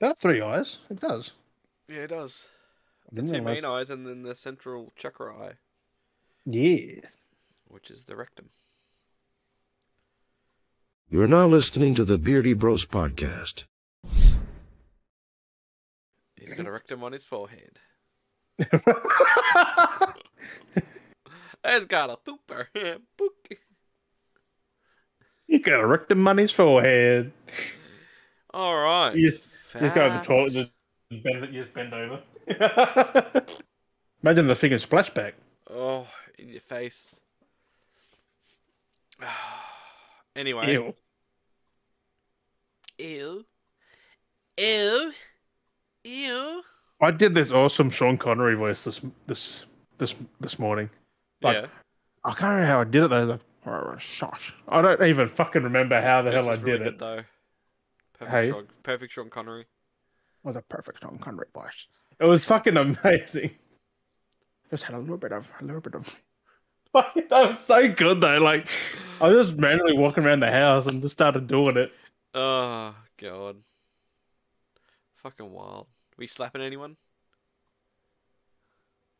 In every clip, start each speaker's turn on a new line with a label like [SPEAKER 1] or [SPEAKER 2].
[SPEAKER 1] got three eyes. It does.
[SPEAKER 2] Yeah, it does.
[SPEAKER 1] I
[SPEAKER 2] The
[SPEAKER 1] didn't
[SPEAKER 2] two
[SPEAKER 1] realise-
[SPEAKER 2] main eyes and then the central chakra eye,
[SPEAKER 1] Yeah.
[SPEAKER 2] which is the rectum.
[SPEAKER 3] You're now listening to the Beardy Bros podcast.
[SPEAKER 2] He's got a rectum on his forehead. He's got a pooper. Book.
[SPEAKER 1] you got a rectum on his forehead.
[SPEAKER 2] All right.
[SPEAKER 1] You just go to the
[SPEAKER 2] Fact.
[SPEAKER 1] toilet and just bend, you just bend over. Imagine the figure splashback.
[SPEAKER 2] Oh, in your face. anyway.
[SPEAKER 1] Ew.
[SPEAKER 2] Ew. Ew. Ew.
[SPEAKER 1] I did this awesome Sean Connery voice this this this this morning. Like,
[SPEAKER 2] yeah.
[SPEAKER 1] I can't remember how I did it though. Like, shush. I don't even fucking remember how the
[SPEAKER 2] This
[SPEAKER 1] hell I
[SPEAKER 2] is really
[SPEAKER 1] did
[SPEAKER 2] good,
[SPEAKER 1] it.
[SPEAKER 2] though. Perfect,
[SPEAKER 1] Hey?
[SPEAKER 2] Sean, perfect Sean Connery.
[SPEAKER 1] It was a perfect Sean Connery voice. It was fucking amazing. Just had a little bit of a little bit of. Fucking, that was so good though. Like, I was just randomly walking around the house and just started doing it.
[SPEAKER 2] Oh, God. Fucking wild. We slapping anyone?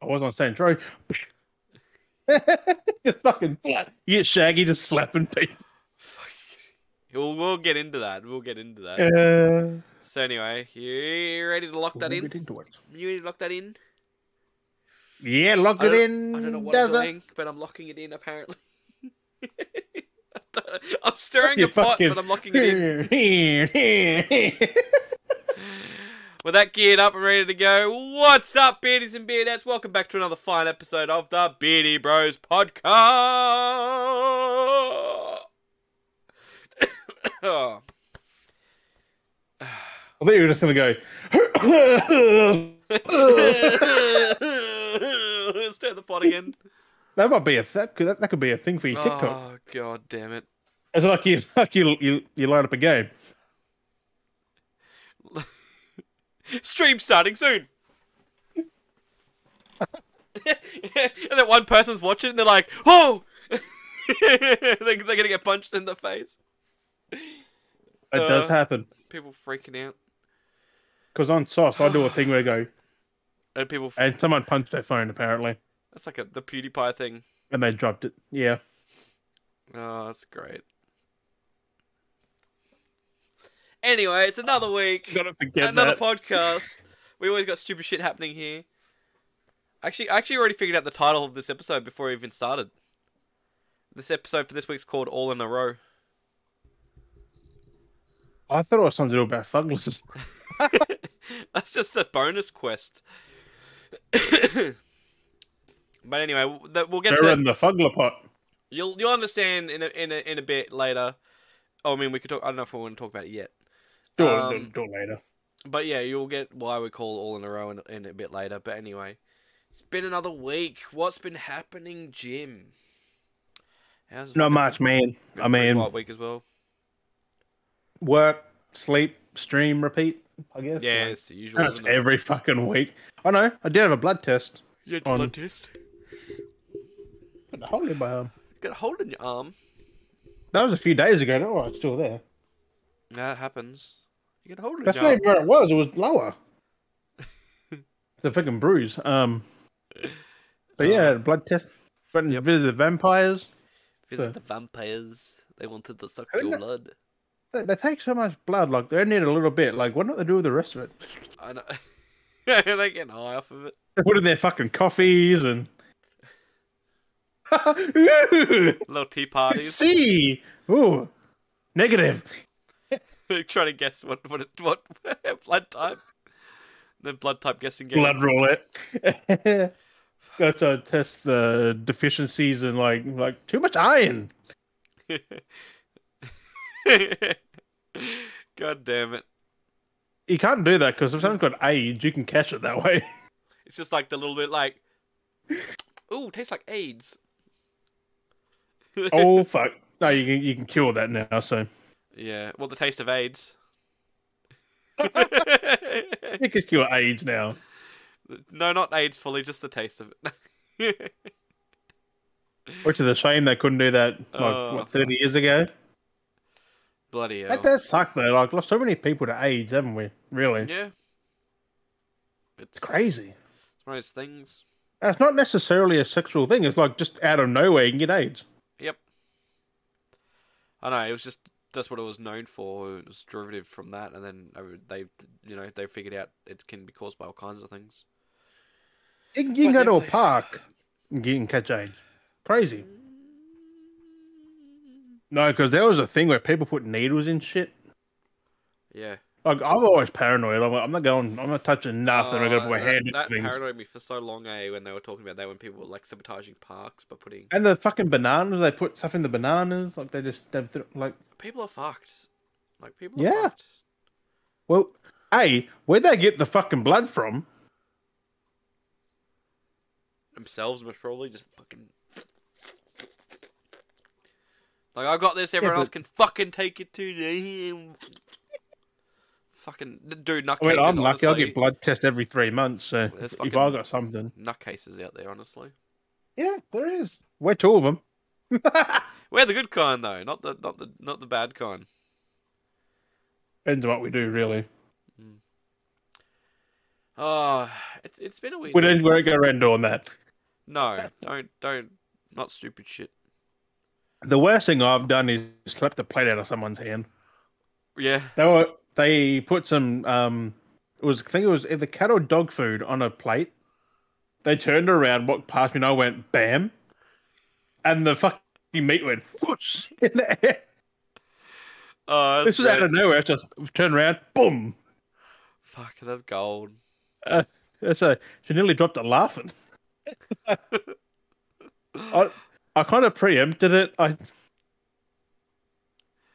[SPEAKER 1] I was on Saints Row. just fucking slap. You get Shaggy just slapping people.
[SPEAKER 2] Fuck. We'll, we'll get into that. We'll get into that.
[SPEAKER 1] Uh,
[SPEAKER 2] So, anyway, you ready to lock that in?
[SPEAKER 1] get into it.
[SPEAKER 2] You ready to lock that in?
[SPEAKER 1] Yeah, lock
[SPEAKER 2] I
[SPEAKER 1] it
[SPEAKER 2] don't,
[SPEAKER 1] in.
[SPEAKER 2] I don't know what
[SPEAKER 1] does
[SPEAKER 2] I'm
[SPEAKER 1] it?
[SPEAKER 2] doing, but I'm locking it in apparently. I don't- I'm stirring
[SPEAKER 1] You
[SPEAKER 2] a pot,
[SPEAKER 1] fucking-
[SPEAKER 2] but I'm locking it in.
[SPEAKER 1] Hello,
[SPEAKER 2] With that geared up and ready to go, what's up, beardies and beardettes? Welcome back to another fine episode of the Beardy Bros Podcast.
[SPEAKER 1] I thought you were just gonna go.
[SPEAKER 2] Stir the pot again.
[SPEAKER 1] that might be a that could that, that could be a thing for your TikTok.
[SPEAKER 2] Oh god damn it!
[SPEAKER 1] It's like you like you you you light up a game.
[SPEAKER 2] Stream starting soon. and then one person's watching and they're like, oh! they, they're going to get punched in the face.
[SPEAKER 1] It
[SPEAKER 2] Uh.
[SPEAKER 1] does happen
[SPEAKER 2] People freaking out.
[SPEAKER 1] because on sauce I do a thing where I go
[SPEAKER 2] And people. F-
[SPEAKER 1] and someone punched their phone apparently
[SPEAKER 2] that's like a, the PewDiePie thing.
[SPEAKER 1] and they dropped it. Yeah,
[SPEAKER 2] Oh, that's great. Anyway, it's another week.
[SPEAKER 1] gotta forget
[SPEAKER 2] another
[SPEAKER 1] that.
[SPEAKER 2] podcast. We always got stupid shit happening here. Actually, I actually already figured out the title of this episode before we even started. This episode for this week's called All in a Row.
[SPEAKER 1] I thought it was something to do about Fugglers.
[SPEAKER 2] That's just a bonus quest. but anyway, w- that- we'll get
[SPEAKER 1] They're
[SPEAKER 2] to that.
[SPEAKER 1] in the Fuggler pot.
[SPEAKER 2] You'll you'll understand in a, in a, in a bit later. Oh, I mean, we could talk. I don't know if we want to talk about it yet.
[SPEAKER 1] Do, it-
[SPEAKER 2] Um,
[SPEAKER 1] do it later.
[SPEAKER 2] But yeah, you'll get why we call all in a row in, in a bit later. But anyway, it's been another week. What's been happening, Jim? How's
[SPEAKER 1] Not much, man. I mean,
[SPEAKER 2] what week as well?
[SPEAKER 1] work, sleep, stream, repeat. I guess.
[SPEAKER 2] Yeah,
[SPEAKER 1] Like,
[SPEAKER 2] it's the usual.
[SPEAKER 1] That's
[SPEAKER 2] Isn't it?
[SPEAKER 1] every fucking week. I know. I did have a blood test.
[SPEAKER 2] You had
[SPEAKER 1] on-
[SPEAKER 2] blood test.
[SPEAKER 1] Put a hole in my arm.
[SPEAKER 2] Got a hole in your arm.
[SPEAKER 1] That was a few days ago. Oh, it's still there.
[SPEAKER 2] That happens. You got a hole in
[SPEAKER 1] That's
[SPEAKER 2] your
[SPEAKER 1] not
[SPEAKER 2] arm.
[SPEAKER 1] even where it was. It was lower. it's a fucking bruise. Um, but yeah, blood test. Went and visited the vampires.
[SPEAKER 2] Visit
[SPEAKER 1] so-
[SPEAKER 2] the vampires. They wanted to suck
[SPEAKER 1] Who
[SPEAKER 2] your
[SPEAKER 1] kno-
[SPEAKER 2] blood.
[SPEAKER 1] They, they take so much blood. Like they only need a little bit. Like what not they do with the rest of it?
[SPEAKER 2] I know. they get high off of it.
[SPEAKER 1] They put it in their fucking coffees and. Ooh,
[SPEAKER 2] Little tea parties.
[SPEAKER 1] See, ooh, negative.
[SPEAKER 2] Trying to guess what what it, what blood type. The blood type guessing game.
[SPEAKER 1] blood roulette. Got to test the deficiencies and like like too much iron.
[SPEAKER 2] God damn it.
[SPEAKER 1] You can't do that because if someone's got AIDS, you can catch it that way.
[SPEAKER 2] It's just like the little bit like Ooh, tastes like AIDS.
[SPEAKER 1] oh fuck! No, you can you can cure that now. So
[SPEAKER 2] Yeah. Well the taste of AIDS.
[SPEAKER 1] you can cure AIDS now.
[SPEAKER 2] no, not AIDS fully, just the taste of it.
[SPEAKER 1] Which is a shame they couldn't do that like
[SPEAKER 2] Oh,
[SPEAKER 1] what thirty years ago.
[SPEAKER 2] Bloody hell.
[SPEAKER 1] That does suck though. Like, lost so many people to AIDS, haven't we? Really?
[SPEAKER 2] Yeah. It's,
[SPEAKER 1] It's crazy.
[SPEAKER 2] it's one of those things.
[SPEAKER 1] And It's not necessarily a sexual thing. It's like just out of nowhere you can get AIDS.
[SPEAKER 2] Yep. I know. It was just that's what it was known for. It was derivative from that, and then over- they, you know, they figured out it can be caused by all kinds of things.
[SPEAKER 1] You, can- you can
[SPEAKER 2] Well,
[SPEAKER 1] go to a
[SPEAKER 2] definitely.
[SPEAKER 1] park and you can catch AIDS. Crazy. No, because there was a thing where people put needles in shit.
[SPEAKER 2] Yeah.
[SPEAKER 1] Like I'm always paranoid. I'm, like, I'm not going. I'm not touching nothing. I'm gonna
[SPEAKER 2] Oh,
[SPEAKER 1] put my
[SPEAKER 2] that,
[SPEAKER 1] hand in
[SPEAKER 2] That
[SPEAKER 1] things.
[SPEAKER 2] paranoid me for so long, eh? When they were talking about that, when people were like sabotaging parks by putting
[SPEAKER 1] And the fucking bananas. They put stuff in the bananas. Like they just they th- like.
[SPEAKER 2] people are fucked. Like people. Are
[SPEAKER 1] Yeah.
[SPEAKER 2] Fucked.
[SPEAKER 1] Well, a where'd they get the fucking blood from?
[SPEAKER 2] themselves most probably just fucking like I got this. Everyone
[SPEAKER 1] but-
[SPEAKER 2] else can fucking take it too. Damn. fucking dude, nutcases.
[SPEAKER 1] I mean, I'm lucky.
[SPEAKER 2] honestly,
[SPEAKER 1] I get blood test every three months. So
[SPEAKER 2] That's
[SPEAKER 1] if
[SPEAKER 2] fucking-
[SPEAKER 1] I got something,
[SPEAKER 2] nutcases out there. Honestly,
[SPEAKER 1] yeah, there is. We're two of them.
[SPEAKER 2] we're the good kind though, not the not the not the bad kind.
[SPEAKER 1] Depends on what we do, really.
[SPEAKER 2] Oh, it's it's been a weird.
[SPEAKER 1] We don't. We don't go around doing that. uh,
[SPEAKER 2] No, don't don't not stupid shit.
[SPEAKER 1] The worst thing I've done is slapped the plate out of someone's hand.
[SPEAKER 2] Yeah,
[SPEAKER 1] They were they put some um it was I think it was either cat or dog food on a plate. They turned around, walked past me, and I went bam, and the fucking meat went whoosh in the air.
[SPEAKER 2] oh,
[SPEAKER 1] This was out of nowhere. It's just turned around, boom.
[SPEAKER 2] fuck. That's gold.
[SPEAKER 1] It's a, she nearly dropped it laughing. I I kind of preempted it. I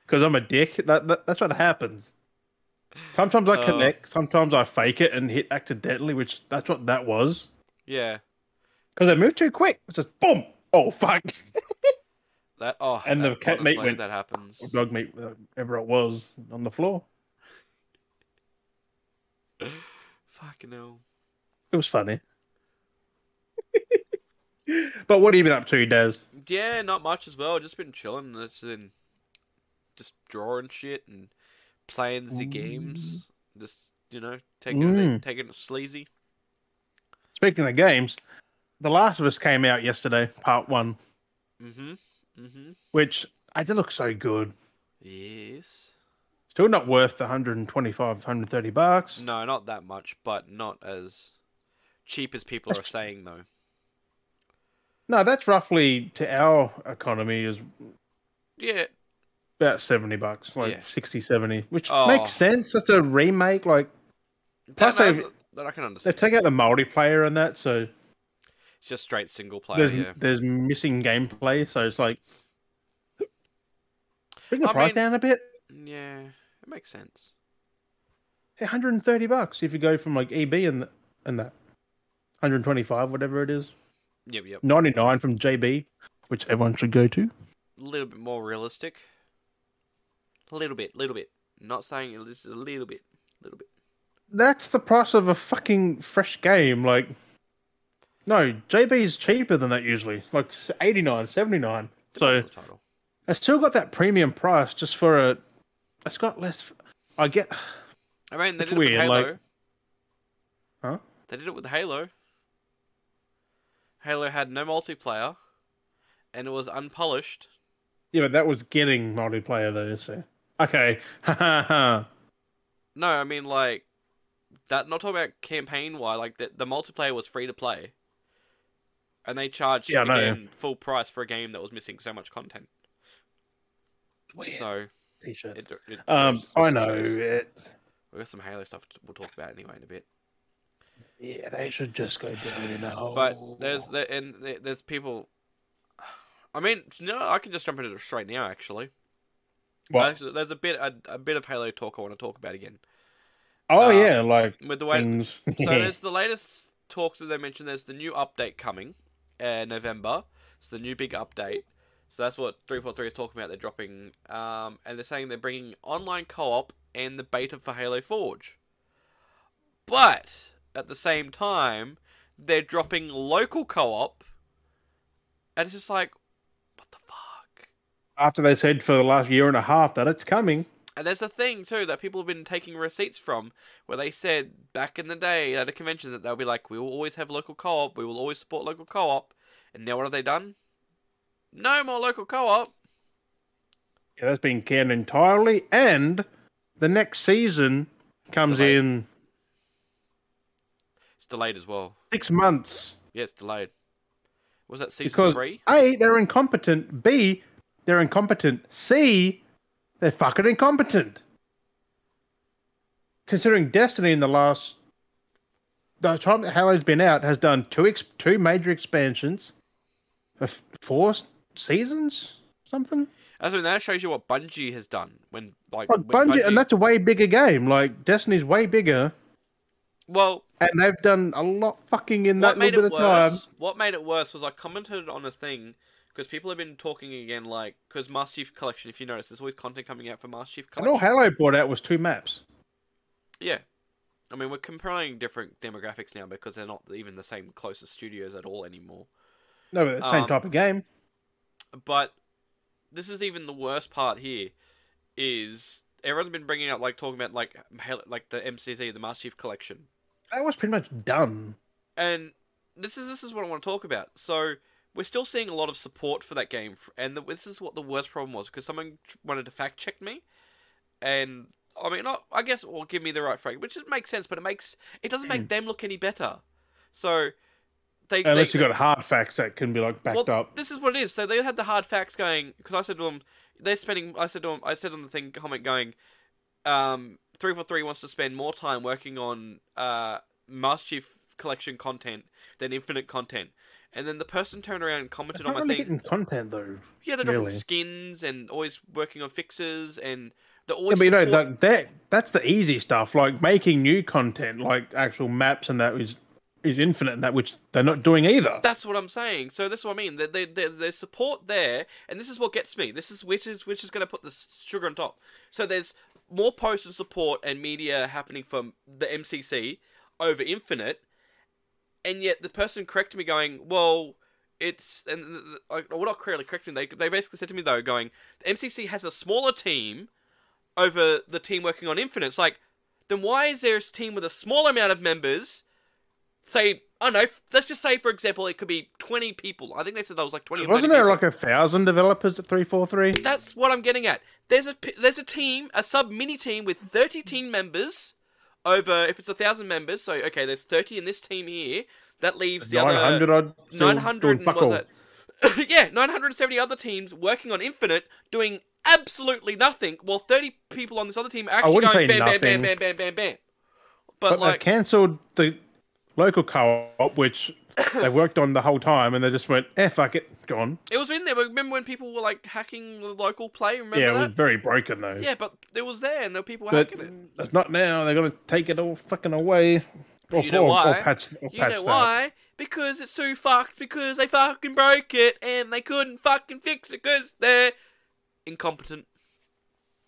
[SPEAKER 1] because I'm a dick. That, that that's what happens. Sometimes I
[SPEAKER 2] Oh.
[SPEAKER 1] connect. Sometimes I fake it and hit accidentally, which that's what that was.
[SPEAKER 2] Yeah,
[SPEAKER 1] Because I moved too quick. It's just boom. Oh fuck!
[SPEAKER 2] that. Oh,
[SPEAKER 1] And the
[SPEAKER 2] that-
[SPEAKER 1] cat mate
[SPEAKER 2] honestly,
[SPEAKER 1] went-
[SPEAKER 2] That happens.
[SPEAKER 1] Dog meat, whatever it was, on the floor.
[SPEAKER 2] Fucking hell.
[SPEAKER 1] It was funny. but what have you been up to, Daz?
[SPEAKER 2] Yeah, not much as well. Just been chilling. Just been just drawing shit and playing the games. Just you know, taking it
[SPEAKER 1] Mm.
[SPEAKER 2] taking it sleazy.
[SPEAKER 1] Speaking of games, The Last of Us came out yesterday, part one,
[SPEAKER 2] Mm-hmm. Mm-hmm.
[SPEAKER 1] which I did look so good.
[SPEAKER 2] Yes.
[SPEAKER 1] Still not worth the 125, 130 bucks.
[SPEAKER 2] No, not that much, but not as cheap as people are saying though.
[SPEAKER 1] No, that's roughly to our economy is
[SPEAKER 2] Yeah.
[SPEAKER 1] about 70 bucks, like
[SPEAKER 2] Yeah.
[SPEAKER 1] 60, 70, which
[SPEAKER 2] Oh.
[SPEAKER 1] makes sense. That's a remake. Like,
[SPEAKER 2] That,
[SPEAKER 1] Plus they've-
[SPEAKER 2] that's- that I can
[SPEAKER 1] they
[SPEAKER 2] understand.
[SPEAKER 1] take out the multiplayer and that, so
[SPEAKER 2] It's just straight single player,
[SPEAKER 1] there's,
[SPEAKER 2] yeah.
[SPEAKER 1] there's missing gameplay, so it's like bring the
[SPEAKER 2] I
[SPEAKER 1] price
[SPEAKER 2] mean-
[SPEAKER 1] down a bit.
[SPEAKER 2] Yeah. It makes sense.
[SPEAKER 1] 130 bucks if you go from like EB and th- and that 125 whatever it is.
[SPEAKER 2] Yep, yep.
[SPEAKER 1] 99 from JB, which everyone should go to.
[SPEAKER 2] a little bit more realistic. A little bit, little bit. Not saying it, just a little bit, little bit.
[SPEAKER 1] That's the price of a fucking fresh game. Like, no, JB is cheaper than that usually, like s- 89, 79. So
[SPEAKER 2] Depends on the title.
[SPEAKER 1] it's still got that premium price just for a. It's got less. I get.
[SPEAKER 2] I mean, they
[SPEAKER 1] it's
[SPEAKER 2] did it
[SPEAKER 1] weird,
[SPEAKER 2] with Halo.
[SPEAKER 1] like- Huh?
[SPEAKER 2] They did it with Halo. Halo had no multiplayer, and it was unpolished.
[SPEAKER 1] Yeah, but that was getting multiplayer though, so. Okay. Ha ha ha.
[SPEAKER 2] No, I mean like that. Not talking about campaign wise. Like the the multiplayer was free to play, and they charged
[SPEAKER 1] Yeah, I know.
[SPEAKER 2] again full price for a game that was missing so much content. So
[SPEAKER 1] T shirt.
[SPEAKER 2] it, it
[SPEAKER 1] Um,
[SPEAKER 2] shows-
[SPEAKER 1] I
[SPEAKER 2] it
[SPEAKER 1] know.
[SPEAKER 2] shows.
[SPEAKER 1] It,
[SPEAKER 2] We got some Halo stuff t- we'll talk about anyway in a bit.
[SPEAKER 1] yeah, they should just go down in a hole.
[SPEAKER 2] But there's the and the- there's people. I mean, no, I can just jump into it straight now. Actually,
[SPEAKER 1] What?
[SPEAKER 2] Actually, there's a bit a, a bit of Halo talk I want to talk about again
[SPEAKER 1] Oh,
[SPEAKER 2] uh,
[SPEAKER 1] yeah, like.
[SPEAKER 2] with the way.
[SPEAKER 1] things.
[SPEAKER 2] So there's the latest talks that they mentioned. There's the new update coming uh, November. It's the new big update. So that's what 343 is talking about. They're dropping, um, and they're saying they're bringing online co-op and the beta for Halo Forge. But at the same time, they're dropping local co-op, and it's just like, what the fuck?
[SPEAKER 1] after they said for the last year and a half that it's coming.
[SPEAKER 2] And there's a thing too that people have been taking receipts from, where they said back in the day at a convention that they'll be like, "We will always have local co-op. We will always support local co-op." And now what have they done? No more local co-op.
[SPEAKER 1] Yeah, that's been canned entirely, and the next season comes
[SPEAKER 2] Delayed.
[SPEAKER 1] in
[SPEAKER 2] It's delayed as well.
[SPEAKER 1] six months
[SPEAKER 2] Yeah, it's delayed. Was that season
[SPEAKER 1] because
[SPEAKER 2] three?
[SPEAKER 1] a they're incompetent, b they're incompetent, c they're fucking incompetent. Considering Destiny in the last the time that Halo's been out has done two ex, two major expansions, of four s- seasons, something.
[SPEAKER 2] That's when that shows you what Bungie has done. When like,
[SPEAKER 1] Like
[SPEAKER 2] when
[SPEAKER 1] Bungie, and that's a way bigger game. Like Destiny's way bigger,
[SPEAKER 2] well,
[SPEAKER 1] and they've done a lot fucking in
[SPEAKER 2] what
[SPEAKER 1] that
[SPEAKER 2] made
[SPEAKER 1] little
[SPEAKER 2] it
[SPEAKER 1] bit of time.
[SPEAKER 2] worse? What made it worse was I commented on a thing because people have been talking again, like because Master Chief Collection. If you notice, there's always content coming out for Master Chief
[SPEAKER 1] And all
[SPEAKER 2] Collection.
[SPEAKER 1] Halo brought out was two maps.
[SPEAKER 2] Yeah, I mean we're comparing different demographics now because they're not even the same closest studios at all anymore.
[SPEAKER 1] No, but the same
[SPEAKER 2] Um,
[SPEAKER 1] type of game.
[SPEAKER 2] But this is even the worst part here is everyone's been bringing up like talking about like Halo, like the MCC, the Master Chief Collection.
[SPEAKER 1] That was pretty much done.
[SPEAKER 2] and this is this is what I want to talk about. So we're still seeing a lot of support for that game, f- and the, this is what the worst problem was because someone tr- wanted to fact check me, and I mean, I, I guess or give me the right fact, which it makes sense, but it makes it doesn't
[SPEAKER 1] Hmm.
[SPEAKER 2] make them look any better. So they they-
[SPEAKER 1] Unless you got hard facts that can be like backed
[SPEAKER 2] well,
[SPEAKER 1] up.
[SPEAKER 2] This is what it is. So they had the hard facts going because I said to them, they're spending. I said to them, I said on the thing comment going, um, three four three wants to spend more time working on uh Master Chief collection content than Infinite content. And then the person turned around and commented
[SPEAKER 1] It's
[SPEAKER 2] on
[SPEAKER 1] not
[SPEAKER 2] my
[SPEAKER 1] really
[SPEAKER 2] thing.
[SPEAKER 1] getting content though.
[SPEAKER 2] yeah, they're dropping
[SPEAKER 1] really.
[SPEAKER 2] skins and always working on fixes, and they're
[SPEAKER 1] Yeah,
[SPEAKER 2] always.
[SPEAKER 1] but you know that,
[SPEAKER 2] support-
[SPEAKER 1] that that's the easy stuff. Like making new content, like actual maps and that is is infinite, and that which they're not doing either.
[SPEAKER 2] That's what I'm saying. So that's what I mean. There- there- there- There's support there, and this is what gets me. This is which is which is going to put the s- sugar on top. So there's more posts and support and media happening from the MCC over Infinite, and yet the person corrected me, going, "Well, it's and th- th- like, well, not correctly correcting me. They they basically said to me though, going, the MCC has a smaller team over the team working on Infinite. It's like, then why is there a team with a small amount of members? Say, I don't know. Let's just say, for example, it could be twenty people. I think they said that was like twenty. or 30
[SPEAKER 1] Wasn't there
[SPEAKER 2] people.
[SPEAKER 1] like a thousand developers at three four three?
[SPEAKER 2] That's what I'm getting at. There's a p- there's a team, a sub mini team with 30 team members over if it's a thousand members. So okay, there's 30 in this team here. That leaves the
[SPEAKER 1] Nine hundred
[SPEAKER 2] other
[SPEAKER 1] odd. still
[SPEAKER 2] 900
[SPEAKER 1] doing
[SPEAKER 2] and
[SPEAKER 1] fuck
[SPEAKER 2] what
[SPEAKER 1] all.
[SPEAKER 2] was that? yeah, 970 other teams working on Infinite doing absolutely nothing. While 30 people on this other team are actually
[SPEAKER 1] wouldn't
[SPEAKER 2] going
[SPEAKER 1] say
[SPEAKER 2] bam, bam, bam,
[SPEAKER 1] nothing.
[SPEAKER 2] bam, bam, bam, bam. But,
[SPEAKER 1] But uh,
[SPEAKER 2] like,
[SPEAKER 1] they cancelled the local co-op, which they worked on the whole time, and they just went, "Eh, fuck it, gone."
[SPEAKER 2] it was in there. but Remember when people were like hacking the local play? Remember
[SPEAKER 1] yeah, it was
[SPEAKER 2] that?
[SPEAKER 1] very broken though.
[SPEAKER 2] Yeah, but it was there and there were people
[SPEAKER 1] but
[SPEAKER 2] hacking it.
[SPEAKER 1] it's not now. They're gonna take it all fucking away. Or,
[SPEAKER 2] You know
[SPEAKER 1] or- or
[SPEAKER 2] why?
[SPEAKER 1] patch, or
[SPEAKER 2] You
[SPEAKER 1] patch
[SPEAKER 2] know
[SPEAKER 1] that.
[SPEAKER 2] why? Because it's too fucked. Because they fucking broke it and they couldn't fucking fix it because they're incompetent.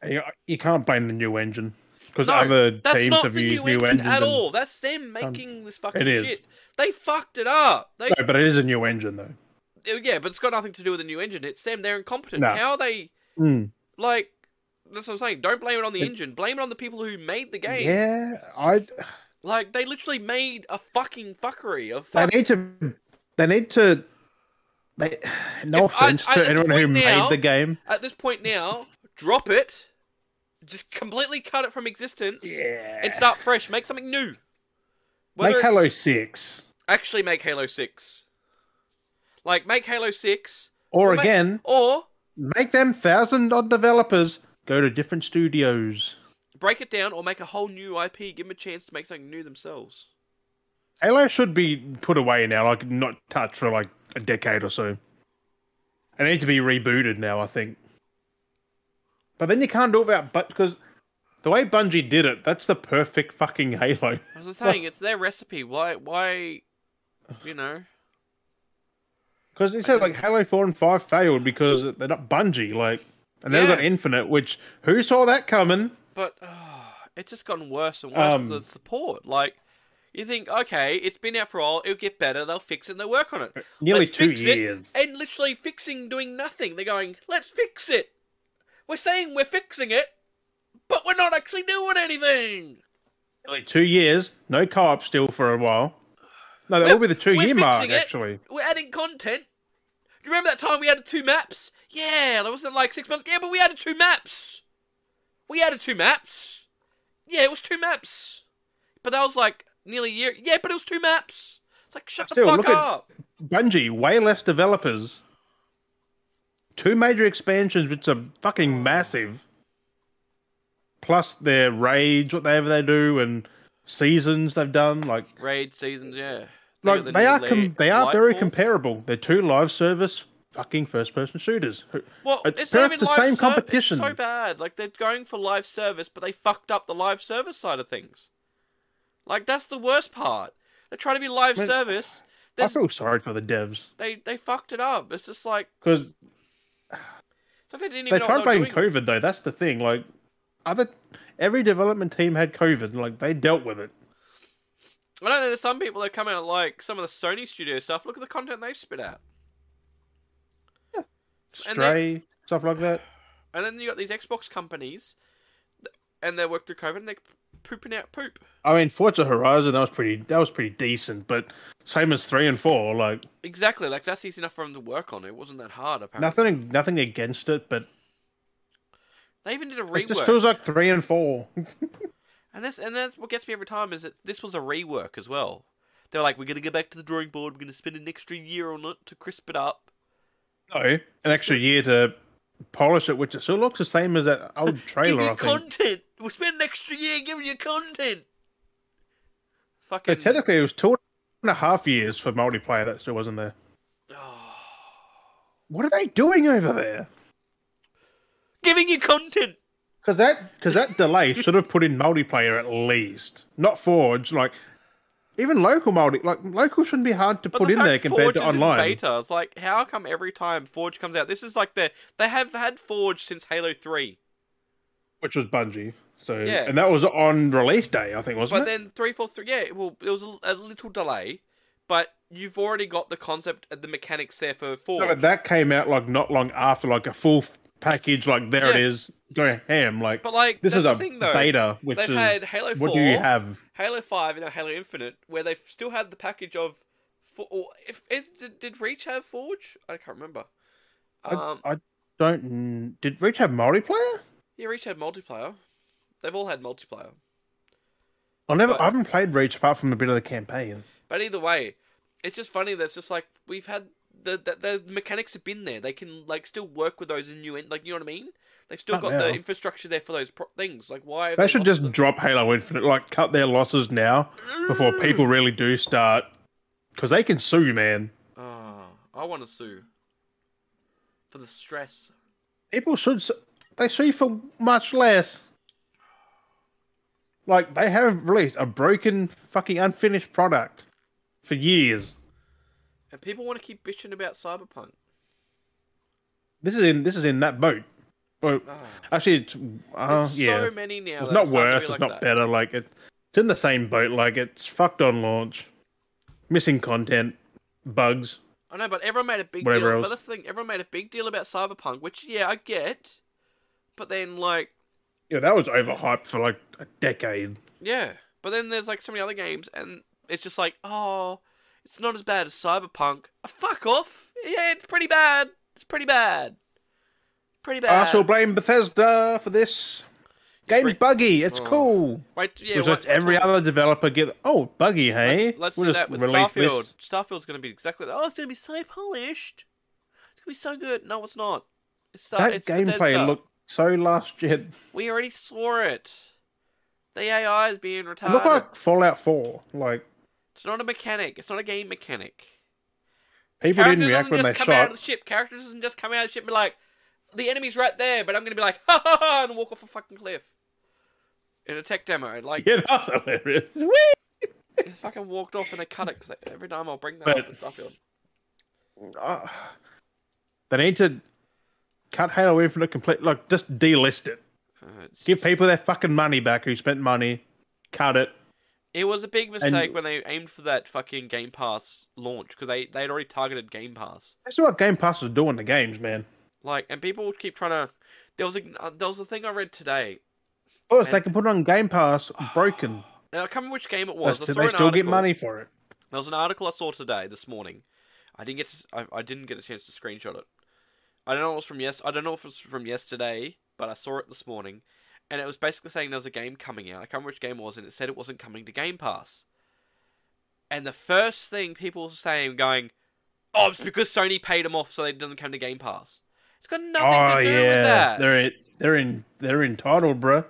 [SPEAKER 1] You, you can't blame the new engine because
[SPEAKER 2] No,
[SPEAKER 1] other
[SPEAKER 2] that's
[SPEAKER 1] teams
[SPEAKER 2] not
[SPEAKER 1] have
[SPEAKER 2] the
[SPEAKER 1] used
[SPEAKER 2] new
[SPEAKER 1] new
[SPEAKER 2] engine
[SPEAKER 1] engines
[SPEAKER 2] at
[SPEAKER 1] and-
[SPEAKER 2] all. That's them making this fucking
[SPEAKER 1] it is.
[SPEAKER 2] shit. They fucked it up. They,
[SPEAKER 1] No, but it is a new engine though.
[SPEAKER 2] yeah, but it's got nothing to do with the new engine. It's them. They're incompetent.
[SPEAKER 1] No.
[SPEAKER 2] How are they
[SPEAKER 1] Mm.
[SPEAKER 2] like? That's what I'm saying. Don't blame it on the engine. Blame it on the people who made the game.
[SPEAKER 1] Yeah, I.
[SPEAKER 2] Like they literally made a fucking fuckery of.
[SPEAKER 1] They
[SPEAKER 2] Fuck-
[SPEAKER 1] need to. They need to. They, no
[SPEAKER 2] If I-
[SPEAKER 1] offense
[SPEAKER 2] I- at
[SPEAKER 1] to
[SPEAKER 2] the
[SPEAKER 1] anyone who
[SPEAKER 2] point now-
[SPEAKER 1] made the game.
[SPEAKER 2] At this point now, drop it. Just completely cut it from existence.
[SPEAKER 1] Yeah.
[SPEAKER 2] and start fresh. Make something new. Whether
[SPEAKER 1] Make
[SPEAKER 2] it's-
[SPEAKER 1] Halo Six,
[SPEAKER 2] Actually, make Halo Six. Like make Halo Six,
[SPEAKER 1] or
[SPEAKER 2] Well, ma-
[SPEAKER 1] again,
[SPEAKER 2] or
[SPEAKER 1] make them thousand odd developers go to different studios.
[SPEAKER 2] break it down, or make a whole new IP. Give them a chance to make something new themselves.
[SPEAKER 1] Halo should be put away now, like not touched for like a decade or so. It needs to be rebooted now, I think. But then you can't do it without but because the way Bungie did it, that's the perfect fucking Halo.
[SPEAKER 2] As I was saying, it's their recipe. Why? Why? You know.
[SPEAKER 1] Because they said like Halo Four and Five failed because they're not Bungie, like, and they've
[SPEAKER 2] Yeah.
[SPEAKER 1] got Infinite, which who saw that coming?
[SPEAKER 2] But oh, it's ah, just gotten worse and worse
[SPEAKER 1] Um,
[SPEAKER 2] with the support. Like, You think, okay, it's been out for a while. It'll get better. They'll fix it. and They'll work on it.
[SPEAKER 1] Uh, Nearly
[SPEAKER 2] Let's
[SPEAKER 1] two
[SPEAKER 2] fix it.
[SPEAKER 1] years.
[SPEAKER 2] And literally fixing, doing nothing. They're going, let's fix it. We're saying we're fixing it, but we're not actually doing anything.
[SPEAKER 1] Nearly two years. No co-op still for a while. No, that
[SPEAKER 2] We're-
[SPEAKER 1] will be the two-year
[SPEAKER 2] we're
[SPEAKER 1] mark
[SPEAKER 2] fixing it.
[SPEAKER 1] actually.
[SPEAKER 2] We're adding content. Do you remember that time we added two maps? Yeah, that wasn't like six months. Yeah, but we added two maps. We added two maps. Yeah, it was two maps. But that was like nearly a year. Yeah, but it was two maps. It's like shut
[SPEAKER 1] Still,
[SPEAKER 2] the fuck
[SPEAKER 1] look at-
[SPEAKER 2] up.
[SPEAKER 1] Bungie, way less developers. Two major expansions, which are fucking massive. Plus their rage, whatever they do, and seasons they've done. Like,
[SPEAKER 2] Raid seasons, yeah.
[SPEAKER 1] like
[SPEAKER 2] got the
[SPEAKER 1] they
[SPEAKER 2] new
[SPEAKER 1] are
[SPEAKER 2] La-
[SPEAKER 1] com- they are very
[SPEAKER 2] Lightfall.
[SPEAKER 1] comparable. They're two live service fucking first person shooters. Who-
[SPEAKER 2] Well,
[SPEAKER 1] It's
[SPEAKER 2] it's not
[SPEAKER 1] perhaps
[SPEAKER 2] even
[SPEAKER 1] the
[SPEAKER 2] live
[SPEAKER 1] same
[SPEAKER 2] ser-
[SPEAKER 1] competition.
[SPEAKER 2] It's so bad. Like they're going for live service, but they fucked up the live service side of things. Like that's the worst part. They're trying to be live
[SPEAKER 1] Man,
[SPEAKER 2] service.
[SPEAKER 1] I
[SPEAKER 2] There's,
[SPEAKER 1] feel sorry for the devs
[SPEAKER 2] they they fucked it up. It's just like
[SPEAKER 1] because
[SPEAKER 2] it's like they didn't
[SPEAKER 1] they
[SPEAKER 2] even know
[SPEAKER 1] tried
[SPEAKER 2] what they
[SPEAKER 1] blaming
[SPEAKER 2] were doing.
[SPEAKER 1] COVID though. That's the thing. Like, other every development team had COVID. Like they dealt with it.
[SPEAKER 2] I know there's some people that come out like some of the Sony studio stuff. Look at the content they've spit out. And they-
[SPEAKER 1] Stray stuff like that.
[SPEAKER 2] And then you got these Xbox companies, th- and they work through COVID and they're pooping out poop.
[SPEAKER 1] I mean, Forza Horizon that was pretty that was pretty decent, but same as three and four, like
[SPEAKER 2] Exactly. Like that's easy enough for them to work on. It wasn't that hard apparently.
[SPEAKER 1] nothing nothing against it, but
[SPEAKER 2] They even did a rework.
[SPEAKER 1] it just feels like three and four.
[SPEAKER 2] And that's and that's what gets me every time is that this was a rework as well. They were like, we're gonna go back to the drawing board. We're gonna spend an extra year on it to crisp it up.
[SPEAKER 1] No, an extra year to polish it, which it still looks the same as that old trailer.
[SPEAKER 2] Give
[SPEAKER 1] I
[SPEAKER 2] you
[SPEAKER 1] think.
[SPEAKER 2] content. We spent an extra year giving you content.
[SPEAKER 1] so
[SPEAKER 2] Fucking.
[SPEAKER 1] technically, it was two and a half years for multiplayer that still wasn't there. What are they doing over there?
[SPEAKER 2] giving you content.
[SPEAKER 1] Because that because that delay should have put in multiplayer at least, not Forge. Like even local multi, like local shouldn't be hard to
[SPEAKER 2] But
[SPEAKER 1] put
[SPEAKER 2] the
[SPEAKER 1] in
[SPEAKER 2] fact
[SPEAKER 1] there compared
[SPEAKER 2] Forge
[SPEAKER 1] to
[SPEAKER 2] is in
[SPEAKER 1] online.
[SPEAKER 2] beta. It's like, how come every time Forge comes out, this is like the they have had Forge since Halo Three,
[SPEAKER 1] which was Bungie. So
[SPEAKER 2] Yeah.
[SPEAKER 1] and that was on release day, I think, wasn't
[SPEAKER 2] but
[SPEAKER 1] it?
[SPEAKER 2] then three four three. Yeah, well, it was a, a little delay, but you've already got the concept and the mechanics there for Forge.
[SPEAKER 1] No, but that came out like not long after, like a full f- package. Like there it
[SPEAKER 2] Yeah.
[SPEAKER 1] is, go ham. Like
[SPEAKER 2] But like
[SPEAKER 1] this
[SPEAKER 2] that's
[SPEAKER 1] is
[SPEAKER 2] the
[SPEAKER 1] a
[SPEAKER 2] thing though.
[SPEAKER 1] beta, which
[SPEAKER 2] They've
[SPEAKER 1] is
[SPEAKER 2] had Halo Four,
[SPEAKER 1] what do you have?
[SPEAKER 2] Halo Five, and now Halo Infinite, where they've still had the package of. For, or if, if did, did Reach have Forge? I can't remember. Um,
[SPEAKER 1] I, I don't. mm, Did Reach have multiplayer?
[SPEAKER 2] yeah, Reach had multiplayer. They've all had multiplayer.
[SPEAKER 1] I never.
[SPEAKER 2] but-
[SPEAKER 1] I haven't played Reach apart from a bit of the campaign.
[SPEAKER 2] But either way, it's just funny that it's just like we've had the the, the mechanics have been there. They can like still work with those in new end. Like you know what I mean? They've still
[SPEAKER 1] Not
[SPEAKER 2] got
[SPEAKER 1] now.
[SPEAKER 2] the infrastructure there for those pro- things. Like why? have
[SPEAKER 1] They should
[SPEAKER 2] lost
[SPEAKER 1] just
[SPEAKER 2] them?
[SPEAKER 1] drop Halo Infinite. Like cut their losses now before people really do start, because they can sue, man.
[SPEAKER 2] Ah, I want to sue for the stress.
[SPEAKER 1] people should s- they sue for much less. Like they have released a broken, fucking unfinished product for years.
[SPEAKER 2] And people want to keep bitching about Cyberpunk.
[SPEAKER 1] This is in this is in that boat. Well,
[SPEAKER 2] Ah.
[SPEAKER 1] actually, it's uh,
[SPEAKER 2] There's
[SPEAKER 1] yeah,
[SPEAKER 2] so many now.
[SPEAKER 1] it's
[SPEAKER 2] that
[SPEAKER 1] not
[SPEAKER 2] are starting to
[SPEAKER 1] worse.
[SPEAKER 2] be
[SPEAKER 1] It's
[SPEAKER 2] like
[SPEAKER 1] not
[SPEAKER 2] that.
[SPEAKER 1] better. Like it, it's in the same boat. Like it's fucked on launch, missing content, bugs.
[SPEAKER 2] I know, but everyone made a big
[SPEAKER 1] Whatever
[SPEAKER 2] deal. But
[SPEAKER 1] else.
[SPEAKER 2] that's the thing. Everyone made a big deal about Cyberpunk, which yeah, I get. But then like
[SPEAKER 1] Yeah, that was overhyped for like a decade.
[SPEAKER 2] yeah, but then there's like so many other games, and it's just like oh, it's not as bad as Cyberpunk. Ah, fuck off. Yeah, it's pretty bad. It's pretty bad. Pretty bad.
[SPEAKER 1] I shall blame Bethesda for this. Game's
[SPEAKER 2] Right.
[SPEAKER 1] buggy. It's
[SPEAKER 2] Oh.
[SPEAKER 1] cool.
[SPEAKER 2] Wait, yeah.
[SPEAKER 1] Which
[SPEAKER 2] wait-
[SPEAKER 1] lets every
[SPEAKER 2] wait-
[SPEAKER 1] other developer get oh buggy, hey?
[SPEAKER 2] Let's, let's
[SPEAKER 1] We'll
[SPEAKER 2] do
[SPEAKER 1] just
[SPEAKER 2] that with
[SPEAKER 1] release this.
[SPEAKER 2] Starfield. Starfield's going to be exactly. Oh, it's going to be so polished. It's going to be so good. No, it's not. It's Star-
[SPEAKER 1] That
[SPEAKER 2] it's
[SPEAKER 1] gameplay
[SPEAKER 2] Bethesda.
[SPEAKER 1] looked so last gen.
[SPEAKER 2] We already saw it. The AI is being
[SPEAKER 1] It
[SPEAKER 2] retarded.
[SPEAKER 1] looked like Fallout Four. Like
[SPEAKER 2] It's not a mechanic. It's not a game mechanic.
[SPEAKER 1] people
[SPEAKER 2] Character
[SPEAKER 1] didn't react
[SPEAKER 2] doesn't
[SPEAKER 1] when they
[SPEAKER 2] just come out
[SPEAKER 1] shot.
[SPEAKER 2] of the ship. Character doesn't just come out of the ship and be like, the enemy's right there, but I'm going to be like, ha ha ha, and walk off a fucking cliff. In a tech demo, like
[SPEAKER 1] Yeah, that was hilarious. Whee!
[SPEAKER 2] it's fucking walked off and they cut it because every time I'll bring that
[SPEAKER 1] But-
[SPEAKER 2] up in Starfield.
[SPEAKER 1] Ah. they need to cut Halo Infinite complete. Like just delist it.
[SPEAKER 2] Uh, it's-
[SPEAKER 1] Give people their fucking money back who spent money. Cut it.
[SPEAKER 2] It was a big mistake when they aimed for that fucking Game Pass launch because they they'd already targeted Game Pass.
[SPEAKER 1] That's what Game Pass was doing to games, man.
[SPEAKER 2] Like, and people keep trying to. There was a uh, there was a thing I read today.
[SPEAKER 1] Of course, they
[SPEAKER 2] And-
[SPEAKER 1] can put it on Game Pass broken.
[SPEAKER 2] Now, I can't remember which game
[SPEAKER 1] But
[SPEAKER 2] it was. I
[SPEAKER 1] they
[SPEAKER 2] saw
[SPEAKER 1] still
[SPEAKER 2] an
[SPEAKER 1] get
[SPEAKER 2] article-
[SPEAKER 1] money for it.
[SPEAKER 2] There was an article I saw today, this morning. I didn't get to, s- I, I didn't get a chance to screenshot it. I don't know if it was from yes. I don't know if it was from yesterday, but I saw it this morning, and it was basically saying there was a game coming out. I can't remember which game it was, and it said it wasn't coming to Game Pass. And the first thing people were saying, going, "Oh, it's because Sony paid them off, so it doesn't come to Game Pass." It's got nothing to do with that.
[SPEAKER 1] Oh, they're they're in they're entitled, bruh.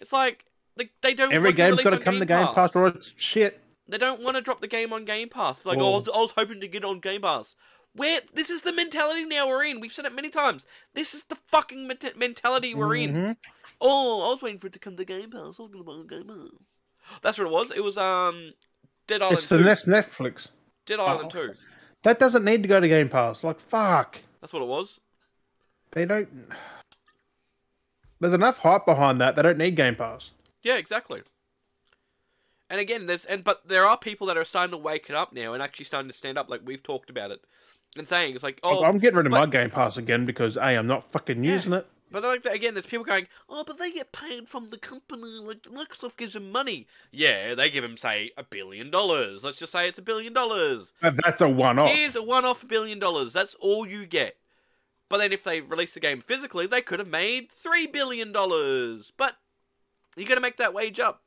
[SPEAKER 2] It's like they, they don't.
[SPEAKER 1] Every
[SPEAKER 2] want to
[SPEAKER 1] game's
[SPEAKER 2] release
[SPEAKER 1] got to
[SPEAKER 2] on
[SPEAKER 1] come to Game Pass or it's shit.
[SPEAKER 2] They don't want to drop the game on Game Pass. Like,
[SPEAKER 1] Well-
[SPEAKER 2] I, was, I was hoping to get it on Game Pass. Where this is the mentality now we're in. We've said it many times. This is the fucking ment- mentality we're in.
[SPEAKER 1] Mhm.
[SPEAKER 2] Oh, I was waiting for it to come to Game Pass. I was gonna buy it on Game Pass. That's what it was. It was um, Dead Island
[SPEAKER 1] It's the
[SPEAKER 2] Two.
[SPEAKER 1] next Netflix.
[SPEAKER 2] Dead Island
[SPEAKER 1] Oh.
[SPEAKER 2] Two.
[SPEAKER 1] That doesn't need to go to Game Pass. Like fuck,
[SPEAKER 2] That's what it was.
[SPEAKER 1] they don't. There's enough hype behind that. They don't need Game Pass.
[SPEAKER 2] Yeah, exactly. And again, there's and but there are people that are starting to wake it up now and actually starting to stand up. Like we've talked about it and saying it's like, oh,
[SPEAKER 1] I'm getting rid of
[SPEAKER 2] but-
[SPEAKER 1] my Game Pass again because a I'm not fucking
[SPEAKER 2] Yeah.
[SPEAKER 1] using it.
[SPEAKER 2] But like that- again, there's people going, "Oh, but they get paid from the company. Like Microsoft gives them money. Yeah, they give them say a billion dollars. Let's just say it's a billion dollars.
[SPEAKER 1] But That's a one-off.
[SPEAKER 2] Here's a one-off billion dollars. That's all you get. But then if they release the game physically, they could have made three billion dollars. But you got to make that wage up.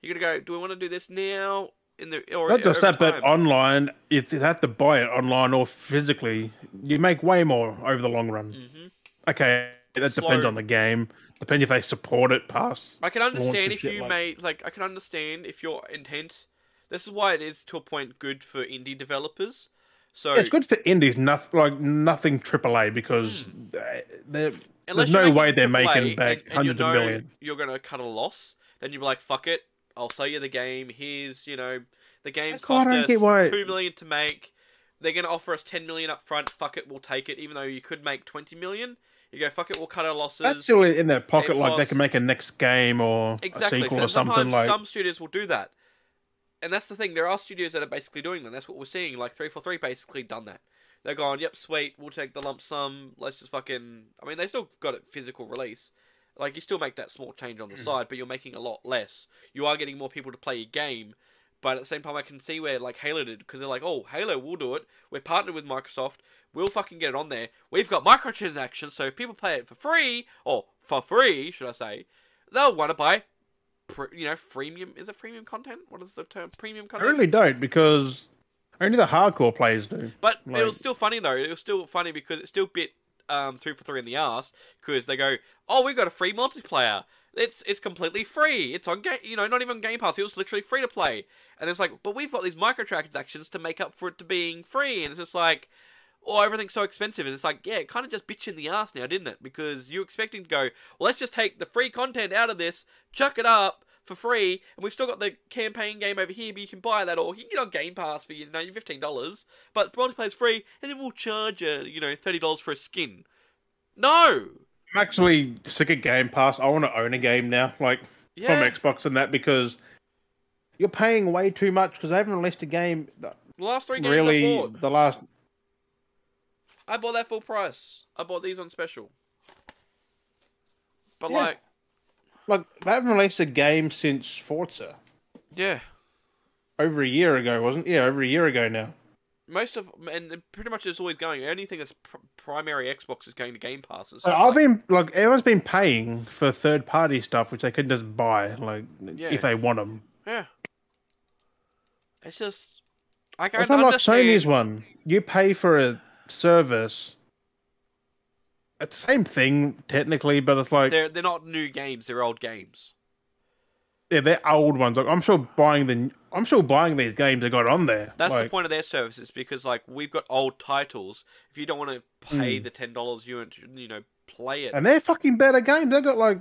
[SPEAKER 2] You got to go. Do we want to do this now? In the or
[SPEAKER 1] Not just
[SPEAKER 2] over
[SPEAKER 1] that, but
[SPEAKER 2] time?"
[SPEAKER 1] online, if you have to buy it online or physically, you make way more over the long run.
[SPEAKER 2] Mhm.
[SPEAKER 1] Okay, that depends
[SPEAKER 2] Slow.
[SPEAKER 1] on the game. Depends if they support it past.
[SPEAKER 2] I can understand
[SPEAKER 1] and
[SPEAKER 2] if
[SPEAKER 1] shit
[SPEAKER 2] you
[SPEAKER 1] like-
[SPEAKER 2] made like I can understand if your intent. This is why it is to a point good for indie developers. So
[SPEAKER 1] it's good for indies, nothing like nothing AAA because they- they're,
[SPEAKER 2] Hmm. unless
[SPEAKER 1] there's no
[SPEAKER 2] you're
[SPEAKER 1] way they're
[SPEAKER 2] AAA
[SPEAKER 1] making back
[SPEAKER 2] and- and you
[SPEAKER 1] hundreds of
[SPEAKER 2] know
[SPEAKER 1] million.
[SPEAKER 2] You're gonna cut a loss. Then you're like, fuck it. I'll sell you the game. Here's you know the game
[SPEAKER 1] That's why I
[SPEAKER 2] cost
[SPEAKER 1] don't
[SPEAKER 2] us
[SPEAKER 1] get why-
[SPEAKER 2] two million to make. They're gonna offer us ten million up front. Fuck it, we'll take it. Even though you could make twenty million, you go fuck it. We'll cut our losses.
[SPEAKER 1] That's still in their pocket,
[SPEAKER 2] it
[SPEAKER 1] like they
[SPEAKER 2] was-
[SPEAKER 1] can make a next game or
[SPEAKER 2] Exactly.
[SPEAKER 1] a sequel
[SPEAKER 2] so
[SPEAKER 1] or something
[SPEAKER 2] sometimes
[SPEAKER 1] like.
[SPEAKER 2] some studios will do that, and that's the thing. There are studios that are basically doing that. That's what we're seeing. Like three four three basically done that. They're going, yep, sweet, we'll take the lump sum. Let's just fucking. I mean, they still got it physical release. Like you still make that small change on
[SPEAKER 1] Mm.
[SPEAKER 2] the side, but you're making a lot less. You are getting more people to play your game, but at the same time, I can see where like Halo did because they're like, oh, Halo, we'll do it. We're partnered with Microsoft. We'll fucking get it on there. We've got microtransactions, so if people play it for free or for free, should I say, they'll want to buy, pr- you know, freemium. Is it freemium content? What is the term? Premium
[SPEAKER 1] I
[SPEAKER 2] content.
[SPEAKER 1] really don't because only the hardcore players do.
[SPEAKER 2] But it
[SPEAKER 1] Like-
[SPEAKER 2] was still funny though. It was still funny because it still bit um, three for three in the ass because they go, "Oh, we got a free multiplayer. It's it's completely free. It's on game, you know, not even on Game Pass. It was literally free to play." And it's like, "But we've got these microtransactions to make up for it to being free." And it's just like, "Oh, everything's so expensive." And it's like, "Yeah, it kind of just bitch in the ass now, didn't it?" Because you're expecting to go, "Well, let's just take the free content out of this, chuck it up." For free, and we've still got the campaign game over here, but you can buy that, or you can get on Game Pass for you know your fifteen dollars but multiplayer's free, and then we'll charge you, you know, thirty dollars for a skin. No,
[SPEAKER 1] I'm actually sick of Game Pass. I want to own a game now, like
[SPEAKER 2] yeah,
[SPEAKER 1] from Xbox and that, because you're paying way too much because they haven't released a game that
[SPEAKER 2] the last three games I
[SPEAKER 1] really
[SPEAKER 2] bought,
[SPEAKER 1] the last.
[SPEAKER 2] I bought that full price. I bought these on special. But
[SPEAKER 1] Yeah.
[SPEAKER 2] like,
[SPEAKER 1] Like they haven't released a game since Forza
[SPEAKER 2] yeah,
[SPEAKER 1] over a year ago, wasn't? it? Yeah, over a year ago now.
[SPEAKER 2] most of and it pretty much it's always going. The only thing that's pr- primary Xbox is going to Game Passes.
[SPEAKER 1] So I've been like everyone's been paying for third party stuff, which they can just buy, like
[SPEAKER 2] Yeah.
[SPEAKER 1] if they want them.
[SPEAKER 2] yeah. It's just I
[SPEAKER 1] It's
[SPEAKER 2] can't
[SPEAKER 1] not like
[SPEAKER 2] understand.
[SPEAKER 1] Sony's one. You pay for a service. It's the same thing technically, but it's like
[SPEAKER 2] They're they're not new games. They're old games.
[SPEAKER 1] yeah, they're old ones. Like I'm still buying the I'm still buying these games that got on there.
[SPEAKER 2] That's the
[SPEAKER 1] Like,
[SPEAKER 2] point of their services because like we've got old titles. If you don't want to pay the ten dollars, you want to, you know play it.
[SPEAKER 1] Hmm. And they're fucking better games. They got like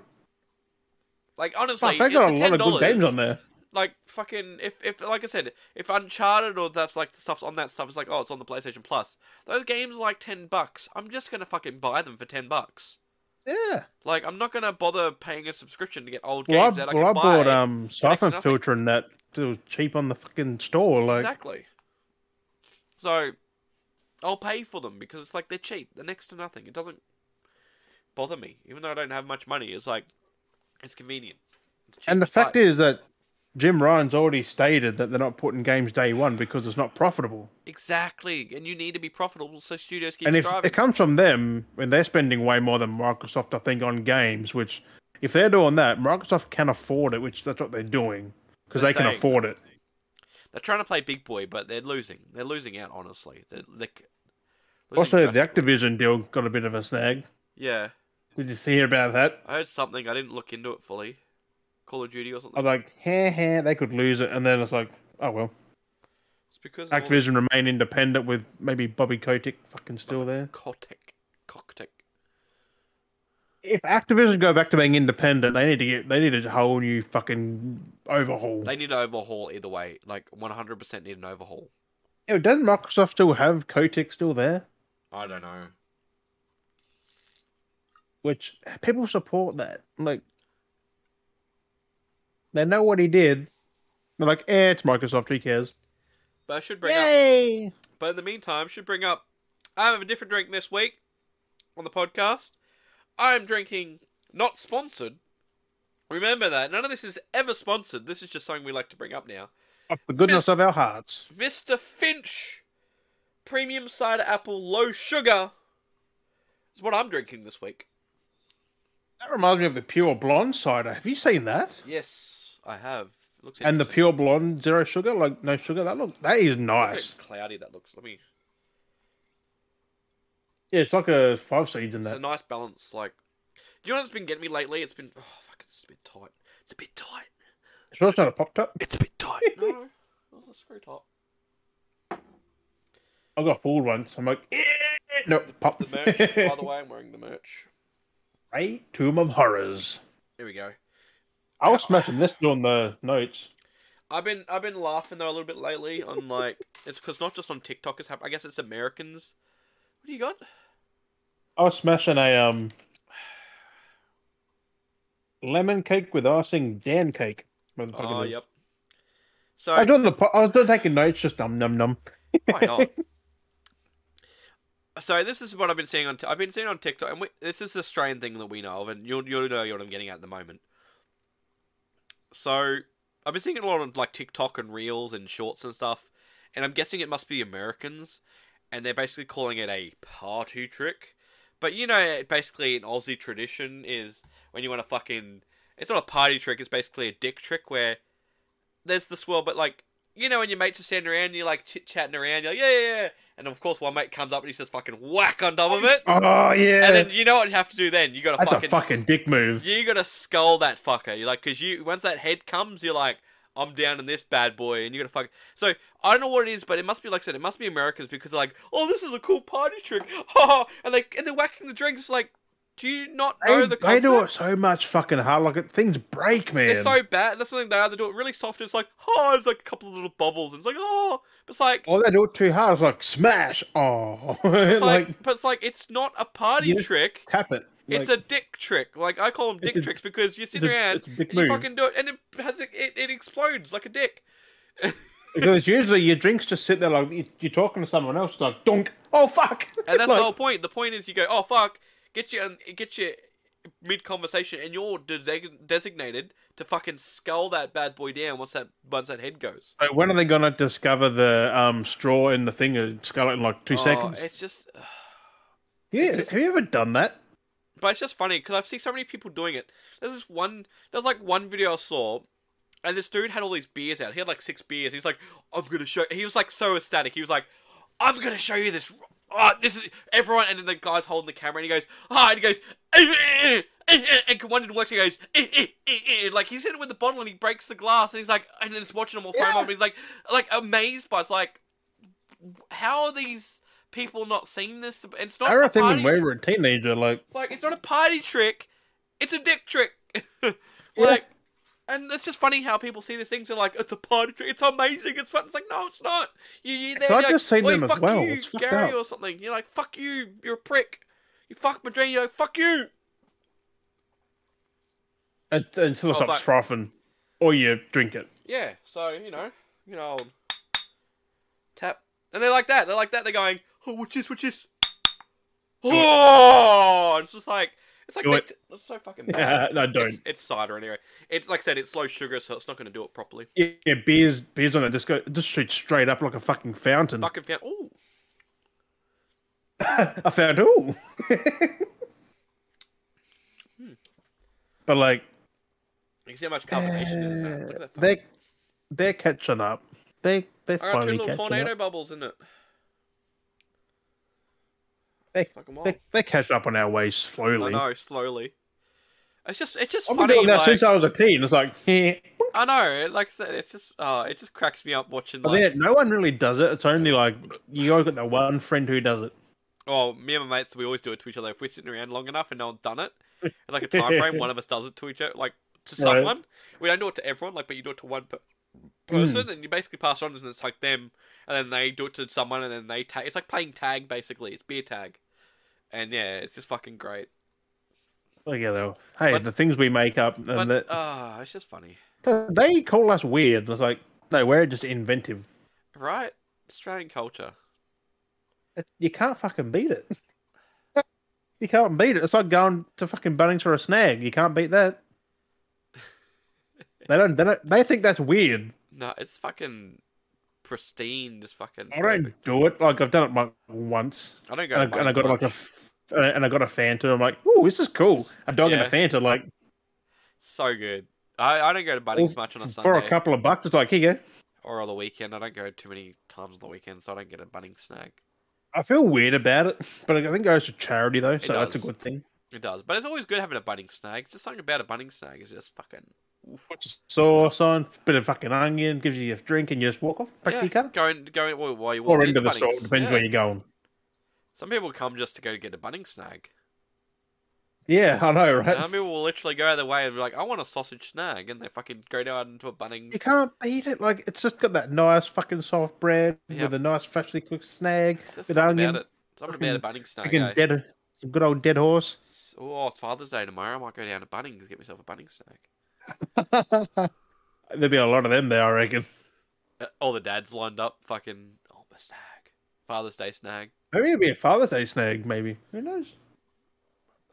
[SPEAKER 2] Like honestly,
[SPEAKER 1] fuck, they got a
[SPEAKER 2] if the
[SPEAKER 1] lot of good
[SPEAKER 2] $10
[SPEAKER 1] games on there.
[SPEAKER 2] Like fucking if if like I said, if Uncharted or that's like the stuff's on that stuff, it's like oh it's on the PlayStation Plus. Those games are like ten bucks. I'm just gonna fucking buy them for ten bucks.
[SPEAKER 1] Yeah.
[SPEAKER 2] Like I'm not gonna bother paying a subscription to get old
[SPEAKER 1] Well,
[SPEAKER 2] games
[SPEAKER 1] I,
[SPEAKER 2] that I
[SPEAKER 1] well,
[SPEAKER 2] can
[SPEAKER 1] I
[SPEAKER 2] buy.
[SPEAKER 1] bought um
[SPEAKER 2] nothing.
[SPEAKER 1] Siphon Filter and that it was cheap on the fucking store. Like,
[SPEAKER 2] Exactly. So, I'll pay for them because it's like they're cheap. They're next to nothing. It doesn't bother me, even though I don't have much money. It's like it's convenient. It's cheap
[SPEAKER 1] and the
[SPEAKER 2] as fuck.
[SPEAKER 1] fact is that Jim Ryan's already stated that they're not putting games day one because it's not profitable.
[SPEAKER 2] exactly, and you need to be profitable so studios keep
[SPEAKER 1] and if
[SPEAKER 2] striving.
[SPEAKER 1] it comes from them, when they're spending way more than Microsoft, I think, on games, which if they're doing that, Microsoft can afford it, which that's what they're doing because
[SPEAKER 2] They're
[SPEAKER 1] they can
[SPEAKER 2] saying-
[SPEAKER 1] afford it.
[SPEAKER 2] they're trying to play big boy, but they're losing. They're losing out, honestly. They're like losing
[SPEAKER 1] Also, the
[SPEAKER 2] drastically.
[SPEAKER 1] Activision deal got a bit of a snag.
[SPEAKER 2] Yeah,
[SPEAKER 1] Did you hear about that?
[SPEAKER 2] I heard something. I didn't look into it fully. Call of Duty or something.
[SPEAKER 1] I'm like, heh heh, they could lose it, and then it's like, oh well.
[SPEAKER 2] it's because of all the
[SPEAKER 1] Oh, Activision remain independent with maybe Bobby Kotick fucking still there.
[SPEAKER 2] Kotick, Kotick.
[SPEAKER 1] If Activision go back to being independent, they need to get they need a whole new fucking overhaul.
[SPEAKER 2] They need an overhaul either way. Like 100% need an overhaul.
[SPEAKER 1] Yeah, doesn't Microsoft still have Kotick still there?
[SPEAKER 2] I don't know.
[SPEAKER 1] Which people support that. Like they know what he did. They're like, eh, it's Microsoft. Who cares?
[SPEAKER 2] But I should bring up.
[SPEAKER 1] Yay!
[SPEAKER 2] But in the meantime, should bring up. I have a different drink this week on the podcast. I am drinking not sponsored. Remember that none of this is ever sponsored. This is just something we like to bring up now.
[SPEAKER 1] Of the goodness
[SPEAKER 2] Miss-
[SPEAKER 1] of our hearts.
[SPEAKER 2] Mr. Finch Premium Cider Apple Low Sugar is what I'm drinking this week.
[SPEAKER 1] That reminds me of the Pure Blonde cider. Have you seen that?
[SPEAKER 2] Yes, I have. It looks
[SPEAKER 1] And the
[SPEAKER 2] interesting.
[SPEAKER 1] Pure Blonde zero sugar, like no sugar. That look that is
[SPEAKER 2] Look
[SPEAKER 1] nice.
[SPEAKER 2] how cloudy that looks. Let me.
[SPEAKER 1] Yeah, it's like a five seeds in
[SPEAKER 2] It's
[SPEAKER 1] that.
[SPEAKER 2] a nice balance. Like, do you know what's been getting me lately? It's been oh fuck, it's a bit tight. It's a bit tight.
[SPEAKER 1] Sure, it's not a pop top.
[SPEAKER 2] It's a bit tight. no, it was a screw top.
[SPEAKER 1] I got fooled once. I'm like, eh, no, pop
[SPEAKER 2] The merch, by the way, I'm wearing the merch.
[SPEAKER 1] Ray, Tomb of Horrors.
[SPEAKER 2] Here we go.
[SPEAKER 1] I was smashing this on the notes.
[SPEAKER 2] I've been I've been laughing though a little bit lately on like it's because not just on TikTok it's happening. I guess it's Americans. What do you got?
[SPEAKER 1] I was smashing a um lemon cake with icing dan cake. Whatever the fuck
[SPEAKER 2] Oh
[SPEAKER 1] it is.
[SPEAKER 2] yep. So
[SPEAKER 1] I was doing the. po- I was doing taking notes. Just num num num.
[SPEAKER 2] Why not? so this is what I've been seeing on. T- I've been seeing on TikTok, and we, this is an Australian thing that we know of, and you'll you'll know what I'm getting at at the moment. So I've been seeing it a lot on like TikTok and Reels and Shorts and stuff, and I'm guessing it must be Americans, and they're basically calling it a party trick. But you know, basically an Aussie tradition is when you want to fucking. It's not a party trick. It's basically a dick trick where there's the swirl, but like you know, when your mates are standing around, you're like chit chatting around, you're like, yeah, yeah, yeah. And of course, one mate comes up and he says, fucking whack on top of it.
[SPEAKER 1] Oh yeah,
[SPEAKER 2] And then you know what you have to do then? You gotta
[SPEAKER 1] that's
[SPEAKER 2] fucking.
[SPEAKER 1] a fucking dick move.
[SPEAKER 2] You gotta skull that fucker. You're like, cause you, once that head comes, you're like, I'm down in this bad boy, and you gotta fuck. So, I don't know what it is, but it must be, like I said, it must be Americans because they're like, oh, this is a cool party trick. and, they, and they're whacking the drinks. Like, do you not know
[SPEAKER 1] They, they
[SPEAKER 2] the concept?
[SPEAKER 1] do it so much fucking hard. Like it- things break, man.
[SPEAKER 2] They're so bad. That's something they either do it really soft. It's like, oh, it's like a couple of little bubbles. And it's like, oh, but it's like,
[SPEAKER 1] Or they do it too hard. It's like smash. Oh,
[SPEAKER 2] It's like,
[SPEAKER 1] like,
[SPEAKER 2] but it's like it's not a party
[SPEAKER 1] You just-
[SPEAKER 2] trick.
[SPEAKER 1] tap it.
[SPEAKER 2] It's a dick trick. Like I call them dick
[SPEAKER 1] It's a-
[SPEAKER 2] tricks because you sit
[SPEAKER 1] it's a-
[SPEAKER 2] around
[SPEAKER 1] it's a dick
[SPEAKER 2] and you
[SPEAKER 1] move.
[SPEAKER 2] fucking do it, and it has a, it, it explodes like a dick.
[SPEAKER 1] Because usually your drinks just sit there like you- you're talking to someone else, it's like dunk. Oh fuck!
[SPEAKER 2] And that's
[SPEAKER 1] like,
[SPEAKER 2] the whole point. The point is you go, oh fuck, get you get you mid conversation, and you're de- designated to fucking skull that bad boy down once that once that head goes.
[SPEAKER 1] so when are they gonna discover the um, straw in the thing and skull it in like two
[SPEAKER 2] Oh,
[SPEAKER 1] seconds?
[SPEAKER 2] It's just,
[SPEAKER 1] Yeah,
[SPEAKER 2] just-
[SPEAKER 1] have you ever done that?
[SPEAKER 2] but it's just funny because I've seen so many people doing it. There's this one. There's like one video I saw, and this dude had all these beers out. He had like six beers. He's like, "I'm gonna show." He was like so ecstatic. He was like, "I'm gonna show you this. Oh, this is everyone." And then the guy's holding the camera, and he goes, "Ah!" and he goes, "Eh, eh, eh, eh," and one didn't work. He goes, "Eh, eh, eh, eh." like he's hitting with the bottle, and he breaks the glass, and he's like, and then it's watching him all frame
[SPEAKER 1] Yeah.
[SPEAKER 2] up. He's like, like amazed by. It's like, how are these people not seen this? And it's not.
[SPEAKER 1] I
[SPEAKER 2] a
[SPEAKER 1] remember
[SPEAKER 2] party
[SPEAKER 1] when we were a teenager, like
[SPEAKER 2] it's like it's not a party trick, it's a dick trick. like, and it's just funny how people see these things and like it's a party trick, it's amazing, it's fun. It's like no, it's not. You, you, they're
[SPEAKER 1] I've
[SPEAKER 2] like,
[SPEAKER 1] just seen
[SPEAKER 2] "Oi,
[SPEAKER 1] them as
[SPEAKER 2] fuck
[SPEAKER 1] well,
[SPEAKER 2] You,
[SPEAKER 1] it's fucked
[SPEAKER 2] Gary
[SPEAKER 1] up.
[SPEAKER 2] or something. You're like fuck you, you're a prick. You fuck my dream. You're like, fuck you.
[SPEAKER 1] un- until it
[SPEAKER 2] Oh,
[SPEAKER 1] stops
[SPEAKER 2] fuck.
[SPEAKER 1] frothing, or you drink it.
[SPEAKER 2] Yeah, so you know, you know, um, old tap, and they're like that. They're like that. They're going, oh, what's this? What's this? Oh, and it's just like it's like
[SPEAKER 1] Do
[SPEAKER 2] they
[SPEAKER 1] it.
[SPEAKER 2] t- it's so fucking bad.
[SPEAKER 1] Yeah, no,
[SPEAKER 2] It's,
[SPEAKER 1] don't.
[SPEAKER 2] it's cider anyway. It's like I said, it's low sugar, so it's not going to do it properly.
[SPEAKER 1] Yeah, yeah, beers, beers on that just go, just shoots straight up like a fucking fountain.
[SPEAKER 2] Fucking found. Ooh,
[SPEAKER 1] I found who? But like
[SPEAKER 2] you see how much carbonation is in that. Look at that.
[SPEAKER 1] they, they're catching up. They, they're
[SPEAKER 2] I got two
[SPEAKER 1] slowly
[SPEAKER 2] little
[SPEAKER 1] catching
[SPEAKER 2] tornado
[SPEAKER 1] up.
[SPEAKER 2] bubbles in it.
[SPEAKER 1] They,
[SPEAKER 2] Fuck 'em all.
[SPEAKER 1] they, they're catching up on our way
[SPEAKER 2] I
[SPEAKER 1] slowly.
[SPEAKER 2] know, slowly. It's just, it's just
[SPEAKER 1] I've been
[SPEAKER 2] funny.
[SPEAKER 1] doing that
[SPEAKER 2] Like,
[SPEAKER 1] since I was a teen. It's like, yeah.
[SPEAKER 2] I know, it, like I said, it's just, oh, it just cracks me up watching.
[SPEAKER 1] But
[SPEAKER 2] Like,
[SPEAKER 1] then no one really does it. It's only like you always got that one friend who does it.
[SPEAKER 2] oh, me and my mates, we always do it to each other. If we're sitting around long enough and no one's done it, in like a time frame, one of us does it to each other, like to
[SPEAKER 1] Right.
[SPEAKER 2] someone. We don't do it to everyone, like, but you do it to one per- person,
[SPEAKER 1] Hmm.
[SPEAKER 2] and you basically pass it on, and it's like them, and then they do it to someone, and then they tag. It's like playing tag, basically. It's beer tag, and yeah, it's just fucking great.
[SPEAKER 1] Like you know, hey,
[SPEAKER 2] But-
[SPEAKER 1] the things we make up, and
[SPEAKER 2] But uh,
[SPEAKER 1] that,
[SPEAKER 2] ah, it's just funny,
[SPEAKER 1] they call us weird. And it's like, no, we're just inventive.
[SPEAKER 2] right? Australian culture.
[SPEAKER 1] You can't fucking beat it. you can't beat it. It's like going to fucking Bunnings for a snag. You can't beat that. They don't. They don't. They think that's weird.
[SPEAKER 2] No, it's fucking pristine. Just fucking.
[SPEAKER 1] I don't do it. Like I've done it like once,
[SPEAKER 2] I don't go.
[SPEAKER 1] and I,
[SPEAKER 2] to
[SPEAKER 1] and I got like
[SPEAKER 2] much.
[SPEAKER 1] a, f- and I got a Fanta. I'm like, oh, this is cool. A dog
[SPEAKER 2] Yeah.
[SPEAKER 1] and a Fanta. Like
[SPEAKER 2] So good. I, I don't go to
[SPEAKER 1] Well,
[SPEAKER 2] Bunnings much on a
[SPEAKER 1] for
[SPEAKER 2] Sunday
[SPEAKER 1] a couple of bucks, it's like here you go.
[SPEAKER 2] or on the weekend. I don't go too many times on the weekend, so I don't get a Bunnings snack.
[SPEAKER 1] I feel weird about it, but I think it goes to charity though, so that's a
[SPEAKER 2] does.
[SPEAKER 1] good thing.
[SPEAKER 2] It does, but it's always good having a Bunnings snack. Just something about a Bunnings snack is just fucking.
[SPEAKER 1] Sauce on, bit of fucking onion, gives you a drink, and you just walk off back
[SPEAKER 2] yeah,
[SPEAKER 1] to your car
[SPEAKER 2] Going going well, while you walk
[SPEAKER 1] or into the
[SPEAKER 2] Bunnings.
[SPEAKER 1] store. Depends
[SPEAKER 2] yeah.
[SPEAKER 1] where you're going.
[SPEAKER 2] Some people come just to go get a Bunnings snack.
[SPEAKER 1] Yeah, I know,
[SPEAKER 2] And
[SPEAKER 1] right?
[SPEAKER 2] Some people will literally go out of their way and be like, "I want a sausage snag," and they fucking go down into a Bunnings.
[SPEAKER 1] you can't beat it. Like it's just got that nice fucking soft bread
[SPEAKER 2] Yep.
[SPEAKER 1] with a nice freshly cooked snag,
[SPEAKER 2] It's just
[SPEAKER 1] with
[SPEAKER 2] something
[SPEAKER 1] onion,
[SPEAKER 2] about it. Something about a Bunnings snack.
[SPEAKER 1] fucking
[SPEAKER 2] eh?
[SPEAKER 1] dead, some good old dead horse.
[SPEAKER 2] S- Oh, it's Father's Day tomorrow. I might go down to Bunnings and get myself a Bunnings snack.
[SPEAKER 1] There'd be a lot of them there, I reckon.
[SPEAKER 2] Uh, all the dads lined up, fucking oh my snag, Father's Day snag.
[SPEAKER 1] Maybe it'd be a Father's Day snag. Maybe who knows?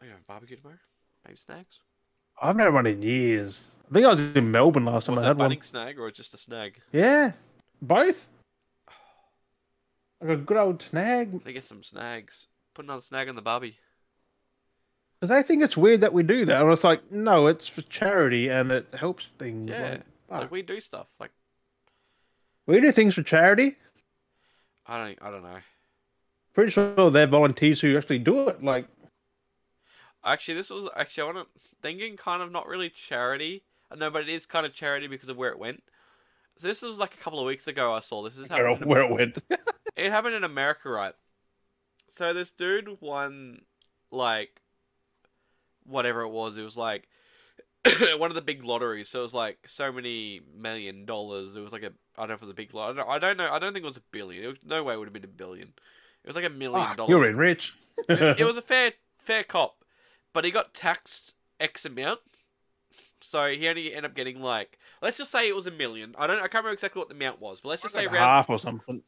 [SPEAKER 2] I'm going Oh, barbecue tomorrow. Maybe snacks.
[SPEAKER 1] I've never had one in years. I think I was in Melbourne last time
[SPEAKER 2] Was
[SPEAKER 1] I
[SPEAKER 2] that
[SPEAKER 1] had one.
[SPEAKER 2] Bunnings snag or just a snag?
[SPEAKER 1] Yeah, both. Like a good old snag.
[SPEAKER 2] I get some snags. Put another snag on the barbie.
[SPEAKER 1] Because they think it's weird that we do that. And it's like, no, it's for charity and it helps things.
[SPEAKER 2] Yeah,
[SPEAKER 1] Like, fuck.
[SPEAKER 2] like we do stuff. Like
[SPEAKER 1] we do things for charity.
[SPEAKER 2] I don't, I don't know.
[SPEAKER 1] Pretty sure they're volunteers who actually do it. Like,
[SPEAKER 2] Actually, this was actually I want to thinking kind of not really charity. I know, but it is kind of charity because of where it went. So this was like a couple of weeks ago. I saw this. This
[SPEAKER 1] where,
[SPEAKER 2] happened.
[SPEAKER 1] it-
[SPEAKER 2] in
[SPEAKER 1] where it went.
[SPEAKER 2] it happened in America, right? So this dude won, like, whatever it was. It was like one of the big lotteries. So it was like so many million dollars. It was like a I don't know if it was a big lot. I don't, I don't know. I don't think it was a billion. It was, no way it would have been a billion. It was like a million
[SPEAKER 1] Fuck,
[SPEAKER 2] dollars.
[SPEAKER 1] Ah, you're in rich.
[SPEAKER 2] It, it was a fair fair cop, but he got taxed X amount. So he only ended up getting like let's just say it was a million. I don't I can't remember exactly what the amount was, but let's just say
[SPEAKER 1] Like
[SPEAKER 2] round
[SPEAKER 1] half or something.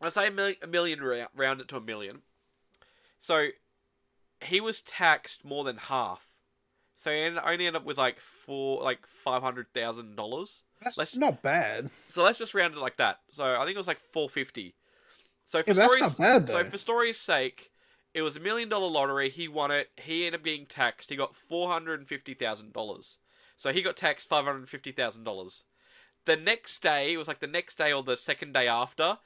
[SPEAKER 2] I say a million, a million round, round it to a million. So he was taxed more than half. So he ended, only ended up with like four, like five hundred thousand dollars.
[SPEAKER 1] That's
[SPEAKER 2] Let's-
[SPEAKER 1] not bad.
[SPEAKER 2] So let's just round it like that. So I think it was like four fifty. So for
[SPEAKER 1] Yeah, that's not
[SPEAKER 2] stories,
[SPEAKER 1] bad,
[SPEAKER 2] so
[SPEAKER 1] though.
[SPEAKER 2] for story's sake, it was a million dollar lottery. He won it. He ended up getting taxed. He got four hundred and fifty thousand dollars. So he got taxed five hundred and fifty thousand dollars. The next day, it was like the next day or the second day after,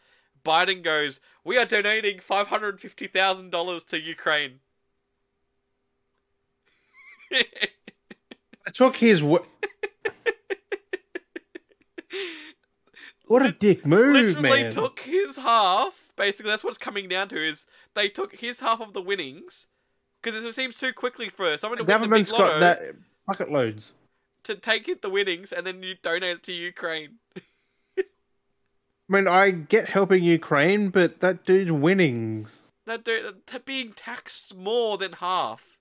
[SPEAKER 2] Biden goes, "We are donating five hundred and fifty thousand dollars to Ukraine."
[SPEAKER 1] I took his. Wo- what a dick move,
[SPEAKER 2] literally
[SPEAKER 1] man.
[SPEAKER 2] took his half. Basically, that's what's coming down to is they took his half of the winnings because it seems too quickly for someone to
[SPEAKER 1] The
[SPEAKER 2] win the big
[SPEAKER 1] government's got
[SPEAKER 2] lotto
[SPEAKER 1] that bucket loads.
[SPEAKER 2] to take it the winnings and then you donate it to Ukraine.
[SPEAKER 1] I mean, I get helping Ukraine, but that dude's winnings.
[SPEAKER 2] That dude, they're being taxed more than half.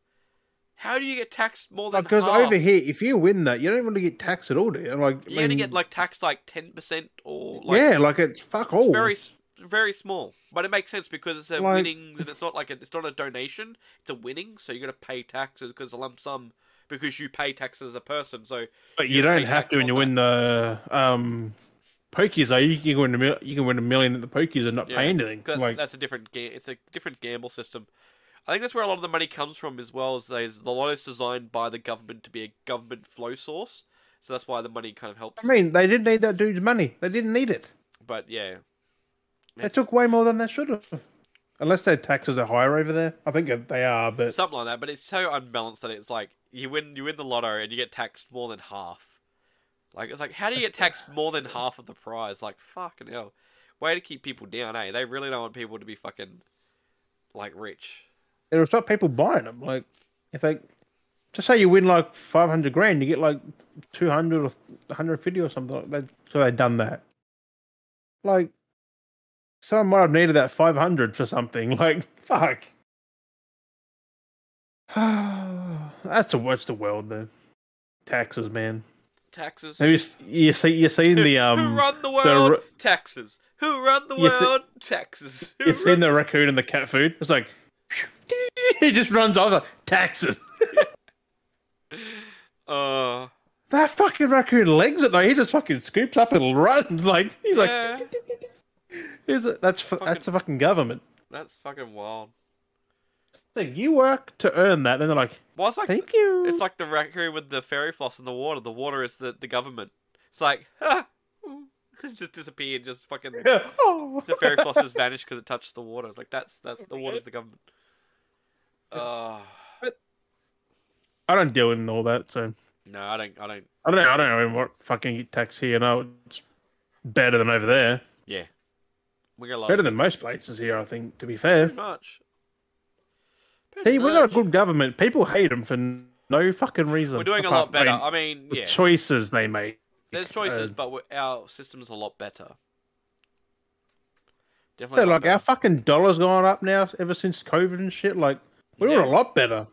[SPEAKER 2] How do you get taxed more than
[SPEAKER 1] Because
[SPEAKER 2] half?
[SPEAKER 1] over here, if you win that, you don't want to get taxed at all, do you? Like, I
[SPEAKER 2] you only
[SPEAKER 1] mean,
[SPEAKER 2] get like taxed like ten percent or like
[SPEAKER 1] yeah, like it's fuck all.
[SPEAKER 2] It's very s- very small, but it makes sense because it's a
[SPEAKER 1] Like-
[SPEAKER 2] winnings, and it's not like a, it's not a donation. It's a winning, so you got to pay taxes because a lump sum because you pay taxes as a person. So
[SPEAKER 1] But
[SPEAKER 2] you
[SPEAKER 1] you
[SPEAKER 2] don't
[SPEAKER 1] don't
[SPEAKER 2] pay
[SPEAKER 1] have
[SPEAKER 2] tax
[SPEAKER 1] to when
[SPEAKER 2] on
[SPEAKER 1] you win the um pokies though. You can win a mil- you can win a million at the pokies and not
[SPEAKER 2] yeah,
[SPEAKER 1] pay anything.
[SPEAKER 2] 'cause
[SPEAKER 1] Like
[SPEAKER 2] that's a different game. It's a different gamble system. I think that's where a lot of the money comes from as well. Is, is the lot is designed by the government to be a government flow source, so that's why the money kind of helps.
[SPEAKER 1] I mean, they didn't need that dude's money. They didn't need it.
[SPEAKER 2] but yeah,
[SPEAKER 1] They
[SPEAKER 2] It's
[SPEAKER 1] took way more than they should have. Unless their taxes are higher over there, I think they are. But
[SPEAKER 2] something like that. But it's so unbalanced that it's like you win you win the lotto and you get taxed more than half. Like it's like how do you get taxed more than half of the prize? Like fucking hell, way to keep people down, eh? They really don't want people to be fucking like rich.
[SPEAKER 1] it'll stop people buying them. Like if they just say you win like five hundred grand, you get like two hundred or one hundred fifty or something. Like that. So they done that. Like someone might have needed that five hundred for something. Like fuck. That's the worst of the world, though. Taxes, man.
[SPEAKER 2] Taxes.
[SPEAKER 1] Have you s- you see you seen
[SPEAKER 2] Who-
[SPEAKER 1] the um?
[SPEAKER 2] who run the world?
[SPEAKER 1] ru-
[SPEAKER 2] taxes. Who run the
[SPEAKER 1] You see-
[SPEAKER 2] world? taxes. Who
[SPEAKER 1] You've
[SPEAKER 2] run-
[SPEAKER 1] seen the raccoon and the cat food. It's like he just runs off like, taxes.
[SPEAKER 2] Uh,
[SPEAKER 1] That fucking raccoon legs it though. He just fucking scoops up and runs like he's like.
[SPEAKER 2] Yeah.
[SPEAKER 1] Is it? That's fu- that's the fucking government.
[SPEAKER 2] that's fucking wild.
[SPEAKER 1] So you work to earn that, and they're like,
[SPEAKER 2] Well, it's like
[SPEAKER 1] "Thank you."
[SPEAKER 2] It's like the raccoon with the fairy floss in the water. The water is the, the government. It's like, ha! It just disappeared. Just fucking. The
[SPEAKER 1] oh.
[SPEAKER 2] fairy floss has vanished because it touched the water. It's like, that's, that's the water's the government. Oh.
[SPEAKER 1] I don't deal in all that, so
[SPEAKER 2] No, I don't. I don't.
[SPEAKER 1] I don't know. I don't know what fucking tax here. No, it's better than over there.
[SPEAKER 2] Yeah. We got a lot
[SPEAKER 1] Better
[SPEAKER 2] of.
[SPEAKER 1] than most places here, I think. To be fair,
[SPEAKER 2] Pretty much.
[SPEAKER 1] see,
[SPEAKER 2] Pretty
[SPEAKER 1] we got a
[SPEAKER 2] much.
[SPEAKER 1] good government. People hate them for no fucking reason.
[SPEAKER 2] We're doing a
[SPEAKER 1] Apart-
[SPEAKER 2] lot better.
[SPEAKER 1] I mean,
[SPEAKER 2] I mean,
[SPEAKER 1] the
[SPEAKER 2] yeah.
[SPEAKER 1] choices they make.
[SPEAKER 2] There's choices,
[SPEAKER 1] uh,
[SPEAKER 2] but we're, our system's a lot better. Definitely.
[SPEAKER 1] Yeah,
[SPEAKER 2] a lot
[SPEAKER 1] like our
[SPEAKER 2] better.
[SPEAKER 1] fucking dollar's gone up now ever since COVID and shit. Like we're
[SPEAKER 2] Yeah.
[SPEAKER 1] doing a lot better.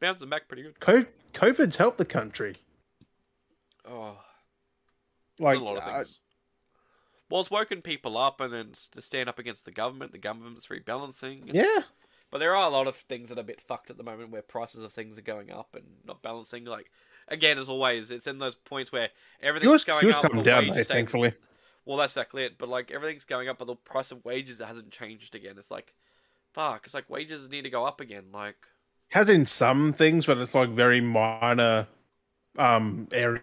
[SPEAKER 2] Bouncing back pretty good.
[SPEAKER 1] Co- COVID's helped the country.
[SPEAKER 2] Oh.
[SPEAKER 1] Like
[SPEAKER 2] There's a lot of
[SPEAKER 1] uh,
[SPEAKER 2] things. well, it's woken people up, and then s- to stand up against the government, the government's rebalancing.
[SPEAKER 1] yeah,
[SPEAKER 2] But there are a lot of things that are a bit fucked at the moment, where prices of things are going up and not balancing. Like again, as always, it's in those points where everything's
[SPEAKER 1] yours,
[SPEAKER 2] going
[SPEAKER 1] yours
[SPEAKER 2] up.
[SPEAKER 1] come
[SPEAKER 2] but
[SPEAKER 1] down
[SPEAKER 2] wages
[SPEAKER 1] though,
[SPEAKER 2] stay-
[SPEAKER 1] thankfully.
[SPEAKER 2] Well, that's exactly it. But like everything's going up, but the price of wages hasn't changed again. It's like, fuck. It's like wages need to go up again. Like,
[SPEAKER 1] Has in some things, but it's like very minor um areas.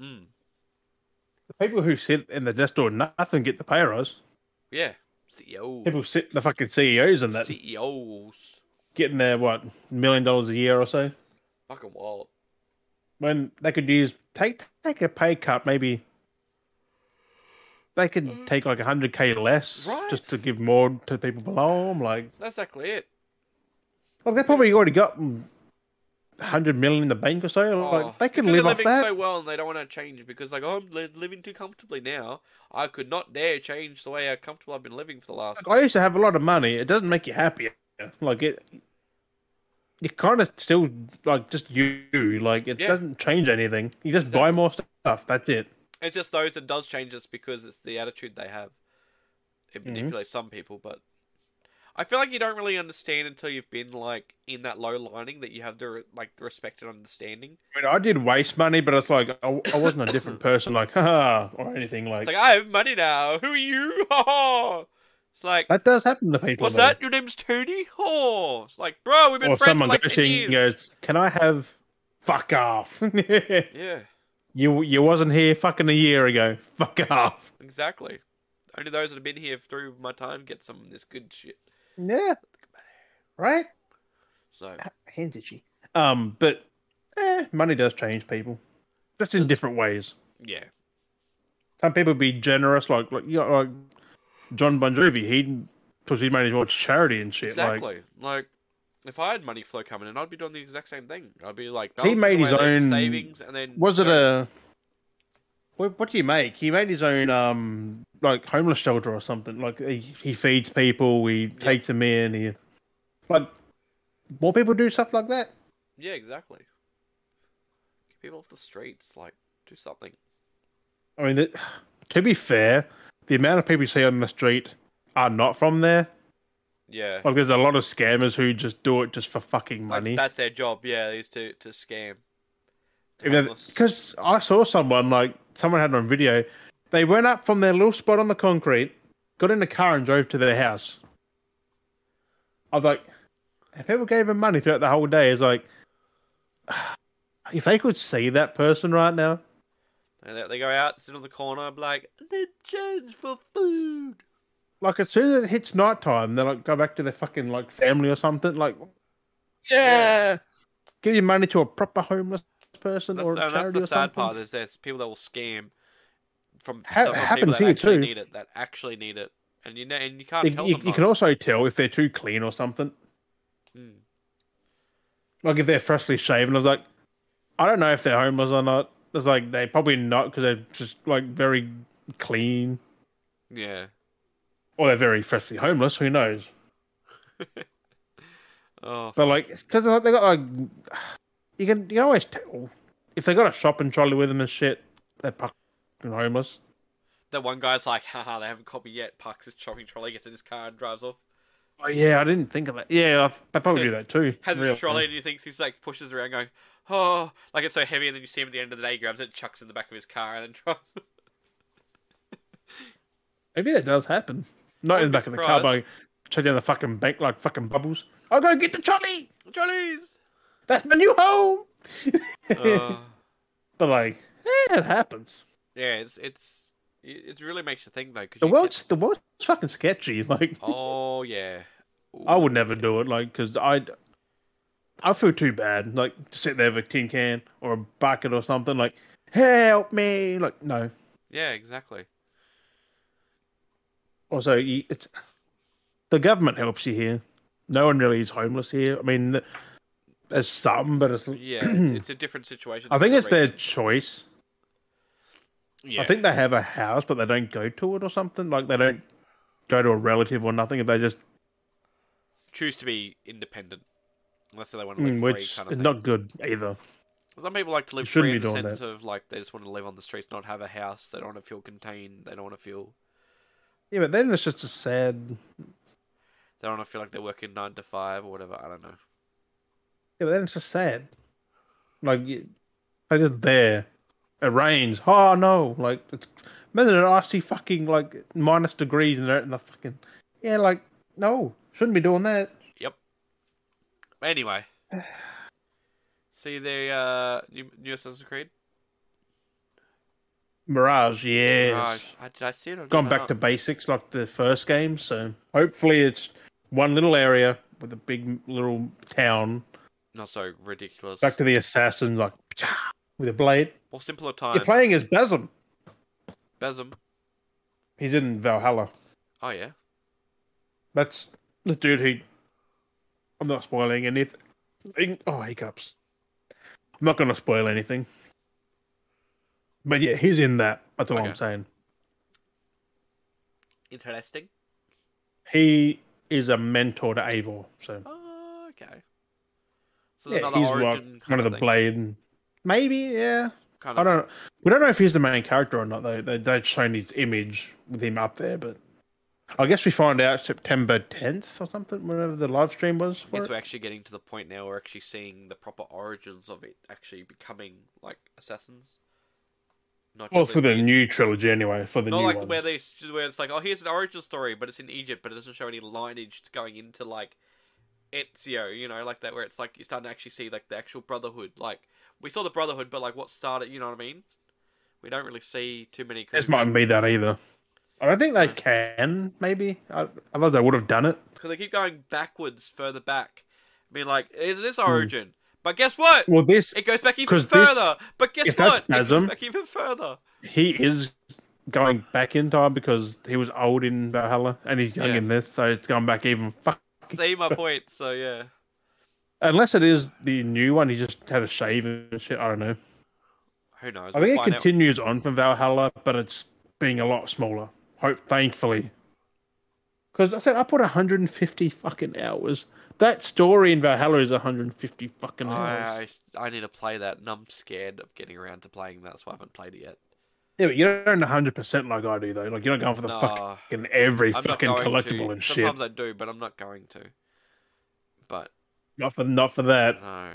[SPEAKER 2] mm,
[SPEAKER 1] The people who sit in the desk do nothing get the pay rise.
[SPEAKER 2] yeah, E CEO,
[SPEAKER 1] People sit the fucking CEOs in that
[SPEAKER 2] E CEOs,
[SPEAKER 1] getting their what million dollars a year or so.
[SPEAKER 2] fucking wild.
[SPEAKER 1] when they could use take take a pay cut maybe they could take like 100k less
[SPEAKER 2] Mm. Right.
[SPEAKER 1] just to give more to people below them like
[SPEAKER 2] That's exactly it.
[SPEAKER 1] like they probably already got mm, 100 million in the bank or so
[SPEAKER 2] Oh,
[SPEAKER 1] like they can live
[SPEAKER 2] because they're
[SPEAKER 1] off
[SPEAKER 2] living
[SPEAKER 1] that
[SPEAKER 2] so well and they don't want to change because like oh, I'm li- living too comfortably now. I could not dare change the way how comfortable I've been living for the last.
[SPEAKER 1] Like, i used to have a lot of money it doesn't make you happier like it you kind of still like just you like it
[SPEAKER 2] Yeah.
[SPEAKER 1] doesn't change anything you just buy more stuff that's it
[SPEAKER 2] It's just those that does change us because it's the attitude they have.
[SPEAKER 1] Mm-hmm.
[SPEAKER 2] It manipulates some people, but I feel like you don't really understand until you've been like in that low lining that you have the re- like the respect and understanding.
[SPEAKER 1] i mean i did waste money but it's like i, I wasn't a different person like haha or anything
[SPEAKER 2] It's like I have money now. Who are you? Ha ha. It's like
[SPEAKER 1] That does happen to people.
[SPEAKER 2] what's
[SPEAKER 1] though.
[SPEAKER 2] that? Your name's Tony? Oh, it's like bro, we've been
[SPEAKER 1] Or if
[SPEAKER 2] friends for
[SPEAKER 1] someone
[SPEAKER 2] like
[SPEAKER 1] goes
[SPEAKER 2] ten
[SPEAKER 1] to you
[SPEAKER 2] years.
[SPEAKER 1] and goes, "Can I have?" Fuck off.
[SPEAKER 2] Yeah.
[SPEAKER 1] you you wasn't here fucking a year ago. Fuck off.
[SPEAKER 2] Exactly. Only those that have been here through my time get some of this good shit.
[SPEAKER 1] Yeah. Right.
[SPEAKER 2] So
[SPEAKER 1] Uh, Hands itchy. Um, but eh, money does change people, just in different ways.
[SPEAKER 2] yeah,
[SPEAKER 1] Some people be generous, like like you know, like John Bon Jovi. He puts his money towards charity and shit. Like
[SPEAKER 2] exactly. Like, if I had money flow coming in, I'd be doing the exact same thing. I'd be like,
[SPEAKER 1] He
[SPEAKER 2] balancing
[SPEAKER 1] made his
[SPEAKER 2] away those
[SPEAKER 1] own-
[SPEAKER 2] savings, and then
[SPEAKER 1] was it a what, what do you make? He made his own um like homeless shelter or something. Like he, he feeds people, he takes them in. He like more people do stuff like that.
[SPEAKER 2] Yeah, exactly. Get people off the streets, like do something.
[SPEAKER 1] I mean, it, to be fair, the amount of people you see on the street are not from there.
[SPEAKER 2] Yeah.
[SPEAKER 1] Like, there's a lot of scammers who just do it just for fucking
[SPEAKER 2] Like,
[SPEAKER 1] money.
[SPEAKER 2] that's their job, yeah, is to, to scam. Harmless.
[SPEAKER 1] Because I saw someone, like, someone had it on video. They went up from their little spot on the concrete, got in a car, and drove to their house. I was like, if people gave him money throughout the whole day, it's like, if they could see that person right now,
[SPEAKER 2] And they, they go out, sit on the corner, be like, the change for food.
[SPEAKER 1] like, as soon as it hits nighttime, they like go back to their fucking like family or something. Like,
[SPEAKER 2] Yeah.
[SPEAKER 1] give your money to a proper homeless person
[SPEAKER 2] That's,
[SPEAKER 1] or
[SPEAKER 2] and
[SPEAKER 1] a charity
[SPEAKER 2] that's the
[SPEAKER 1] or
[SPEAKER 2] sad
[SPEAKER 1] something.
[SPEAKER 2] part is there's people that will scam from
[SPEAKER 1] Ha-
[SPEAKER 2] some people
[SPEAKER 1] happens
[SPEAKER 2] that
[SPEAKER 1] here
[SPEAKER 2] actually
[SPEAKER 1] too.
[SPEAKER 2] need it, that actually need it, and you know, and you can't
[SPEAKER 1] You,
[SPEAKER 2] tell.
[SPEAKER 1] you- you can
[SPEAKER 2] sometimes.
[SPEAKER 1] also tell if they're too clean or something.
[SPEAKER 2] Mm.
[SPEAKER 1] Like if they're freshly shaven, I was like, I don't know if they're homeless or not. It's like they probably not because they're just like very clean
[SPEAKER 2] Yeah.
[SPEAKER 1] or they're very freshly homeless. Who knows?
[SPEAKER 2] Oh.
[SPEAKER 1] But like, because they got like, you can you can always tell if they got a shopping trolley with them and shit. They're fucking homeless.
[SPEAKER 2] That one guy's like, haha, they haven't caught me yet. Parks his shopping trolley, gets in his car and drives off.
[SPEAKER 1] Oh yeah, I didn't think of that. Yeah, I, they probably do that too.
[SPEAKER 2] Has
[SPEAKER 1] Real-
[SPEAKER 2] his trolley and he thinks he's like pushes around going, oh, like it's so heavy, and then you see him at the end of the day, he grabs it, chucks it in the back of his car, and then drives.
[SPEAKER 1] Maybe that does happen. Not in the
[SPEAKER 2] Wouldn't be
[SPEAKER 1] back of the car, but
[SPEAKER 2] surprised.
[SPEAKER 1] check down the fucking bank like fucking bubbles. I'll go get the trolley.
[SPEAKER 2] Trolleys.
[SPEAKER 1] That's my new home.
[SPEAKER 2] Uh,
[SPEAKER 1] But like, eh, it happens.
[SPEAKER 2] yeah, it's it's it it really makes you think though. 'cause
[SPEAKER 1] The
[SPEAKER 2] you can-
[SPEAKER 1] world's the world's fucking sketchy. Like,
[SPEAKER 2] Oh yeah.
[SPEAKER 1] I would never do it. Like, because I, I feel too bad. Like, to sit there with a tin can or a bucket or something. Like, help me. Like, no.
[SPEAKER 2] Yeah, exactly.
[SPEAKER 1] Also, you, it's the government helps you here. No one really is homeless here. I mean, th- there's some, but it's.
[SPEAKER 2] Yeah, it's, it's a different situation.
[SPEAKER 1] I
[SPEAKER 2] for
[SPEAKER 1] think
[SPEAKER 2] the
[SPEAKER 1] it's their
[SPEAKER 2] reason.
[SPEAKER 1] choice.
[SPEAKER 2] Yeah.
[SPEAKER 1] I think they have a house, but they don't go to it or something. Like they don't go to a relative or nothing. They just
[SPEAKER 2] choose to be independent, unless they want to live
[SPEAKER 1] mm,
[SPEAKER 2] free.
[SPEAKER 1] which
[SPEAKER 2] kind of
[SPEAKER 1] is
[SPEAKER 2] thing.
[SPEAKER 1] not good either.
[SPEAKER 2] Some people like to live
[SPEAKER 1] shouldn't
[SPEAKER 2] free in
[SPEAKER 1] be
[SPEAKER 2] the
[SPEAKER 1] doing
[SPEAKER 2] sense of like they just want to live on the streets, not have a house. They don't want to feel contained. They don't want to feel.
[SPEAKER 1] Yeah, but then it's just a sad.
[SPEAKER 2] They don't want to feel like they're working nine to five or whatever. I don't know.
[SPEAKER 1] Yeah, but then it's just sad. Like you- they're just there. It rains. Oh no! Like it's imagine an icy fucking like minus degrees and they're out in the fucking yeah. Like no, shouldn't be doing that.
[SPEAKER 2] Anyway, see the uh, new, new Assassin's Creed.
[SPEAKER 1] Mirage, yes.
[SPEAKER 2] Mirage. Ah, Uh-huh. I, did I see it? Or
[SPEAKER 1] Gone
[SPEAKER 2] did I
[SPEAKER 1] back
[SPEAKER 2] not?
[SPEAKER 1] to basics like the first game, so hopefully it's one little area with a big little town.
[SPEAKER 2] not so ridiculous.
[SPEAKER 1] Back to the assassin, like with a blade.
[SPEAKER 2] More simpler times.
[SPEAKER 1] You're playing as Basim.
[SPEAKER 2] Besom.
[SPEAKER 1] He's in Valhalla.
[SPEAKER 2] Oh yeah.
[SPEAKER 1] That's the dude who. I'm not spoiling anything. Oh, hiccups. I'm not going to spoil anything. But yeah, he's in that. That's all I'm
[SPEAKER 2] Okay.
[SPEAKER 1] saying.
[SPEAKER 2] Interesting.
[SPEAKER 1] He is a mentor to Eivor. So,
[SPEAKER 2] Oh, okay. So
[SPEAKER 1] yeah,
[SPEAKER 2] there's
[SPEAKER 1] he's
[SPEAKER 2] another origin
[SPEAKER 1] like
[SPEAKER 2] kind
[SPEAKER 1] one of the
[SPEAKER 2] thing,
[SPEAKER 1] blade. And maybe, yeah.
[SPEAKER 2] Kind
[SPEAKER 1] I
[SPEAKER 2] of.
[SPEAKER 1] don't know. We don't know if he's the main character or not, though. They, they've shown his image with him up there, but I guess we find out September 10th or something, whenever the live stream was.
[SPEAKER 2] I
[SPEAKER 1] For
[SPEAKER 2] guess
[SPEAKER 1] it.
[SPEAKER 2] we're actually getting to the point now we're actually seeing the proper origins of it actually becoming like assassins. Not
[SPEAKER 1] Well,
[SPEAKER 2] just
[SPEAKER 1] for
[SPEAKER 2] it
[SPEAKER 1] the
[SPEAKER 2] being-
[SPEAKER 1] new trilogy, anyway, for the
[SPEAKER 2] not
[SPEAKER 1] new
[SPEAKER 2] like
[SPEAKER 1] one.
[SPEAKER 2] where they s- where it's like oh here's an origin story but it's in Egypt but it doesn't show any lineage to going into like Ezio you know like that where it's like you're starting to actually see like the actual brotherhood like we saw the brotherhood but like what started you know what I mean we don't really see too many 'cause
[SPEAKER 1] This mightn't be that either. I don't think they can, maybe. I, otherwise, they would have done it.
[SPEAKER 2] because they keep going backwards, further back. I mean, like, is this origin? But guess what?
[SPEAKER 1] Well, this,
[SPEAKER 2] It goes back even
[SPEAKER 1] Hmm. 'cause this-
[SPEAKER 2] further. but guess
[SPEAKER 1] if that's
[SPEAKER 2] what? It goes
[SPEAKER 1] Asm-
[SPEAKER 2] back even further.
[SPEAKER 1] he is going back in time because he was old in Valhalla and he's young
[SPEAKER 2] Yeah.
[SPEAKER 1] in this, so it's gone back even. Fuck.
[SPEAKER 2] See my point. So yeah,
[SPEAKER 1] Unless it is the new one, he just had a shave and shit. I don't know.
[SPEAKER 2] who knows?
[SPEAKER 1] I
[SPEAKER 2] We'll
[SPEAKER 1] think it
[SPEAKER 2] find out.
[SPEAKER 1] continues on from Valhalla, but it's being a lot smaller. Hope, thankfully, Because I said I put 150 fucking hours. That story in Valhalla is 150 fucking hours.
[SPEAKER 2] I, I need to play that, and I'm scared of getting around to playing that, so I haven't played it yet.
[SPEAKER 1] yeah, but you don't 100 percent like I do though. Like you're not going for the
[SPEAKER 2] No.
[SPEAKER 1] fucking every
[SPEAKER 2] I'm
[SPEAKER 1] fucking
[SPEAKER 2] not going
[SPEAKER 1] collectible
[SPEAKER 2] to.
[SPEAKER 1] and shit.
[SPEAKER 2] Sometimes I do, but I'm not going to. But
[SPEAKER 1] Not for not for that.
[SPEAKER 2] no,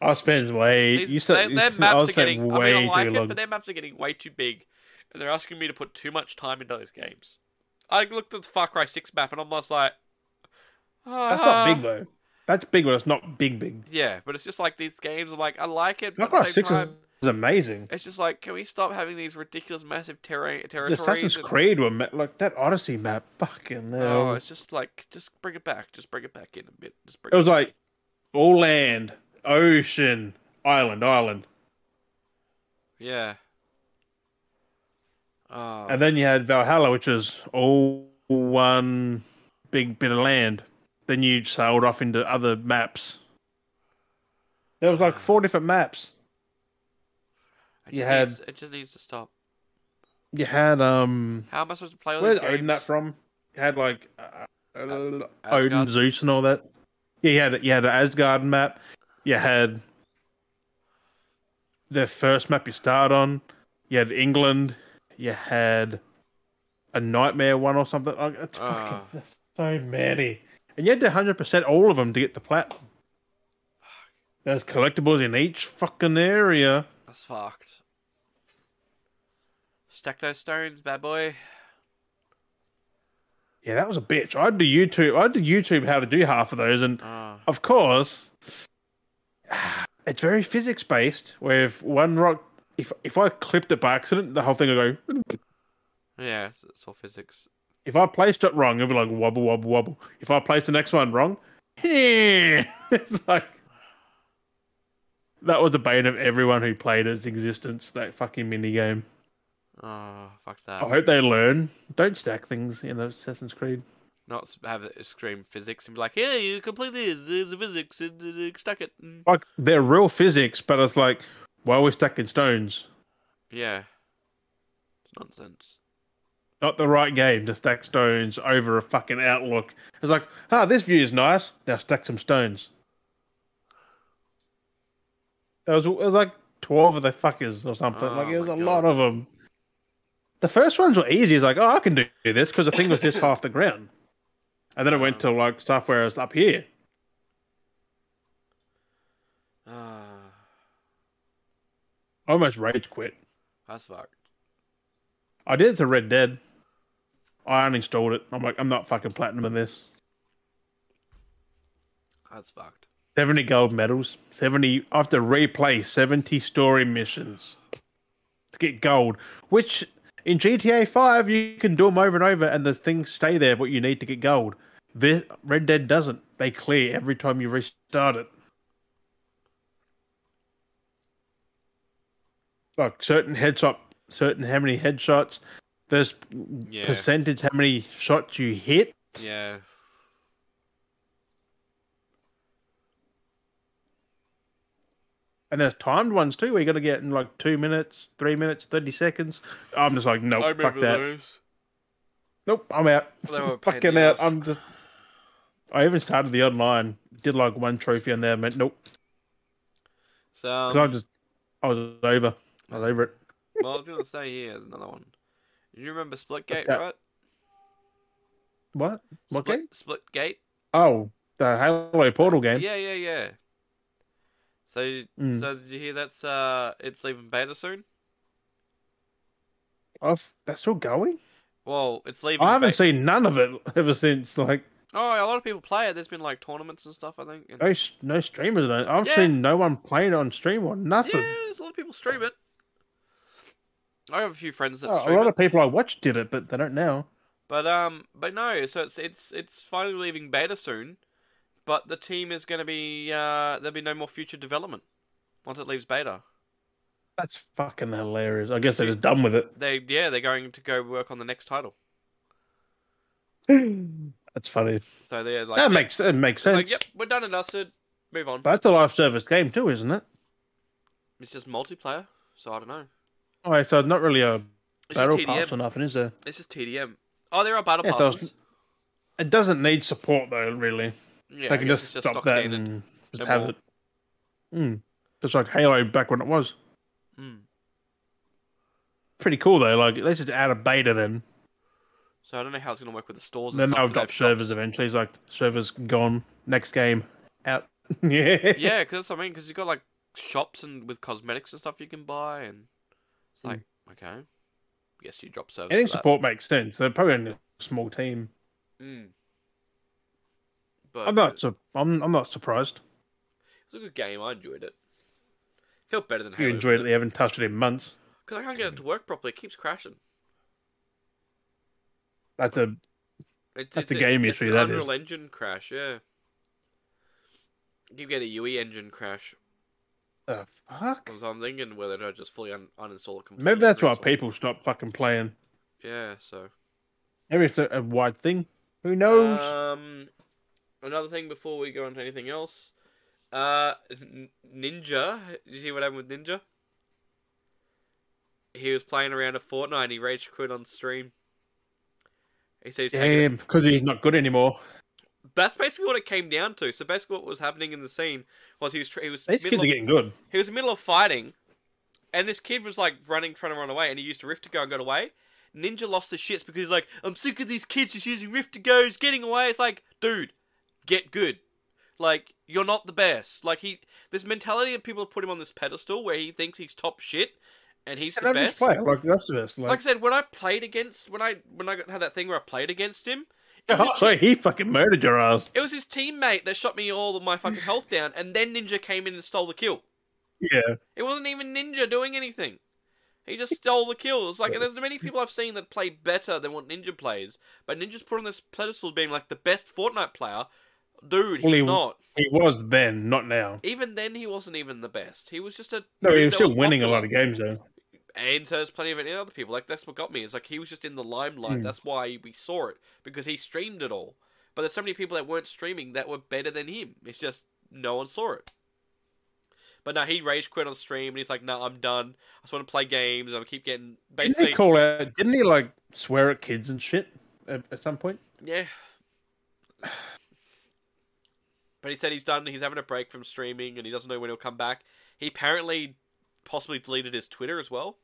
[SPEAKER 1] I spend way.
[SPEAKER 2] These-
[SPEAKER 1] you said
[SPEAKER 2] they- their
[SPEAKER 1] you said- I
[SPEAKER 2] maps are
[SPEAKER 1] spent
[SPEAKER 2] getting.
[SPEAKER 1] way
[SPEAKER 2] I mean, I like
[SPEAKER 1] too
[SPEAKER 2] it,
[SPEAKER 1] long.
[SPEAKER 2] but their maps are getting way too big, and they're asking me to put too much time into those games. I looked at the Far Cry Six map, and I'm just like,
[SPEAKER 1] That's not big
[SPEAKER 2] "Ah."
[SPEAKER 1] though. That's big, but it's not big big.
[SPEAKER 2] Yeah, but it's just like these games. I'm like, I like it,
[SPEAKER 1] Far
[SPEAKER 2] but
[SPEAKER 1] Cry
[SPEAKER 2] at the same
[SPEAKER 1] Six is,
[SPEAKER 2] time,
[SPEAKER 1] is amazing.
[SPEAKER 2] it's just like, can we stop having these ridiculous, massive terra-
[SPEAKER 1] The
[SPEAKER 2] territories?
[SPEAKER 1] Assassin's
[SPEAKER 2] and-
[SPEAKER 1] Creed were ma- like that Odyssey map. Fucking
[SPEAKER 2] Oh,
[SPEAKER 1] hell.
[SPEAKER 2] it's just like, just bring it back. Just bring it back in a bit. Just bring
[SPEAKER 1] it was
[SPEAKER 2] back.
[SPEAKER 1] like all land, ocean, island, island,
[SPEAKER 2] Yeah. Oh,
[SPEAKER 1] and then you had Valhalla, which is all one big bit of land. Then you sailed off into other maps. There was like four different maps.
[SPEAKER 2] it,
[SPEAKER 1] you
[SPEAKER 2] just
[SPEAKER 1] had-
[SPEAKER 2] needs, it just needs to stop.
[SPEAKER 1] You had um,
[SPEAKER 2] How am I supposed to play all
[SPEAKER 1] Where's
[SPEAKER 2] these games?
[SPEAKER 1] Odin that from? He had like uh, uh, Odin,
[SPEAKER 2] Asgard?
[SPEAKER 1] Zeus, and all that. Yeah, you had you had an Asgard map. You had the first map you start on. You had England. You had a nightmare one or something. Like, it's fucking
[SPEAKER 2] Ah.
[SPEAKER 1] there's so many, and you had to hundred percent all of them to get the platinum. There's collectibles in each fucking area.
[SPEAKER 2] That's fucked. Stack those stones, bad boy.
[SPEAKER 1] Yeah, that was a bitch. I do YouTube. I do YouTube how to do half of those, and
[SPEAKER 2] Oh,
[SPEAKER 1] of course, it's very physics based. Where if one rock, if if I clipped it by accident, the whole thing would go.
[SPEAKER 2] yeah, it's, it's all physics.
[SPEAKER 1] If I placed it wrong, it'd be like wobble, wobble, wobble. If I placed the next one wrong, it's like that was the bane of everyone who played its existence. That fucking mini game.
[SPEAKER 2] Oh, fuck
[SPEAKER 1] I
[SPEAKER 2] that.
[SPEAKER 1] hope they learn. Don't stack things in Assassin's Creed.
[SPEAKER 2] Not s- have it scream physics and be like, yeah, you complete this. There's physics. and, uh, Stack it. Mm.
[SPEAKER 1] Like they're real physics, but it's like why are we stacking stones?
[SPEAKER 2] Yeah. It's nonsense.
[SPEAKER 1] not the right game to stack stones over a fucking outlook. It's like, ah, this view is nice. Now stack some stones. There was, there was like 12 of the fuckers or something.
[SPEAKER 2] Oh
[SPEAKER 1] like, it was
[SPEAKER 2] my
[SPEAKER 1] a lot
[SPEAKER 2] God.
[SPEAKER 1] of them. The first ones were easy. It's like, oh, I can do this because the thing was this half the ground. And then it went to like stuff where it's up here.
[SPEAKER 2] Ah,
[SPEAKER 1] I almost rage quit.
[SPEAKER 2] that's fucked.
[SPEAKER 1] I did it to Red Dead. I uninstalled it. I'm like, I'm not fucking platinum in this.
[SPEAKER 2] That's fucked.
[SPEAKER 1] 70 gold medals. 70. I have to replay 70 story missions to get gold, which in GTA 5, you can do them over and over and the things stay there, what you need to get gold. This, Red Dead doesn't. They clear every time you restart it. Like certain headshot, certain how many headshots, there's
[SPEAKER 2] Yeah.
[SPEAKER 1] percentage how many shots you hit.
[SPEAKER 2] Yeah.
[SPEAKER 1] And there's timed ones too, where you got to get in like two minutes, three minutes, thirty seconds. I'm just like,
[SPEAKER 2] I
[SPEAKER 1] nope, Oh, fuck
[SPEAKER 2] remember
[SPEAKER 1] that.
[SPEAKER 2] those.
[SPEAKER 1] Nope, I'm out.
[SPEAKER 2] They were a pain in
[SPEAKER 1] Fucking
[SPEAKER 2] the
[SPEAKER 1] out.
[SPEAKER 2] ass.
[SPEAKER 1] I'm just. I even started the online, did like one trophy on there, meant nope.
[SPEAKER 2] So,
[SPEAKER 1] 'Cause
[SPEAKER 2] um,
[SPEAKER 1] I just, I was over. I was over it.
[SPEAKER 2] well, I was gonna say here is another one. You remember Splitgate,
[SPEAKER 1] that?
[SPEAKER 2] right?
[SPEAKER 1] What? What
[SPEAKER 2] Split,
[SPEAKER 1] game?
[SPEAKER 2] Splitgate.
[SPEAKER 1] Oh, the Halo Portal game.
[SPEAKER 2] Yeah, yeah, yeah. So,
[SPEAKER 1] Mm.
[SPEAKER 2] so did you hear that's uh, it's leaving beta soon?
[SPEAKER 1] I've, Oh, that's still going.
[SPEAKER 2] Well, it's leaving.
[SPEAKER 1] I haven't
[SPEAKER 2] beta.
[SPEAKER 1] seen none of it ever since. Like,
[SPEAKER 2] Oh, a lot of people play it. There's been like tournaments and stuff. I think. And...
[SPEAKER 1] no, s- no streamers. on it. I've
[SPEAKER 2] Yeah.
[SPEAKER 1] seen no one playing on stream or nothing.
[SPEAKER 2] Yeah, there's a lot of people stream it. I have a few friends that
[SPEAKER 1] Oh, a
[SPEAKER 2] stream
[SPEAKER 1] lot
[SPEAKER 2] it,
[SPEAKER 1] of people I watched did it, but they don't now.
[SPEAKER 2] but um, but no. So it's it's it's finally leaving beta soon, but the team is gonna be uh, there'll be no more future development once it leaves beta.
[SPEAKER 1] That's fucking hilarious. I guess
[SPEAKER 2] See-
[SPEAKER 1] they're just done with it.
[SPEAKER 2] They yeah, they're going to go work on the next title.
[SPEAKER 1] That's funny.
[SPEAKER 2] So they're like,
[SPEAKER 1] that makes that makes sense.
[SPEAKER 2] like yep, we're done and dusted. Move on.
[SPEAKER 1] But that's a live service game too, isn't it?
[SPEAKER 2] It's just multiplayer, so I don't know.
[SPEAKER 1] All right, so it's not really a
[SPEAKER 2] It's
[SPEAKER 1] battle
[SPEAKER 2] just
[SPEAKER 1] pass or
[SPEAKER 2] TDM.
[SPEAKER 1] nothing, is there?
[SPEAKER 2] It's just TDM. Oh, there are battle
[SPEAKER 1] Yeah, so
[SPEAKER 2] passes.
[SPEAKER 1] it's- It doesn't need support though, really.
[SPEAKER 2] Yeah,
[SPEAKER 1] they
[SPEAKER 2] I
[SPEAKER 1] can
[SPEAKER 2] guess
[SPEAKER 1] just,
[SPEAKER 2] it's
[SPEAKER 1] stop
[SPEAKER 2] stock
[SPEAKER 1] that
[SPEAKER 2] standard.
[SPEAKER 1] and just
[SPEAKER 2] No
[SPEAKER 1] have
[SPEAKER 2] more.
[SPEAKER 1] it. Mm. It's like Halo back when it was.
[SPEAKER 2] Mm.
[SPEAKER 1] Pretty cool though. Like at least it's out of beta then.
[SPEAKER 2] So I don't know how it's going to work with the stores. and
[SPEAKER 1] Then
[SPEAKER 2] stuff
[SPEAKER 1] they'll
[SPEAKER 2] that
[SPEAKER 1] drop
[SPEAKER 2] they've
[SPEAKER 1] servers
[SPEAKER 2] dropped.
[SPEAKER 1] eventually. It's like servers gone. Next game out. yeah.
[SPEAKER 2] yeah, because I mean, because you got like shops and with cosmetics and stuff you can buy, and it's like okay, yes, you drop servers.
[SPEAKER 1] I think
[SPEAKER 2] for
[SPEAKER 1] Hmm.
[SPEAKER 2] that.
[SPEAKER 1] support makes sense. They're probably in a small team.
[SPEAKER 2] Mm. But
[SPEAKER 1] I'm not. Su- I'm. I'm not surprised.
[SPEAKER 2] It's a good game. I enjoyed it. Felt better than
[SPEAKER 1] You
[SPEAKER 2] Halo.
[SPEAKER 1] enjoyed it. You haven't touched it in months.
[SPEAKER 2] because I can't get it to work properly. It keeps crashing.
[SPEAKER 1] That's a.
[SPEAKER 2] It's,
[SPEAKER 1] That's
[SPEAKER 2] it's
[SPEAKER 1] a game
[SPEAKER 2] it's
[SPEAKER 1] issue,
[SPEAKER 2] an
[SPEAKER 1] that is.
[SPEAKER 2] Unreal Engine crash. Yeah. You get a UE engine crash
[SPEAKER 1] Uh, fuck.
[SPEAKER 2] because I'm thinking whether to just fully un- uninstall it completely.
[SPEAKER 1] Maybe that's why
[SPEAKER 2] reinstall it.
[SPEAKER 1] people stop fucking playing.
[SPEAKER 2] Yeah. So.
[SPEAKER 1] Maybe it's a, a wide thing. Who knows?
[SPEAKER 2] Um, another thing before we go on to anything else, uh, N- Ninja. Did you see what happened with Ninja? He was playing around a Fortnite. He rage quit on stream. He says,
[SPEAKER 1] Damn, because he's not good anymore.
[SPEAKER 2] That's basically what it came down to. So basically, what was happening in the scene was he was tr- he was
[SPEAKER 1] These
[SPEAKER 2] middle
[SPEAKER 1] kids
[SPEAKER 2] of,
[SPEAKER 1] are getting good.
[SPEAKER 2] he was in the middle of fighting, and this kid was like running, trying to run away, and he used a rift to go and got away. Ninja lost his shits because he's like, I'm sick of these kids just using rift to goes, getting away. It's like, dude, get good. Like you're not the best. Like he, this mentality of people have put him on this pedestal where he thinks he's top shit, and he's the
[SPEAKER 1] And I'm just
[SPEAKER 2] best.
[SPEAKER 1] playing like the rest of us. Like,
[SPEAKER 2] Like I said, when I played against, when I when I got- had that thing where I played against him, it was
[SPEAKER 1] oh,
[SPEAKER 2] just-
[SPEAKER 1] so he fucking murdered your ass.
[SPEAKER 2] it was his teammate that shot me all of my fucking health down, and then Ninja came in and stole the kill.
[SPEAKER 1] Yeah,
[SPEAKER 2] It wasn't even Ninja doing anything. He just stole the kills. Like, and there's many people I've seen that play better than what Ninja plays, but Ninja's put on this pedestal being like the best Fortnite player. Dude,
[SPEAKER 1] Well,
[SPEAKER 2] he's
[SPEAKER 1] he-
[SPEAKER 2] not.
[SPEAKER 1] he was then, not now.
[SPEAKER 2] Even then, he wasn't even the best. He was just a.
[SPEAKER 1] No,
[SPEAKER 2] dude
[SPEAKER 1] he was
[SPEAKER 2] that
[SPEAKER 1] still winning a
[SPEAKER 2] popular.
[SPEAKER 1] lot of games though.
[SPEAKER 2] And so there's plenty of any other people. Like that's what got me. It's like he was just in the limelight.
[SPEAKER 1] Mm.
[SPEAKER 2] That's why we saw it because he streamed it all. But there's so many people that weren't streaming that were better than him. It's just no one saw it. But now he rage quit on stream and he's like, "No, I'm done. I just want to play games. I keep getting
[SPEAKER 1] Didn't
[SPEAKER 2] basically,
[SPEAKER 1] he call out? Didn't he like swear at kids and shit at, at some point?
[SPEAKER 2] yeah." But he said he's done. He's having a break from streaming and he doesn't know when he'll come back. He apparently possibly deleted his Twitter as well.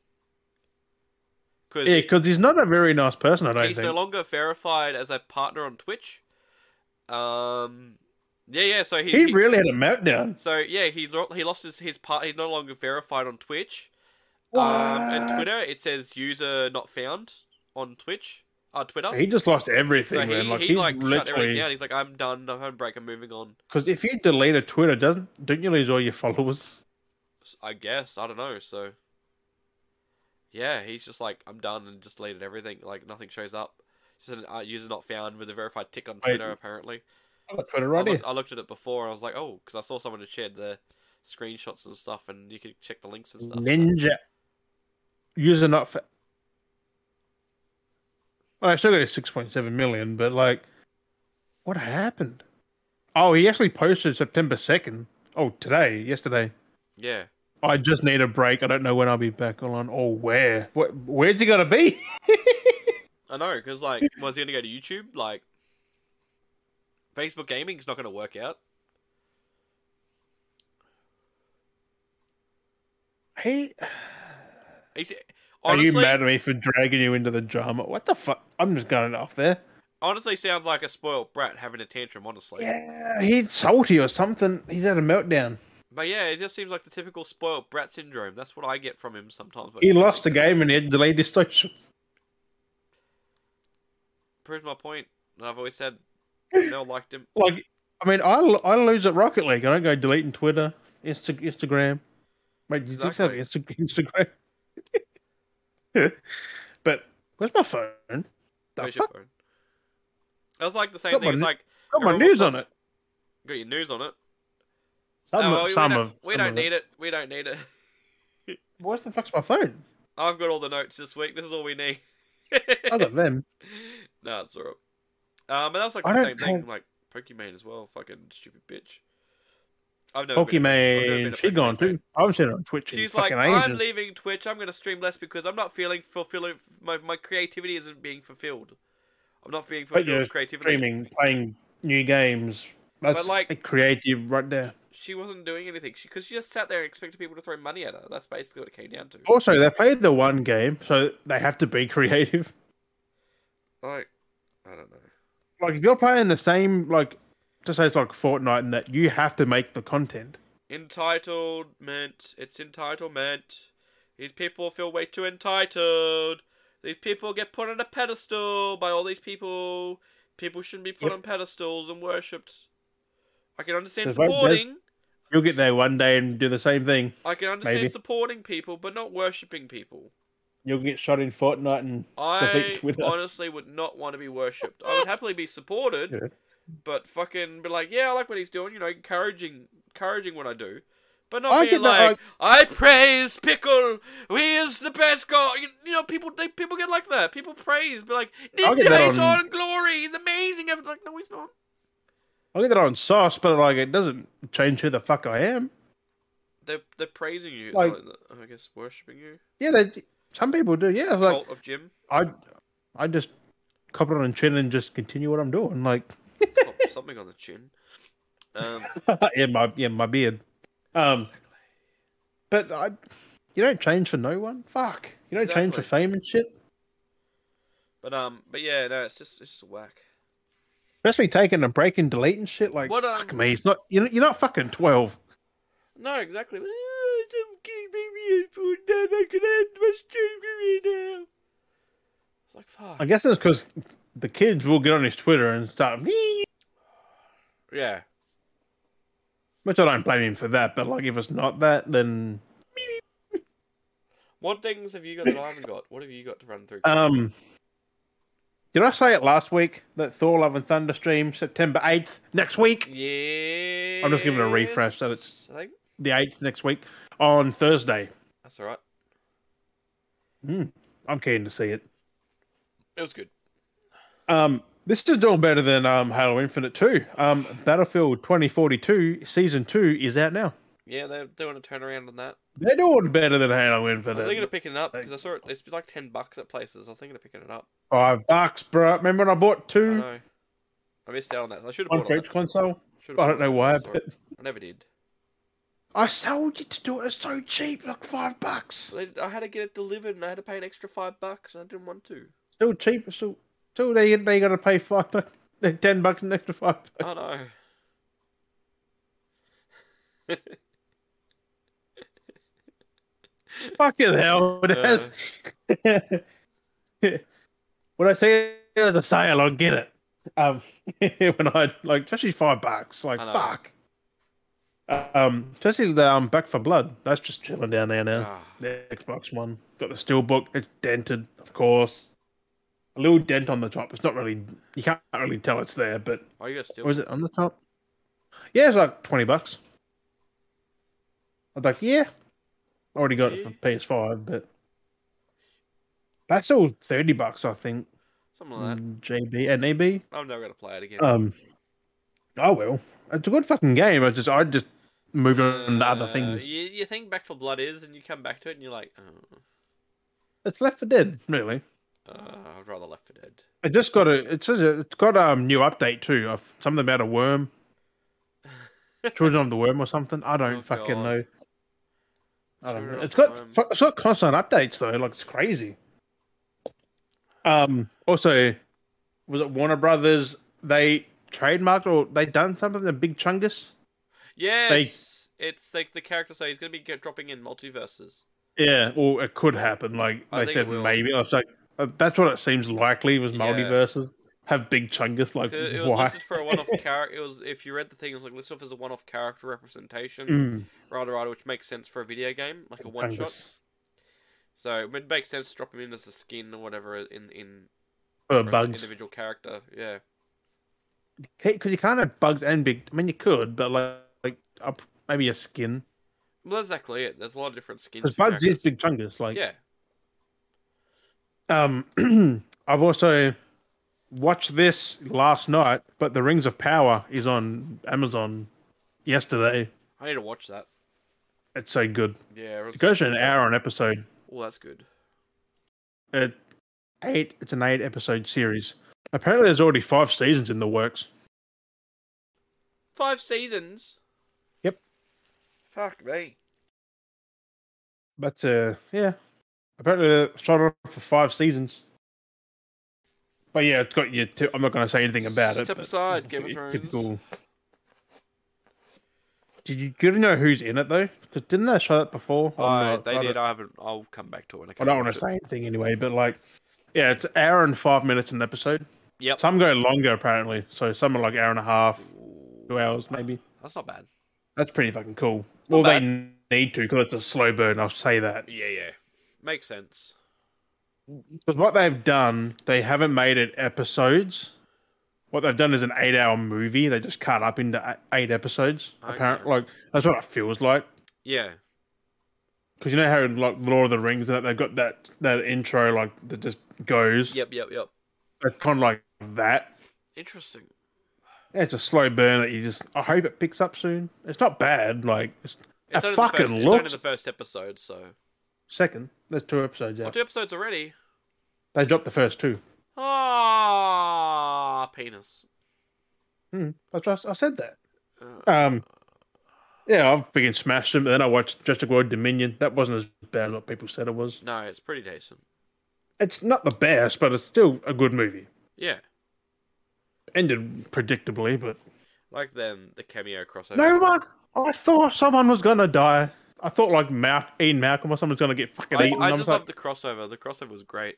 [SPEAKER 2] Because
[SPEAKER 1] Yeah, because he's not a very nice person. I don't
[SPEAKER 2] he's
[SPEAKER 1] think.
[SPEAKER 2] no longer verified as a partner on Twitch. Um, yeah, yeah. So he,
[SPEAKER 1] he
[SPEAKER 2] he-
[SPEAKER 1] really had a meltdown.
[SPEAKER 2] so yeah, he lo- he lost his his part. He's no longer verified on Twitch. Um, and
[SPEAKER 1] What?
[SPEAKER 2] Twitter, it says user not found on Twitch. Uh, Twitter.
[SPEAKER 1] He just lost everything,
[SPEAKER 2] so he,
[SPEAKER 1] man. Like
[SPEAKER 2] he
[SPEAKER 1] he's
[SPEAKER 2] like shut everything down.
[SPEAKER 1] literally
[SPEAKER 2] He's like, I'm done. I'm having a break. I'm moving on.
[SPEAKER 1] because if you delete a Twitter, doesn't don't you lose all your followers?
[SPEAKER 2] S- I guess I don't know. So yeah, he's just like, I'm done, and just deleted everything. Like nothing shows up. Just an uh, user not found with a verified tick on
[SPEAKER 1] Wait.
[SPEAKER 2] Twitter apparently.
[SPEAKER 1] I've got Twitter
[SPEAKER 2] I
[SPEAKER 1] right here.
[SPEAKER 2] looked, I looked at it before and I was like, oh, because I saw someone who shared the screenshots and stuff, and you could check the links and stuff.
[SPEAKER 1] Ninja. User not. Fa- well, I still got his six point seven million, but like, what happened? Oh, he actually posted September second. Oh, today, yesterday.
[SPEAKER 2] Yeah.
[SPEAKER 1] I just need a break. I don't know when I'll be back on or where. Where where's he gonna be?
[SPEAKER 2] I know, because, like, was he going to go to YouTube? Like, Facebook gaming's not going to work out.
[SPEAKER 1] Hey,
[SPEAKER 2] He's,
[SPEAKER 1] are you
[SPEAKER 2] honestly,
[SPEAKER 1] mad at me for dragging you into the drama? What the fuck? I'm just going off there.
[SPEAKER 2] honestly sounds like a spoiled brat having a tantrum, honestly.
[SPEAKER 1] Yeah, he's salty or something. He's had a meltdown.
[SPEAKER 2] But yeah, it just seems like the typical spoiled brat syndrome. That's what I get from him sometimes. when
[SPEAKER 1] He
[SPEAKER 2] he's
[SPEAKER 1] lost a
[SPEAKER 2] like,
[SPEAKER 1] game and he had delayed his socials.
[SPEAKER 2] Proves my point. And I've always said, no one liked him.
[SPEAKER 1] like I mean, I, l- I lose at Rocket League. I don't go deleting Twitter, Insta- Instagram. Mate, you just have
[SPEAKER 2] Exactly.
[SPEAKER 1] Insta- Instagram. but where's my phone? The
[SPEAKER 2] Where's your
[SPEAKER 1] fuck?
[SPEAKER 2] phone? That was like the same
[SPEAKER 1] Got
[SPEAKER 2] thing.
[SPEAKER 1] my
[SPEAKER 2] It's
[SPEAKER 1] n-
[SPEAKER 2] like,
[SPEAKER 1] Got my
[SPEAKER 2] Everyone's
[SPEAKER 1] news on it.
[SPEAKER 2] got your news on it.
[SPEAKER 1] Some,
[SPEAKER 2] Oh,
[SPEAKER 1] of-
[SPEAKER 2] well, we
[SPEAKER 1] some
[SPEAKER 2] don't,
[SPEAKER 1] of.
[SPEAKER 2] we don't need it. We don't need it.
[SPEAKER 1] What the fuck's my phone?
[SPEAKER 2] I've got all the notes this week. This is all we need.
[SPEAKER 1] I got them.
[SPEAKER 2] no, it's alright. Um, but that's like
[SPEAKER 1] I
[SPEAKER 2] the
[SPEAKER 1] don't
[SPEAKER 2] same thing.
[SPEAKER 1] have-
[SPEAKER 2] Like Pokemon as well. Fucking stupid bitch. I've never been a- I've never been
[SPEAKER 1] Pokemon.
[SPEAKER 2] a
[SPEAKER 1] She
[SPEAKER 2] Pokemon
[SPEAKER 1] gone
[SPEAKER 2] fan.
[SPEAKER 1] too. I haven't seen her on Twitch in
[SPEAKER 2] She's like,
[SPEAKER 1] fucking
[SPEAKER 2] I'm
[SPEAKER 1] ages.
[SPEAKER 2] leaving Twitch. I'm gonna stream less because I'm not feeling fulfilling. My my creativity isn't being fulfilled. I'm not being
[SPEAKER 1] But
[SPEAKER 2] fulfilled
[SPEAKER 1] you're
[SPEAKER 2] with creativity.
[SPEAKER 1] streaming, playing new games. That's
[SPEAKER 2] But, like-
[SPEAKER 1] a creative right there.
[SPEAKER 2] She wasn't doing anything because she, just sat there and expected people to throw money at her. That's basically what it came down to.
[SPEAKER 1] Also, Oh, they played the one game, so they have to be creative.
[SPEAKER 2] Like, I don't know.
[SPEAKER 1] Like if you're playing the same, like just say it's like Fortnite, and that you have to make the content.
[SPEAKER 2] Entitlement. It's entitlement. These people feel way too entitled. These people get put on a pedestal by all these people. People shouldn't be put
[SPEAKER 1] Yep.
[SPEAKER 2] on pedestals and worshipped. I can understand
[SPEAKER 1] There's no- there's-
[SPEAKER 2] supporting.
[SPEAKER 1] You'll get there one day and do the same thing.
[SPEAKER 2] I can understand
[SPEAKER 1] maybe.
[SPEAKER 2] supporting people, but not worshipping people.
[SPEAKER 1] You'll get shot in Fortnite, and
[SPEAKER 2] I
[SPEAKER 1] Delete Twitter.
[SPEAKER 2] honestly would not want to be worshipped. I would happily be supported,
[SPEAKER 1] Yeah.
[SPEAKER 2] but fucking be like, yeah, I like what he's doing, you know, encouraging, encouraging what I do, but not
[SPEAKER 1] I
[SPEAKER 2] being
[SPEAKER 1] get that,
[SPEAKER 2] like, I praise pickle, he is the best god. You, you know, people they people get like that. People praise, be like,
[SPEAKER 1] I
[SPEAKER 2] Ninja
[SPEAKER 1] get that
[SPEAKER 2] is
[SPEAKER 1] on-
[SPEAKER 2] on glory, he's amazing. I'm like, no, he's not.
[SPEAKER 1] I'll get that on sauce, but like it doesn't change who the fuck I am.
[SPEAKER 2] They're they're praising you,
[SPEAKER 1] Like-
[SPEAKER 2] uh, I guess, worshipping you.
[SPEAKER 1] Yeah, they, some people do. Yeah, it's like
[SPEAKER 2] Cult of Jim,
[SPEAKER 1] I, I just cop it on the chin and just continue what I'm doing. Like
[SPEAKER 2] Pop something on the chin. Um,
[SPEAKER 1] in my in my beard. Um, but I, you don't change for no one. Fuck, you don't change for
[SPEAKER 2] Exactly.
[SPEAKER 1] fame and shit.
[SPEAKER 2] but um, but yeah, no, it's just it's just whack.
[SPEAKER 1] Especially taking a break and deleting shit. Like
[SPEAKER 2] What,
[SPEAKER 1] fuck
[SPEAKER 2] um,
[SPEAKER 1] me, it's not you're, you're not fucking twelve.
[SPEAKER 2] No, exactly. Oh, some kid made me a food and I can end my stream right now. It's like, fuck.
[SPEAKER 1] I guess it's because the kids will get on his Twitter and start. "Meep,"
[SPEAKER 2] Yeah.
[SPEAKER 1] Which I don't blame him for that, but like if it's not that, then
[SPEAKER 2] What things have you got that I haven't got? What have you got to run through?
[SPEAKER 1] um. Did I say it last week that Thor Love and Thunder stream September eighth next week?
[SPEAKER 2] yeah.
[SPEAKER 1] I'm just giving it a refresh so it's-
[SPEAKER 2] I think
[SPEAKER 1] The eighth next week on Thursday.
[SPEAKER 2] that's alright.
[SPEAKER 1] Mm, I'm keen to see it.
[SPEAKER 2] It was good.
[SPEAKER 1] Um, this is doing better than um, Halo Infinite 2. Um, Battlefield 2042 Season 2 is out now.
[SPEAKER 2] Yeah, they're doing a turnaround on that.
[SPEAKER 1] They're doing better than Halo
[SPEAKER 2] I was thinking
[SPEAKER 1] Infinite.
[SPEAKER 2] of picking it up because I saw it. It's like ten bucks at places. I was thinking of picking it up.
[SPEAKER 1] Five bucks, bro. Remember when I bought
[SPEAKER 2] I
[SPEAKER 1] two,
[SPEAKER 2] know. I missed out on that. I should have
[SPEAKER 1] Mm. one
[SPEAKER 2] bought
[SPEAKER 1] for
[SPEAKER 2] it.
[SPEAKER 1] each console?
[SPEAKER 2] Should've
[SPEAKER 1] I
[SPEAKER 2] bought
[SPEAKER 1] don't
[SPEAKER 2] it
[SPEAKER 1] know
[SPEAKER 2] when
[SPEAKER 1] why,
[SPEAKER 2] saw
[SPEAKER 1] but
[SPEAKER 2] it. I never did.
[SPEAKER 1] I sold you to do it. It's so cheap, like five bucks.
[SPEAKER 2] So I I had to get it delivered and I had to pay an extra five bucks and I didn't want to.
[SPEAKER 1] Still cheap. Still, still they they got to pay five bucks, ten bucks, an extra five. Bucks.
[SPEAKER 2] Oh no.
[SPEAKER 1] Fucking hell! It has. when I say there's a sale, I'll get it. Um, when I like, especially five bucks, like
[SPEAKER 2] I know.
[SPEAKER 1] fuck. Um, especially the um Back for Blood. That's just chilling down there now.
[SPEAKER 2] Ah,
[SPEAKER 1] The Xbox One got the steelbook. It's dented, of course. A little dent on the top. It's not really. You can't really tell it's there, but
[SPEAKER 2] oh, you got still.
[SPEAKER 1] or is it on the top? Yeah, it's like twenty bucks. I was like, yeah, I already got it for PS5, but that's all thirty bucks, I think.
[SPEAKER 2] Something like that.
[SPEAKER 1] Mm, JB and EB.
[SPEAKER 2] I'm never gonna play it again.
[SPEAKER 1] Um, I will. It's a good fucking game. I just, I just moved on to other
[SPEAKER 2] Uh,
[SPEAKER 1] things.
[SPEAKER 2] You, you think Back for Blood is, and you come back to it, and you're like, oh,
[SPEAKER 1] It's Left for Dead, really.
[SPEAKER 2] uh, I'd rather Left for Dead.
[SPEAKER 1] It just got a. It says it- it's got a um, new update too. Of something about a worm, Children of the Worm or something. I don't
[SPEAKER 2] Oh,
[SPEAKER 1] fucking
[SPEAKER 2] God.
[SPEAKER 1] know. I don't
[SPEAKER 2] Children
[SPEAKER 1] know.
[SPEAKER 2] of
[SPEAKER 1] It's
[SPEAKER 2] the
[SPEAKER 1] got
[SPEAKER 2] Worm.
[SPEAKER 1] fu- it's got constant updates though. Like it's crazy. Um. Also, was it Warner Brothers? They trademarked or they done something? The Big Chungus.
[SPEAKER 2] Yes, it's like the character say he's gonna be get, dropping in multiverses.
[SPEAKER 1] Yeah. Or it could happen. Like
[SPEAKER 2] I
[SPEAKER 1] they
[SPEAKER 2] think it
[SPEAKER 1] said,
[SPEAKER 2] will.
[SPEAKER 1] maybe. I was like, uh, that's what it seems likely was
[SPEAKER 2] Yeah.
[SPEAKER 1] multiverses have Big Chungus. Like
[SPEAKER 2] 'Cause It was
[SPEAKER 1] why?
[SPEAKER 2] listed for a one-off character. It was if you read the thing, it was like listed off as a one-off character representation,
[SPEAKER 1] Mm,
[SPEAKER 2] right, right, which makes sense for a video game, like a one-shot.
[SPEAKER 1] Chungus.
[SPEAKER 2] So it would make sense to drop him in as a skin or whatever in in
[SPEAKER 1] Uh,
[SPEAKER 2] for an
[SPEAKER 1] bugs.
[SPEAKER 2] individual character. Yeah.
[SPEAKER 1] because you can't have bugs and big. I mean, you could, but like, like up, maybe a skin.
[SPEAKER 2] Well, that's exactly it. There's a lot of different skins.
[SPEAKER 1] Because
[SPEAKER 2] for
[SPEAKER 1] bugs is
[SPEAKER 2] characters.
[SPEAKER 1] big chungus. Like,
[SPEAKER 2] Yeah.
[SPEAKER 1] um, I've also watched this last night, but The Rings of Power is on Amazon yesterday.
[SPEAKER 2] I need to watch that.
[SPEAKER 1] It's so good.
[SPEAKER 2] Yeah.
[SPEAKER 1] It goes to an hour an episode.
[SPEAKER 2] Well, that's good.
[SPEAKER 1] It eight. It's an eight episode series. Apparently, there's already five seasons in the works.
[SPEAKER 2] Five seasons.
[SPEAKER 1] Yep.
[SPEAKER 2] Fuck me.
[SPEAKER 1] But uh, yeah, apparently they're shot on for five seasons. But yeah, it's got your. T- I'm not going to say anything about it.
[SPEAKER 2] Step
[SPEAKER 1] but
[SPEAKER 2] aside, Game of
[SPEAKER 1] your
[SPEAKER 2] Thrones.
[SPEAKER 1] Did you do you know who's in it though? Because didn't they show that before? I'm
[SPEAKER 2] I,
[SPEAKER 1] not-
[SPEAKER 2] they
[SPEAKER 1] Oh, I
[SPEAKER 2] did.
[SPEAKER 1] Don't,
[SPEAKER 2] I haven't. I'll come back to it. When I,
[SPEAKER 1] I
[SPEAKER 2] come
[SPEAKER 1] don't
[SPEAKER 2] back
[SPEAKER 1] want to
[SPEAKER 2] it.
[SPEAKER 1] say anything anyway, but like, yeah, it's an hour and five minutes an episode.
[SPEAKER 2] Yep.
[SPEAKER 1] Some go longer apparently, so some are like hour and a half, two hours maybe.
[SPEAKER 2] That's not bad.
[SPEAKER 1] That's pretty fucking cool. Well,
[SPEAKER 2] bad.
[SPEAKER 1] they need to because it's a slow burn. I'll say that.
[SPEAKER 2] Yeah, yeah. Makes sense.
[SPEAKER 1] Because what they've done, they haven't made it episodes. What they've done is an eight-hour movie. They just cut up into e- eight episodes.
[SPEAKER 2] Okay.
[SPEAKER 1] Apparently, like that's what it feels like.
[SPEAKER 2] Yeah.
[SPEAKER 1] Because you know how in, like Lord of the Rings, that they've got that that intro like that just goes.
[SPEAKER 2] Yep, yep, yep.
[SPEAKER 1] It's kind of like that.
[SPEAKER 2] Interesting.
[SPEAKER 1] Yeah, it's a slow burn that you just. I hope it picks up soon. It's not bad. Like it's, it
[SPEAKER 2] It's, only the,
[SPEAKER 1] fucking
[SPEAKER 2] first, it's only
[SPEAKER 1] looks
[SPEAKER 2] the first episode, so.
[SPEAKER 1] second. There's two episodes
[SPEAKER 2] Oh,
[SPEAKER 1] out.
[SPEAKER 2] two episodes already.
[SPEAKER 1] They dropped the first two.
[SPEAKER 2] Ah, penis.
[SPEAKER 1] Hmm. I just I said that.
[SPEAKER 2] Uh,
[SPEAKER 1] Um, yeah, I freaking smashed them. And then I watched Jurassic World Dominion. That wasn't as bad as what people said it was.
[SPEAKER 2] no, it's pretty decent.
[SPEAKER 1] It's not the best, but it's still a good movie.
[SPEAKER 2] Yeah.
[SPEAKER 1] Ended predictably, but
[SPEAKER 2] Like them, the cameo crossover.
[SPEAKER 1] no one. I thought someone was gonna die. I thought like Mal- Ian Malcolm or someone's gonna get fucking
[SPEAKER 2] I,
[SPEAKER 1] eaten.
[SPEAKER 2] I
[SPEAKER 1] I'm
[SPEAKER 2] just
[SPEAKER 1] like,
[SPEAKER 2] love the crossover. The crossover was great.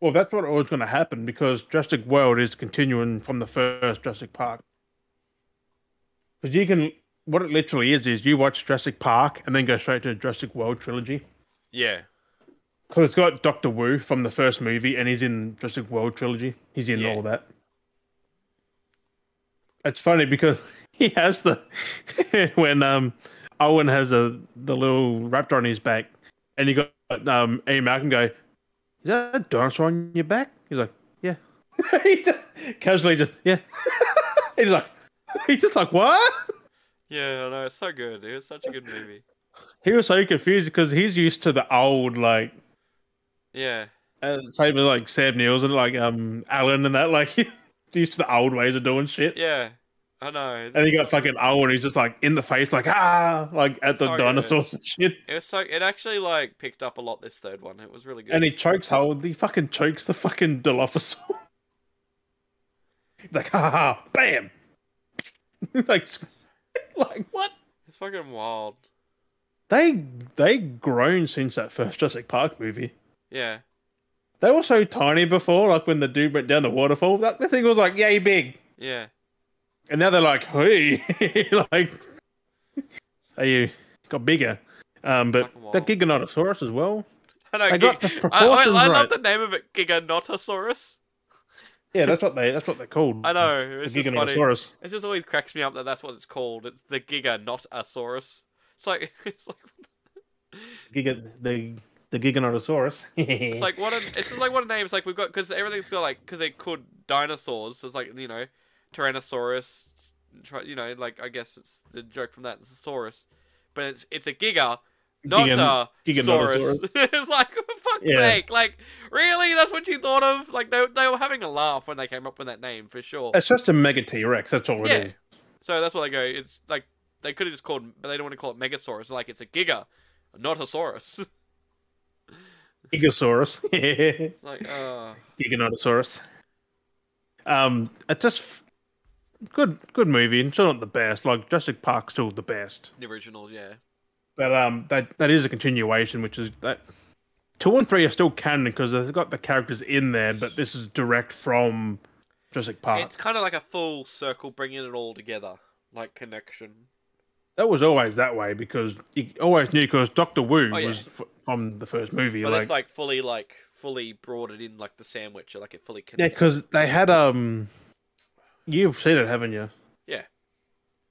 [SPEAKER 1] well, that's what was gonna happen because Jurassic World is continuing from the first Jurassic Park. Because you can, what it literally is, is you watch Jurassic Park and then go straight to Jurassic World trilogy.
[SPEAKER 2] Yeah.
[SPEAKER 1] Because it's got Doctor Wu from the first movie, and he's in Jurassic World trilogy. He's in
[SPEAKER 2] Yeah.
[SPEAKER 1] all that. It's funny because he has the when um Owen has a the little raptor on his back, and you got um Ian Malcolm go, "Is that a dinosaur on your back?" He's like, "Yeah." he just, casually just yeah. he's like, he's just like what?
[SPEAKER 2] Yeah, I know. It's so good. It was such a good movie.
[SPEAKER 1] He was so confused because he's used to the old like
[SPEAKER 2] Yeah.
[SPEAKER 1] Uh, same with like Sam Neils and like um Alan and that, like used to the old ways of doing shit.
[SPEAKER 2] Yeah. I know.
[SPEAKER 1] And you got fucking Owen who's just like in the face, like ah, like at the
[SPEAKER 2] Sorry,
[SPEAKER 1] dinosaurs and shit.
[SPEAKER 2] It was so. It actually like picked up a lot. This third one, it was really good.
[SPEAKER 1] And he chokes hold. He fucking chokes the fucking Dilophosaurus. like ha ha, ha bam. like, like what?
[SPEAKER 2] it's fucking wild.
[SPEAKER 1] They they grown since that first Jurassic Park movie.
[SPEAKER 2] Yeah,
[SPEAKER 1] They were so tiny before, like when the dude went down the waterfall. That the thing was like yay big.
[SPEAKER 2] yeah.
[SPEAKER 1] And now they're like, hey, like, are you got bigger? Um, but
[SPEAKER 2] Fucking wild.
[SPEAKER 1] that Giganotosaurus as well.
[SPEAKER 2] I know.
[SPEAKER 1] I
[SPEAKER 2] Gig-
[SPEAKER 1] got the
[SPEAKER 2] I, I, I
[SPEAKER 1] proportions
[SPEAKER 2] love
[SPEAKER 1] right.
[SPEAKER 2] the name of it, Giganotosaurus.
[SPEAKER 1] Yeah, that's what they that's what they're called.
[SPEAKER 2] I know.
[SPEAKER 1] the
[SPEAKER 2] It's just funny.
[SPEAKER 1] Giganotosaurus.
[SPEAKER 2] It just always cracks me up that that's what it's called. It's the Giganotosaurus. It's like it's like
[SPEAKER 1] Giga, the the Giganotosaurus.
[SPEAKER 2] it's like what a it's just like what a name. It's like we've got because everything's got like because they could dinosaurs. So it's like you know, Tyrannosaurus. Tri, you know, like I guess it's the joke from that. It's a saurus, but it's it's a giga. Not
[SPEAKER 1] Gigan-
[SPEAKER 2] a Saurus.
[SPEAKER 1] Giganotosaurus.
[SPEAKER 2] it's like for fuck's
[SPEAKER 1] Yeah.
[SPEAKER 2] sake, like really? That's what you thought of? Like they they were having a laugh when they came up with that name for sure.
[SPEAKER 1] It's just a mega T Rex. That's all it
[SPEAKER 2] Yeah.
[SPEAKER 1] is.
[SPEAKER 2] So that's why they go. It's like they could have just called, but they don't want to call it Megasaurus. Like it's a Giga, not a Saurus.
[SPEAKER 1] Gigasaurus.
[SPEAKER 2] It's like uh,
[SPEAKER 1] Giganotosaurus. Um, it's just f- good good movie. and Still not the best. Like Jurassic Park's still the best.
[SPEAKER 2] the originals, yeah.
[SPEAKER 1] But um, that that is a continuation, which is that two and three are still canon because they've got the characters in there, but this is direct from Jurassic Park.
[SPEAKER 2] It's kind of like a full circle, bringing it all together, like connection.
[SPEAKER 1] That was always that way because you always knew because Doctor Wu
[SPEAKER 2] Oh, yeah.
[SPEAKER 1] was f- from the first movie,
[SPEAKER 2] But
[SPEAKER 1] like,
[SPEAKER 2] it's like fully, like fully brought it in, like the sandwich, or like it fully
[SPEAKER 1] yeah,
[SPEAKER 2] connected.
[SPEAKER 1] because they had um, you've seen it, haven't you?
[SPEAKER 2] Yeah.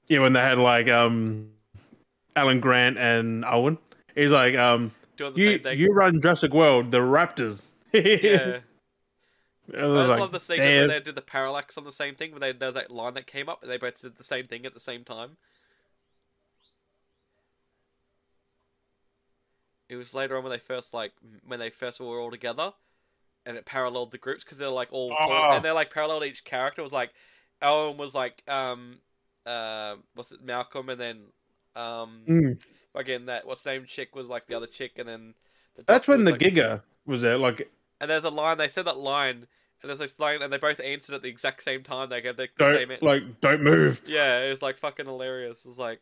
[SPEAKER 1] Yeah, when they had like um, Alan Grant and Owen, he's like um,
[SPEAKER 2] Doing the
[SPEAKER 1] you
[SPEAKER 2] same thing.
[SPEAKER 1] you run Jurassic World, the Raptors.
[SPEAKER 2] yeah.
[SPEAKER 1] I was
[SPEAKER 2] I just
[SPEAKER 1] like,
[SPEAKER 2] love the thing
[SPEAKER 1] "Damn."
[SPEAKER 2] where they did the parallax on the same thing. Where they, there was that line that came up, and they both did the same thing at the same time. It was later on when they first like m- when they first were all together, and it paralleled the groups because they're like all
[SPEAKER 1] Oh.
[SPEAKER 2] and they're like paralleled each character. It was like Owen was like um uh what's it Malcolm and then um
[SPEAKER 1] Mm.
[SPEAKER 2] again that what's the name chick was like the other chick and then the
[SPEAKER 1] That's
[SPEAKER 2] doctor
[SPEAKER 1] when
[SPEAKER 2] was,
[SPEAKER 1] the
[SPEAKER 2] like-
[SPEAKER 1] Giga was there. Like,
[SPEAKER 2] and there's a line they said that line and there's this line and they both answered at the exact same time they get the, the same
[SPEAKER 1] don't like, don't move.
[SPEAKER 2] yeah it was like fucking hilarious it was like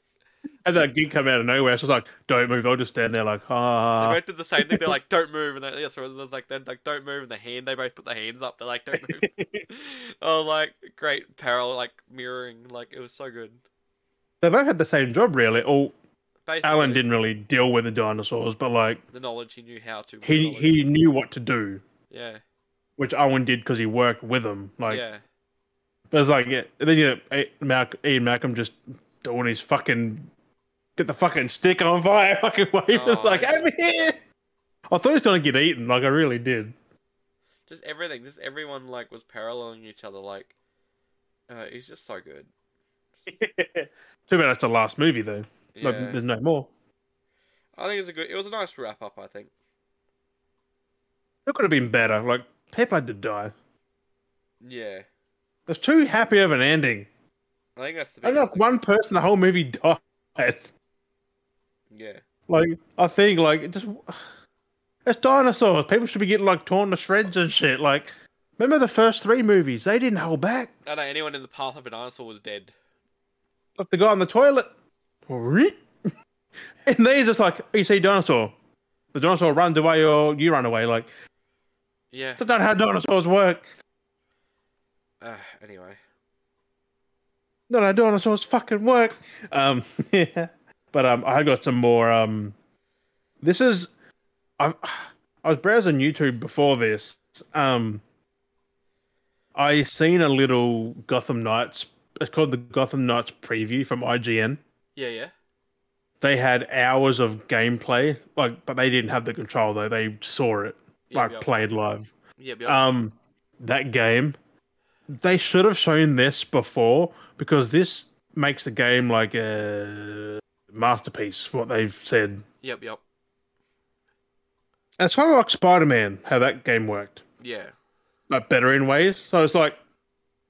[SPEAKER 1] And that gig come out of nowhere. So it's like, don't move. I'll just stand there like, ah.
[SPEAKER 2] they both did the same thing they're like don't move and they, yeah, so it was like they're like don't move and the hand they both put their hands up they're like don't move oh like great parallel like mirroring like it was so good
[SPEAKER 1] They both had the same job, really. Or
[SPEAKER 2] Basically,
[SPEAKER 1] Alan didn't really deal with the dinosaurs, but like
[SPEAKER 2] the knowledge he knew how to with
[SPEAKER 1] he
[SPEAKER 2] knowledge.
[SPEAKER 1] he knew what to do,
[SPEAKER 2] yeah
[SPEAKER 1] which Owen did because he worked with them. Like,
[SPEAKER 2] yeah
[SPEAKER 1] but it's like, yeah, and then you know, Malcolm, Ian Malcolm just doing his fucking get the fucking stick on fire, fucking wave,
[SPEAKER 2] Oh,
[SPEAKER 1] like
[SPEAKER 2] yeah.
[SPEAKER 1] over here. I thought he was gonna get eaten. Like I really did.
[SPEAKER 2] just everything just everyone like was paralleling each other like uh, it's just so good
[SPEAKER 1] Too bad that's the last movie though.
[SPEAKER 2] yeah.
[SPEAKER 1] Like, there's no more.
[SPEAKER 2] I think it's a good. It was a nice wrap up. I think.
[SPEAKER 1] It could have been better. Like people had to die.
[SPEAKER 2] Yeah,
[SPEAKER 1] There's too happy of an ending.
[SPEAKER 2] I think that's the.
[SPEAKER 1] And
[SPEAKER 2] biggest
[SPEAKER 1] like one person, the whole movie died.
[SPEAKER 2] thing. Yeah,
[SPEAKER 1] Like I think, like it just it's dinosaurs. People should be getting like torn to shreds and shit. Like, remember the first three movies? They didn't hold back.
[SPEAKER 2] I know Oh, anyone in the path of a dinosaur was dead.
[SPEAKER 1] Like the guy on the toilet, and they're just like, you see dinosaur. The dinosaur runs away, or you run away. Like
[SPEAKER 2] Yeah.
[SPEAKER 1] that's not how dinosaurs work.
[SPEAKER 2] Uh, anyway,
[SPEAKER 1] No, no, dinosaurs fucking work. Um, yeah. But um, I got some more. Um, this is, I, I was browsing YouTube before this. Um, I seen a little Gotham Knights. It's called the Gotham Knights preview from IGN.
[SPEAKER 2] yeah, yeah,
[SPEAKER 1] They had hours of gameplay, like, but they didn't have the control though. They saw it,
[SPEAKER 2] yeah.
[SPEAKER 1] like,
[SPEAKER 2] yep.
[SPEAKER 1] played live.
[SPEAKER 2] Yep, yep.
[SPEAKER 1] Um, that game, they should have shown this before because this makes the game like a masterpiece. What they've said.
[SPEAKER 2] yep, yep.
[SPEAKER 1] And it's kind of like Spider Man, how that game worked,
[SPEAKER 2] Yeah,
[SPEAKER 1] but better in ways. So it's like,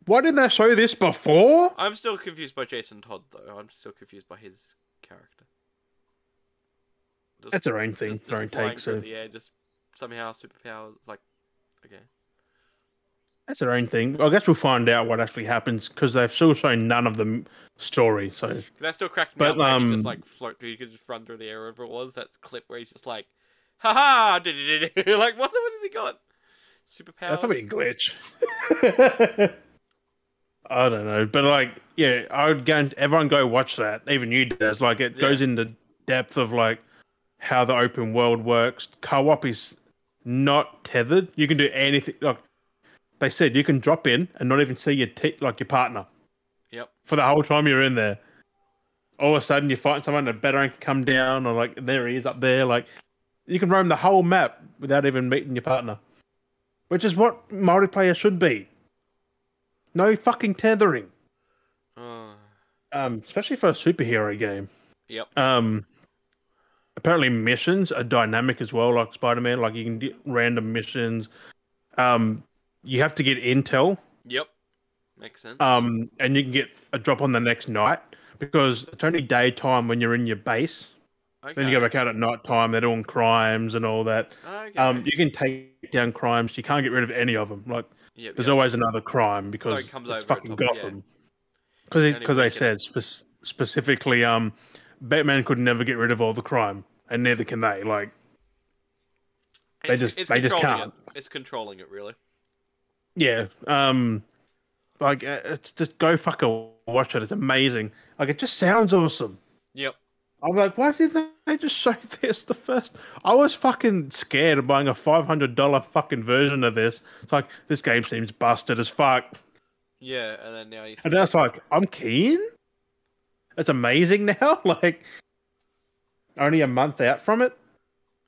[SPEAKER 1] why didn't they show this before?
[SPEAKER 2] I'm still confused by Jason Todd though. I'm still confused by his character. Just,
[SPEAKER 1] That's their own thing,
[SPEAKER 2] just-
[SPEAKER 1] their own
[SPEAKER 2] just flying
[SPEAKER 1] take.
[SPEAKER 2] through
[SPEAKER 1] So
[SPEAKER 2] the air, just somehow superpowers. Like, okay,
[SPEAKER 1] that's their own thing. I guess we'll find out what actually happens because they've still shown none of the story. So
[SPEAKER 2] 'Cause that still cracked me
[SPEAKER 1] But,
[SPEAKER 2] up. Like, he
[SPEAKER 1] um,
[SPEAKER 2] just like float through. You could just run through the air. Whatever it was, that clip where he's just like, "Ha ha!" did-did-did-did." like, what the what has he got? Superpowers.
[SPEAKER 1] That's probably a glitch. I don't know, but like, yeah, I would go. And, everyone go watch that. Even you, Des. Like, it
[SPEAKER 2] Yeah.
[SPEAKER 1] goes into depth of like how the open world works. Co-op is not tethered. You can do anything. Like they said, you can drop in and not even see your te- like your partner
[SPEAKER 2] Yep.
[SPEAKER 1] for the whole time you're in there. All of a sudden, you fight someone, a batarang can come down, or like there he is up there. Like you can roam the whole map without even meeting your partner, which is what multiplayer should be. No fucking tethering,
[SPEAKER 2] Uh,
[SPEAKER 1] um, especially for a superhero game.
[SPEAKER 2] yep.
[SPEAKER 1] Um, apparently, missions are dynamic as well, like Spider Man. Like you can do random missions. Um, you have to get intel
[SPEAKER 2] Yep. Makes sense.
[SPEAKER 1] um, and you can get a drop on the next night because it's only daytime when you're in your base.
[SPEAKER 2] okay.
[SPEAKER 1] Then you go back out at night time. They're doing crimes and all that.
[SPEAKER 2] Oh, Okay.
[SPEAKER 1] Um, you can take down crimes. You can't get rid of any of them. Like
[SPEAKER 2] yep,
[SPEAKER 1] there's
[SPEAKER 2] yep.
[SPEAKER 1] always another crime because
[SPEAKER 2] Something comes
[SPEAKER 1] it's
[SPEAKER 2] over the
[SPEAKER 1] fucking
[SPEAKER 2] top, yeah.
[SPEAKER 1] Gotham. Because
[SPEAKER 2] Only
[SPEAKER 1] because they
[SPEAKER 2] we can-
[SPEAKER 1] said spe- specifically, um, Batman could never get rid of all the crime, and neither can they. Like they
[SPEAKER 2] It's-
[SPEAKER 1] just-
[SPEAKER 2] it's
[SPEAKER 1] they just
[SPEAKER 2] controlling
[SPEAKER 1] can't.
[SPEAKER 2] It. It's controlling it really.
[SPEAKER 1] Yeah. Um like uh, it's just go fucking watch it. It's amazing. Like it just sounds awesome.
[SPEAKER 2] Yep.
[SPEAKER 1] I'm like, why didn't they just show this the first? I was fucking scared of buying a five hundred dollar fucking version of this. It's like this game seems busted as fuck.
[SPEAKER 2] Yeah, and then now he's
[SPEAKER 1] And then it's like, I'm keen. It's amazing now. Like only a month out from it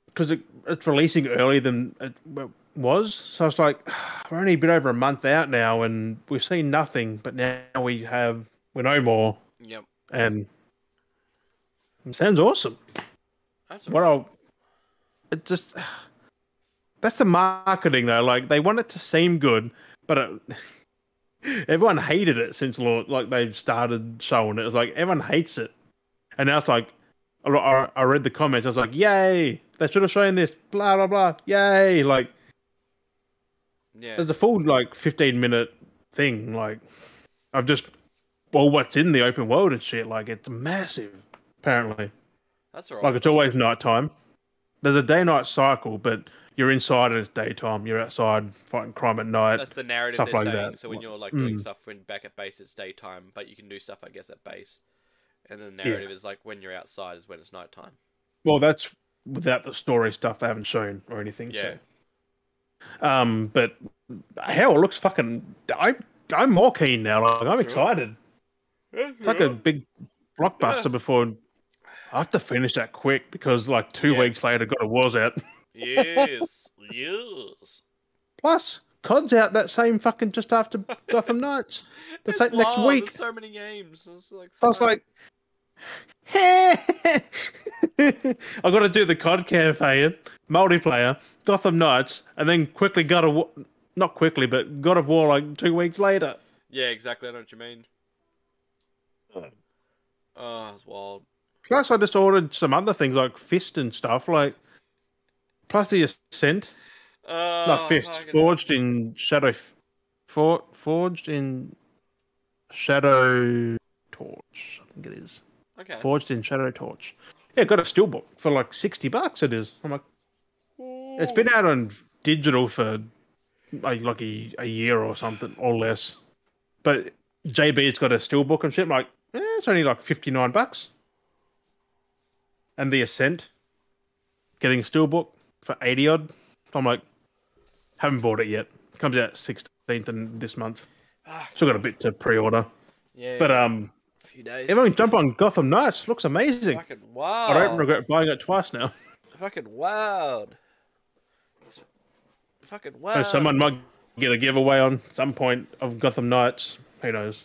[SPEAKER 1] because it, it's releasing earlier than it w- was. So it's like we're only a bit over a month out now, and we've seen nothing. But now we have we know more,
[SPEAKER 2] yep.
[SPEAKER 1] and it sounds awesome.
[SPEAKER 2] That's
[SPEAKER 1] What
[SPEAKER 2] alright.
[SPEAKER 1] I'll it just That's the marketing though. Like they want it to seem good, but it, everyone hated it since lau- like they started showing it. It's like everyone hates it, and now it's like I, I, I read the comments. I was like, yay! They should have shown this. Blah blah blah. Yay! Like
[SPEAKER 2] Yeah.
[SPEAKER 1] there's a full like 15 minute thing. Like I've just well, what's in the open world and shit. Like it's massive. Apparently,
[SPEAKER 2] That's alright.
[SPEAKER 1] like it's always nighttime. There's a day night cycle, but you're inside and it's daytime. You're outside fighting crime at night.
[SPEAKER 2] That's the narrative
[SPEAKER 1] stuff
[SPEAKER 2] they're
[SPEAKER 1] like
[SPEAKER 2] saying.
[SPEAKER 1] that.
[SPEAKER 2] So when
[SPEAKER 1] Like,
[SPEAKER 2] you're like doing
[SPEAKER 1] mm.
[SPEAKER 2] stuff when back at base, it's daytime, but you can do stuff, I guess, at base. And the narrative is like when you're outside is when it's nighttime.
[SPEAKER 1] Well, that's without the story stuff they haven't shown or anything.
[SPEAKER 2] Yeah.
[SPEAKER 1] So. Um, but hell, it looks fucking. I I'm more keen now. Like I'm excited. It's like a big blockbuster before. I have to finish that quick because like two
[SPEAKER 2] Yeah.
[SPEAKER 1] weeks later, God of War's out.
[SPEAKER 2] yes, yes.
[SPEAKER 1] Plus, COD's out that same fucking just after Gotham Knights. The
[SPEAKER 2] It's
[SPEAKER 1] same next
[SPEAKER 2] wild,
[SPEAKER 1] week.
[SPEAKER 2] There's so many games. It's like,
[SPEAKER 1] I was
[SPEAKER 2] fuck.
[SPEAKER 1] like, I got to do the COD campaign, multiplayer, Gotham Knights, and then quickly got a war. Not quickly, but God of War like two weeks later.
[SPEAKER 2] yeah, exactly. I know what you mean. Oh, it's wild.
[SPEAKER 1] Plus, I just ordered some other things like Fist and stuff. Like, plus the Ascent,
[SPEAKER 2] Oh,
[SPEAKER 1] not Fist,
[SPEAKER 2] fucking-
[SPEAKER 1] forged in Shadow, for, forged in Shadow Torch. I think it is.
[SPEAKER 2] Okay.
[SPEAKER 1] Forged in Shadow Torch. Yeah, got a steelbook for like sixty bucks. It is. I'm like, it's been out on digital for like like a, a year or something or less. But JB's got a steelbook and shit. I'm like, eh, it's only like fifty nine bucks. And the Ascent, getting a steelbook for eighty odd. I'm like, haven't bought it yet. Comes out sixteenth and this month.
[SPEAKER 2] Fuck.
[SPEAKER 1] Still got a bit to pre order.
[SPEAKER 2] yeah,
[SPEAKER 1] But um,
[SPEAKER 2] a few days.
[SPEAKER 1] everyone jump on Gotham Knights. Looks amazing.
[SPEAKER 2] Fucking wow.
[SPEAKER 1] I don't regret buying it twice now.
[SPEAKER 2] Fucking wild. It's fucking
[SPEAKER 1] So
[SPEAKER 2] wild.
[SPEAKER 1] someone might get a giveaway on some point of Gotham Knights. Who knows?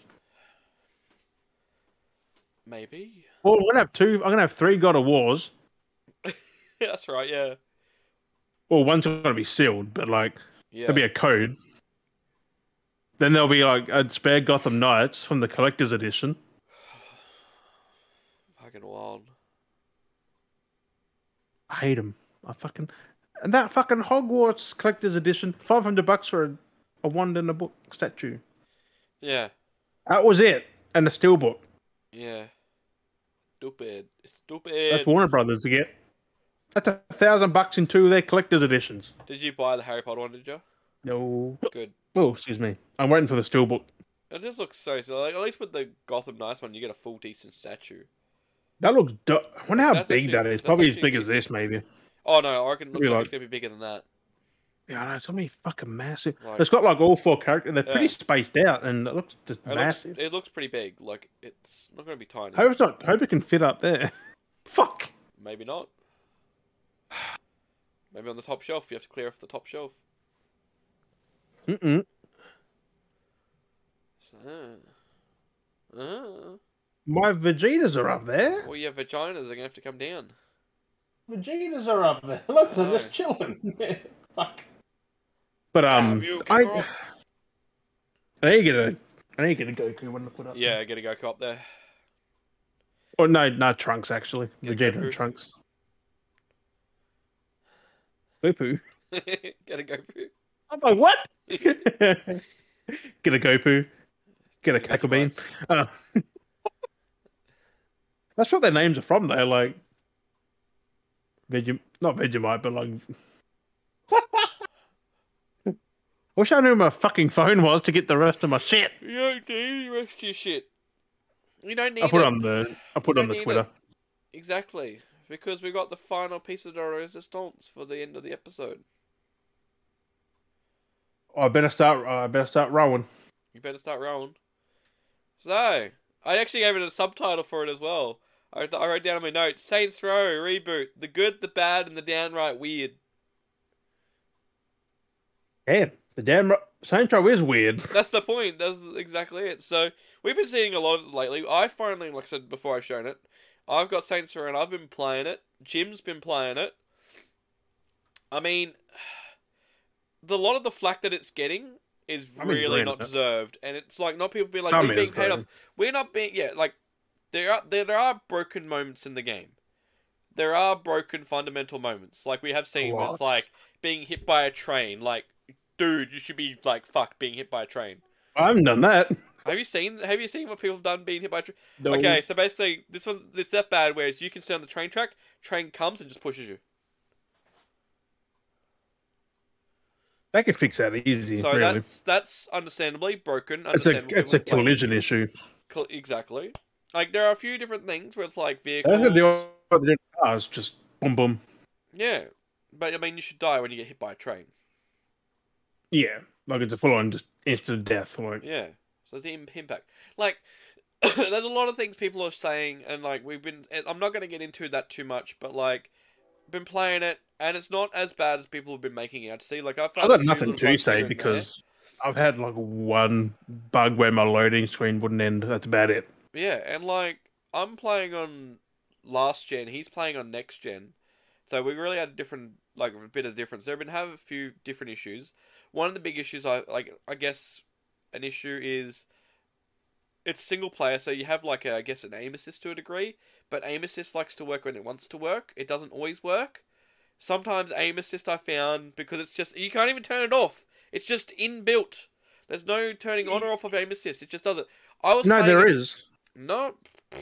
[SPEAKER 2] Maybe.
[SPEAKER 1] Well, I'm gonna have two. I'm gonna have three God of Wars.
[SPEAKER 2] Yeah, that's right. Yeah.
[SPEAKER 1] Well, one's gonna be sealed, but like
[SPEAKER 2] Yeah.
[SPEAKER 1] there'll be a code. Then there'll be like a spare Gotham Knights from the collector's edition.
[SPEAKER 2] Fucking wild.
[SPEAKER 1] I hate them. I fucking and that fucking Hogwarts collector's edition, five hundred bucks for a, a wand in a book statue.
[SPEAKER 2] Yeah.
[SPEAKER 1] That was it, and a steel book.
[SPEAKER 2] Yeah. Stupid. It's
[SPEAKER 1] That's
[SPEAKER 2] Stupid.
[SPEAKER 1] Warner Brothers to get. That's a thousand bucks in two of their collector's editions.
[SPEAKER 2] Did you buy the Harry Potter one? Did you?
[SPEAKER 1] No.
[SPEAKER 2] Good.
[SPEAKER 1] Oh, excuse me. I'm waiting for the steel book.
[SPEAKER 2] It just looks so silly. Like, at least with the Gotham Knights one, you get a full decent statue.
[SPEAKER 1] That looks. Du- I wonder how
[SPEAKER 2] That's
[SPEAKER 1] big
[SPEAKER 2] actually-
[SPEAKER 1] that is.
[SPEAKER 2] that's
[SPEAKER 1] Probably as
[SPEAKER 2] actually-
[SPEAKER 1] big as this, maybe.
[SPEAKER 2] Oh no, I reckon it looks
[SPEAKER 1] Maybe
[SPEAKER 2] like,
[SPEAKER 1] like-
[SPEAKER 2] it's gonna be bigger than that.
[SPEAKER 1] Yeah, I know, it's gonna be fucking massive.
[SPEAKER 2] Like-
[SPEAKER 1] it's got like all four characters. They're
[SPEAKER 2] Yeah.
[SPEAKER 1] pretty spaced out, and it looks just
[SPEAKER 2] It looks,
[SPEAKER 1] massive.
[SPEAKER 2] it looks pretty big. Like it's not gonna be tiny.
[SPEAKER 1] Hope it's not. Hope it can fit up there. Fuck.
[SPEAKER 2] Maybe not. Maybe on the top shelf. You have to clear off the top shelf.
[SPEAKER 1] Mm-mm.
[SPEAKER 2] So, uh,
[SPEAKER 1] My Vegetas are up there.
[SPEAKER 2] well, your vaginas are gonna have to come down.
[SPEAKER 1] Vegetas are up there. Look,
[SPEAKER 2] they're just
[SPEAKER 1] chilling. Fuck. But um,
[SPEAKER 2] Damn you,
[SPEAKER 1] I.
[SPEAKER 2] girl.
[SPEAKER 1] I need to get a. I need to get a Goku one to put up.
[SPEAKER 2] Yeah, get a Goku up there.
[SPEAKER 1] Or no, not Trunks actually.
[SPEAKER 2] Get
[SPEAKER 1] Vegeta
[SPEAKER 2] Goku.
[SPEAKER 1] and Trunks. Goku.
[SPEAKER 2] get a Goku.
[SPEAKER 1] I'm like, what? get a Gopu. Get a
[SPEAKER 2] Get a
[SPEAKER 1] Cackle Bean.
[SPEAKER 2] Goku
[SPEAKER 1] Uh, that's what their names are from, though. Like, Vegem, not Vegemite, but like. Wish I knew where my fucking phone was to get the rest of my shit.
[SPEAKER 2] You don't need the rest of your shit. You don't need
[SPEAKER 1] I put
[SPEAKER 2] it.
[SPEAKER 1] it on the I put it on
[SPEAKER 2] Don't
[SPEAKER 1] the
[SPEAKER 2] need
[SPEAKER 1] Twitter.
[SPEAKER 2] it. Exactly. Because we got the final piece of the resistance for the end of the episode.
[SPEAKER 1] I better start. I better start rolling.
[SPEAKER 2] You better start rolling. So, I actually gave it a subtitle for it as well. I, I wrote down in my notes Saints Row Reboot The Good, the Bad, and the Downright Weird.
[SPEAKER 1] Yeah, the damn ro- Saints Row is weird.
[SPEAKER 2] That's the point. That's exactly it. So, we've been seeing a lot of it lately. I finally, like I said before, I've shown it. I've got Saints Row and I've been playing it. Jim's been playing it. I mean, the lot of the flack that it's getting is
[SPEAKER 1] I mean,
[SPEAKER 2] really not
[SPEAKER 1] granted.
[SPEAKER 2] deserved, and it's like not people be like
[SPEAKER 1] Some
[SPEAKER 2] we're being
[SPEAKER 1] is,
[SPEAKER 2] paid
[SPEAKER 1] though.
[SPEAKER 2] off. We're not being yeah. Like there are there, there are broken moments in the game. There are broken fundamental moments. Like we have seen, where it's
[SPEAKER 1] lot.
[SPEAKER 2] like being hit by a train. Like, dude, you should be like fucked being hit by a train.
[SPEAKER 1] I haven't done that.
[SPEAKER 2] Have you seen? Have you seen what people have done being hit by a train?
[SPEAKER 1] No.
[SPEAKER 2] Okay, so basically, this one it's that bad. Whereas you can sit on the train track, train comes and just pushes you.
[SPEAKER 1] They could fix that easy,
[SPEAKER 2] So
[SPEAKER 1] really.
[SPEAKER 2] that's that's understandably broken.
[SPEAKER 1] It's a
[SPEAKER 2] Understandably
[SPEAKER 1] it's a
[SPEAKER 2] with the plane.
[SPEAKER 1] collision issue.
[SPEAKER 2] Cl- Exactly. Like there are a few different things where it's like
[SPEAKER 1] They could
[SPEAKER 2] vehicles.
[SPEAKER 1] do what they did with cars, just boom boom.
[SPEAKER 2] Yeah, but I mean, you should die when you get hit by a train.
[SPEAKER 1] Yeah. Like it's a full on just instant death. Like
[SPEAKER 2] Yeah. So it's the im- impact. Like, there's a lot of things people are saying, and like we've been. and I'm not going to get into that too much, but like, been playing it, and it's not as bad as people have been making it out to see. Like I've
[SPEAKER 1] I've
[SPEAKER 2] found a
[SPEAKER 1] got
[SPEAKER 2] few
[SPEAKER 1] nothing
[SPEAKER 2] little
[SPEAKER 1] to
[SPEAKER 2] bugs
[SPEAKER 1] say
[SPEAKER 2] here and there.
[SPEAKER 1] because I've had like one bug where my loading screen wouldn't end. That's about it.
[SPEAKER 2] Yeah, and like I'm playing on last gen, he's playing on next gen, so we really had a different like a bit of difference. There have been have a few different issues. One of the big issues I like I guess an issue is it's single player, so you have like a, I guess an aim assist to a degree, but aim assist likes to work when it wants to work. It doesn't always work. Sometimes aim assist I found because it's just you can't even turn it off. It's just inbuilt. There's no turning on or off of aim assist. It just does it. I
[SPEAKER 1] Mm.
[SPEAKER 2] was
[SPEAKER 1] No,
[SPEAKER 2] playing it-
[SPEAKER 1] there is.
[SPEAKER 2] no.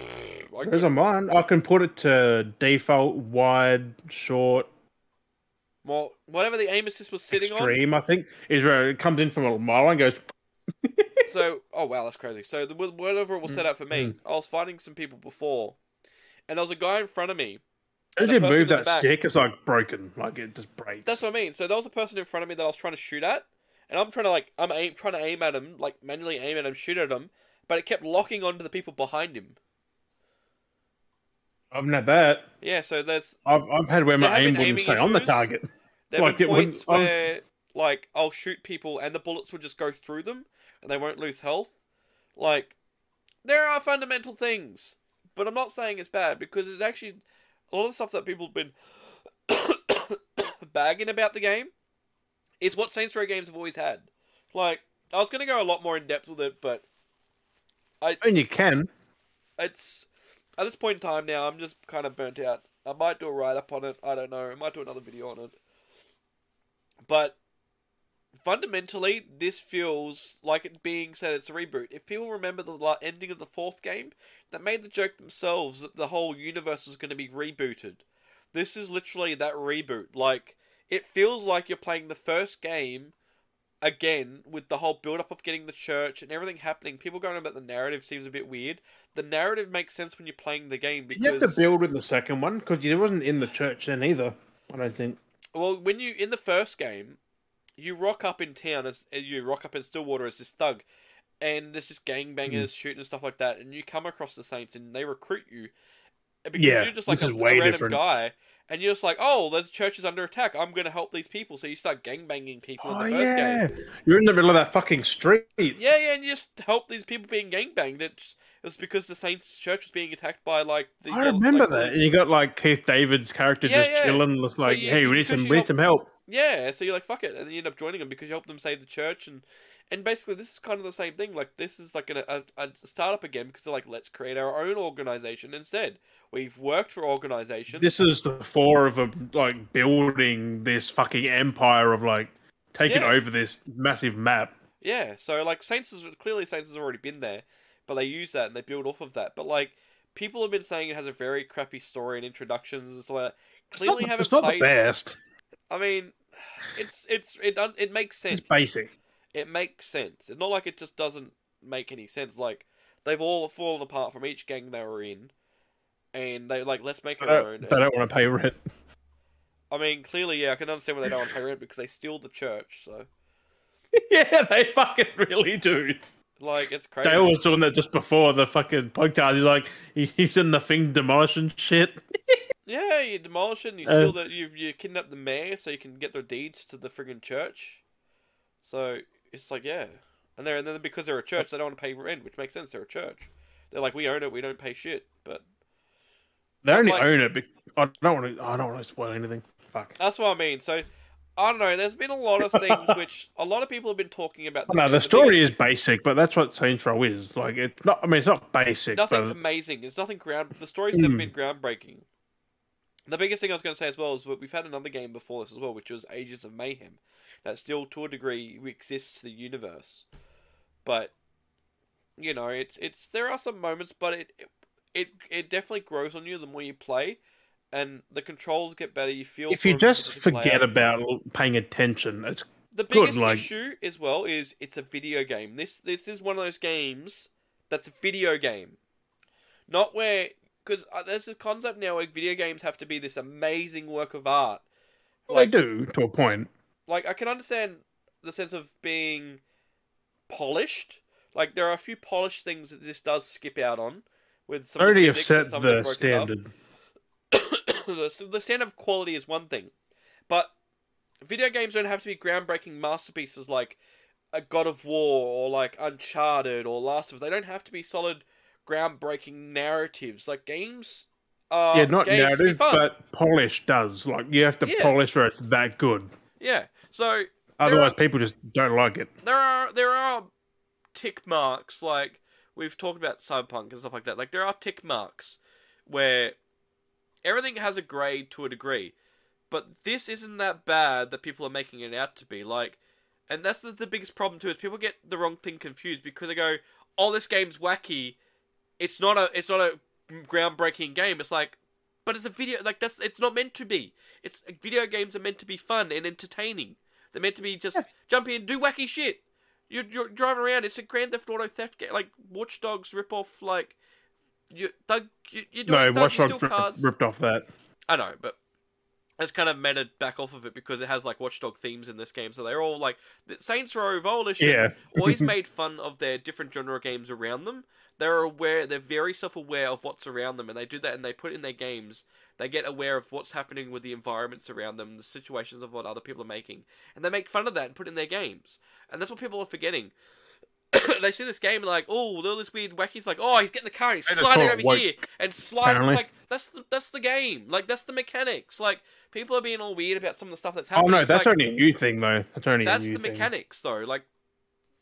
[SPEAKER 2] I
[SPEAKER 1] There's on mine. I can put it to default, wide, short,
[SPEAKER 2] well, whatever the aim assist was sitting
[SPEAKER 1] extreme, I think. Is where it comes in from a mile and goes
[SPEAKER 2] on. So, oh wow, that's crazy. So, the, whatever it was set up for me,
[SPEAKER 1] Mm-hmm.
[SPEAKER 2] I was fighting some people before, and there was a guy in front of me.
[SPEAKER 1] As
[SPEAKER 2] the
[SPEAKER 1] you
[SPEAKER 2] person in
[SPEAKER 1] move
[SPEAKER 2] the
[SPEAKER 1] that
[SPEAKER 2] back-
[SPEAKER 1] stick, it's like broken. Like it just breaks.
[SPEAKER 2] That's what I mean. So there was a person in front of me that I was trying to shoot at, and I'm trying to like I'm aim, trying to aim at him, like manually aim at him, shoot at him, but it kept locking onto the people behind him.
[SPEAKER 1] I've not that.
[SPEAKER 2] Yeah. So there's
[SPEAKER 1] I've I've had where
[SPEAKER 2] There
[SPEAKER 1] my
[SPEAKER 2] have
[SPEAKER 1] aim
[SPEAKER 2] been
[SPEAKER 1] wouldn't
[SPEAKER 2] aiming
[SPEAKER 1] stay on the
[SPEAKER 2] issues.
[SPEAKER 1] target.
[SPEAKER 2] there
[SPEAKER 1] Like,
[SPEAKER 2] were
[SPEAKER 1] it wouldn't- um,
[SPEAKER 2] points
[SPEAKER 1] I'm-
[SPEAKER 2] where like I'll shoot people and the bullets would just go through them and they won't lose health. Like there are fundamental things, but I'm not saying it's bad because it's actually a lot of the stuff that people have been bagging about the game is what Saints Row games have always had. Like I was gonna go a lot more in depth with it, but
[SPEAKER 1] And you can.
[SPEAKER 2] it's at this point in time now I'm just kind of burnt out. I might do a write up on it. I don't know. I might do another video on it. But fundamentally, this feels like it being said it's a reboot. If people remember the la- ending of the fourth game, that made the joke themselves that the whole universe was going to be rebooted. This is literally that reboot. Like it feels like you're playing the first game again with the whole build up of getting the church and everything happening. People going about the narrative seems a bit weird. The narrative makes sense when you're playing the game because
[SPEAKER 1] You have to build with the second one because you wasn't in the church then either. I don't think.
[SPEAKER 2] Well, when you in the first game, you rock up in town as you rock up in Stillwater as this thug, and there's just gangbangers
[SPEAKER 1] Hmm.
[SPEAKER 2] shooting and stuff like that, and you come across the Saints and they recruit you because
[SPEAKER 1] Yeah,
[SPEAKER 2] you're just like
[SPEAKER 1] this
[SPEAKER 2] a,
[SPEAKER 1] is
[SPEAKER 2] a
[SPEAKER 1] way
[SPEAKER 2] random
[SPEAKER 1] different.
[SPEAKER 2] guy, and you're just like, oh, there's church is under attack. I'm gonna help these people, so you start gangbanging people
[SPEAKER 1] Oh
[SPEAKER 2] in the first
[SPEAKER 1] yeah,
[SPEAKER 2] game.
[SPEAKER 1] you're in the middle of that fucking street.
[SPEAKER 2] Yeah, yeah, and you just help these people being gangbanged. It's it's because the Saints church was being attacked by like the.
[SPEAKER 1] I
[SPEAKER 2] yellow-
[SPEAKER 1] remember
[SPEAKER 2] like,
[SPEAKER 1] that.
[SPEAKER 2] these-
[SPEAKER 1] And you got like Keith David's character
[SPEAKER 2] Yeah,
[SPEAKER 1] just
[SPEAKER 2] yeah.
[SPEAKER 1] chilling, just
[SPEAKER 2] So
[SPEAKER 1] like,
[SPEAKER 2] you-
[SPEAKER 1] hey, we
[SPEAKER 2] you
[SPEAKER 1] need
[SPEAKER 2] push
[SPEAKER 1] some,
[SPEAKER 2] it
[SPEAKER 1] we
[SPEAKER 2] up-
[SPEAKER 1] need some help.
[SPEAKER 2] Yeah, so you're like, fuck it, and then you end up joining them because you help them save the church, and and basically this is kind of the same thing. Like this is like an, a, a startup again because they're like, let's create our own organization instead. We've worked for organizations.
[SPEAKER 1] This is the four of them, like building this fucking empire of like taking
[SPEAKER 2] Yeah.
[SPEAKER 1] over this massive map.
[SPEAKER 2] Yeah, so like Saints is clearly Saints has already been there, but they use that and they build off of that. But like people have been saying it has a very crappy story and introductions and stuff like that.
[SPEAKER 1] It's not,
[SPEAKER 2] Clearly
[SPEAKER 1] the,
[SPEAKER 2] haven't
[SPEAKER 1] it's not the
[SPEAKER 2] played.
[SPEAKER 1] best.
[SPEAKER 2] I mean, it's it's it un- it makes sense.
[SPEAKER 1] It's basic.
[SPEAKER 2] it makes sense. It's not like it just doesn't make any sense. Like they've all fallen apart from each gang they were in, and they like let's make
[SPEAKER 1] They
[SPEAKER 2] our own.
[SPEAKER 1] don't, they don't want to pay rent.
[SPEAKER 2] I mean, clearly, yeah, I can understand why they don't want to pay rent because they steal the church. So
[SPEAKER 1] yeah, they fucking really do.
[SPEAKER 2] like it's crazy.
[SPEAKER 1] Dale was doing that just before the fucking podcast. He's like, he- he's in the thing demolishing shit.
[SPEAKER 2] Yeah, you demolish it and you
[SPEAKER 1] Uh,
[SPEAKER 2] steal the you you kidnap the mayor so you can get their deeds to the friggin' church. So it's like yeah, and they and then because they're a church, they don't want to pay rent, which makes sense. They're a church. They're like we own it, we don't pay shit. But
[SPEAKER 1] They only
[SPEAKER 2] Like-
[SPEAKER 1] own it. Be- I don't want to. I don't want to spoil anything. Fuck.
[SPEAKER 2] That's what I mean. So I don't know. There's been a lot of things which a lot of people have been talking about.
[SPEAKER 1] No, the story is basic, but that's what Saints Row is. Like it's not. I mean, it's not basic,
[SPEAKER 2] nothing
[SPEAKER 1] but
[SPEAKER 2] amazing. It's nothing ground. The story's never
[SPEAKER 1] Mm.
[SPEAKER 2] been groundbreaking. The biggest thing I was going to say as well is we- we've had another game before this as well, which was Agents of Mayhem, that still to a degree exists to the universe, but you know it's it's there are some moments, but it it it definitely grows on you the more you play, and the controls get better. You feel
[SPEAKER 1] if you
[SPEAKER 2] for-
[SPEAKER 1] just
[SPEAKER 2] as a player.
[SPEAKER 1] forget about paying attention, it's
[SPEAKER 2] The
[SPEAKER 1] Good,
[SPEAKER 2] biggest
[SPEAKER 1] like-
[SPEAKER 2] issue as well is it's a video game. This this is one of those games that's a video game, not where because there's this concept now where video games have to be this amazing work of art.
[SPEAKER 1] like, they do to a point.
[SPEAKER 2] Like I can understand the sense of being polished. Like there are a few polished things that this does skip out on. With some of
[SPEAKER 1] Already
[SPEAKER 2] the
[SPEAKER 1] have
[SPEAKER 2] physics and
[SPEAKER 1] set
[SPEAKER 2] some of
[SPEAKER 1] the
[SPEAKER 2] broken stuff.
[SPEAKER 1] standard.
[SPEAKER 2] the, so the standard of quality is one thing, but video games don't have to be groundbreaking masterpieces like a God of War or like Uncharted or Last of Us. They don't have to be solid, groundbreaking narratives. Like games are
[SPEAKER 1] Um, yeah, not
[SPEAKER 2] games to be
[SPEAKER 1] narrative,
[SPEAKER 2] fun.
[SPEAKER 1] but polish does. Like you have to
[SPEAKER 2] Yeah.
[SPEAKER 1] polish where it's that good.
[SPEAKER 2] yeah. So
[SPEAKER 1] Otherwise, people just don't like it.
[SPEAKER 2] there are there are tick marks like we've talked about cyberpunk and stuff like that like there are tick marks where everything has a grade to a degree but this isn't that bad that people are making it out to be like and that's the, the biggest problem too is people get the wrong thing confused because they go oh this game's wacky it's not a it's not a groundbreaking game it's like but it's a video like that's it's not meant to be it's video games are meant to be fun and entertaining they're meant to be just jump in, do wacky shit. You're, you're driving around. It's a Grand Theft Auto theft game, like Watch Dogs rip off. Like you, thug, you, you're doing
[SPEAKER 1] No,
[SPEAKER 2] thug,
[SPEAKER 1] Watch
[SPEAKER 2] you
[SPEAKER 1] Dogs
[SPEAKER 2] steal cars.
[SPEAKER 1] ripped, ripped off that.
[SPEAKER 2] I know, but it's kind of meta back off of it because it has like Watchdog themes in this game, so they're all like the Saints Row Evolution
[SPEAKER 1] Yeah.
[SPEAKER 2] always made fun of their different genre games around them. They're aware, they're very self-aware of what's around them, and they do that and they put in their games. They get aware of what's happening with the environments around them, the situations of what other people are making, and they make fun of that and put it in their games. And that's what people are forgetting. they see this game like, oh, all this weird wacky. It's like, oh, he's getting the car and he's
[SPEAKER 1] And it's
[SPEAKER 2] sliding
[SPEAKER 1] all
[SPEAKER 2] over
[SPEAKER 1] woke,
[SPEAKER 2] here and sliding. It's
[SPEAKER 1] apparently.
[SPEAKER 2] like that's the, that's the game. Like that's the mechanics. Like people are being all weird about some of the stuff that's
[SPEAKER 1] Oh
[SPEAKER 2] happening.
[SPEAKER 1] no,
[SPEAKER 2] It's
[SPEAKER 1] that's
[SPEAKER 2] like,
[SPEAKER 1] only a new thing though. That's only
[SPEAKER 2] that's
[SPEAKER 1] a
[SPEAKER 2] the
[SPEAKER 1] new thing.
[SPEAKER 2] mechanics though. Like,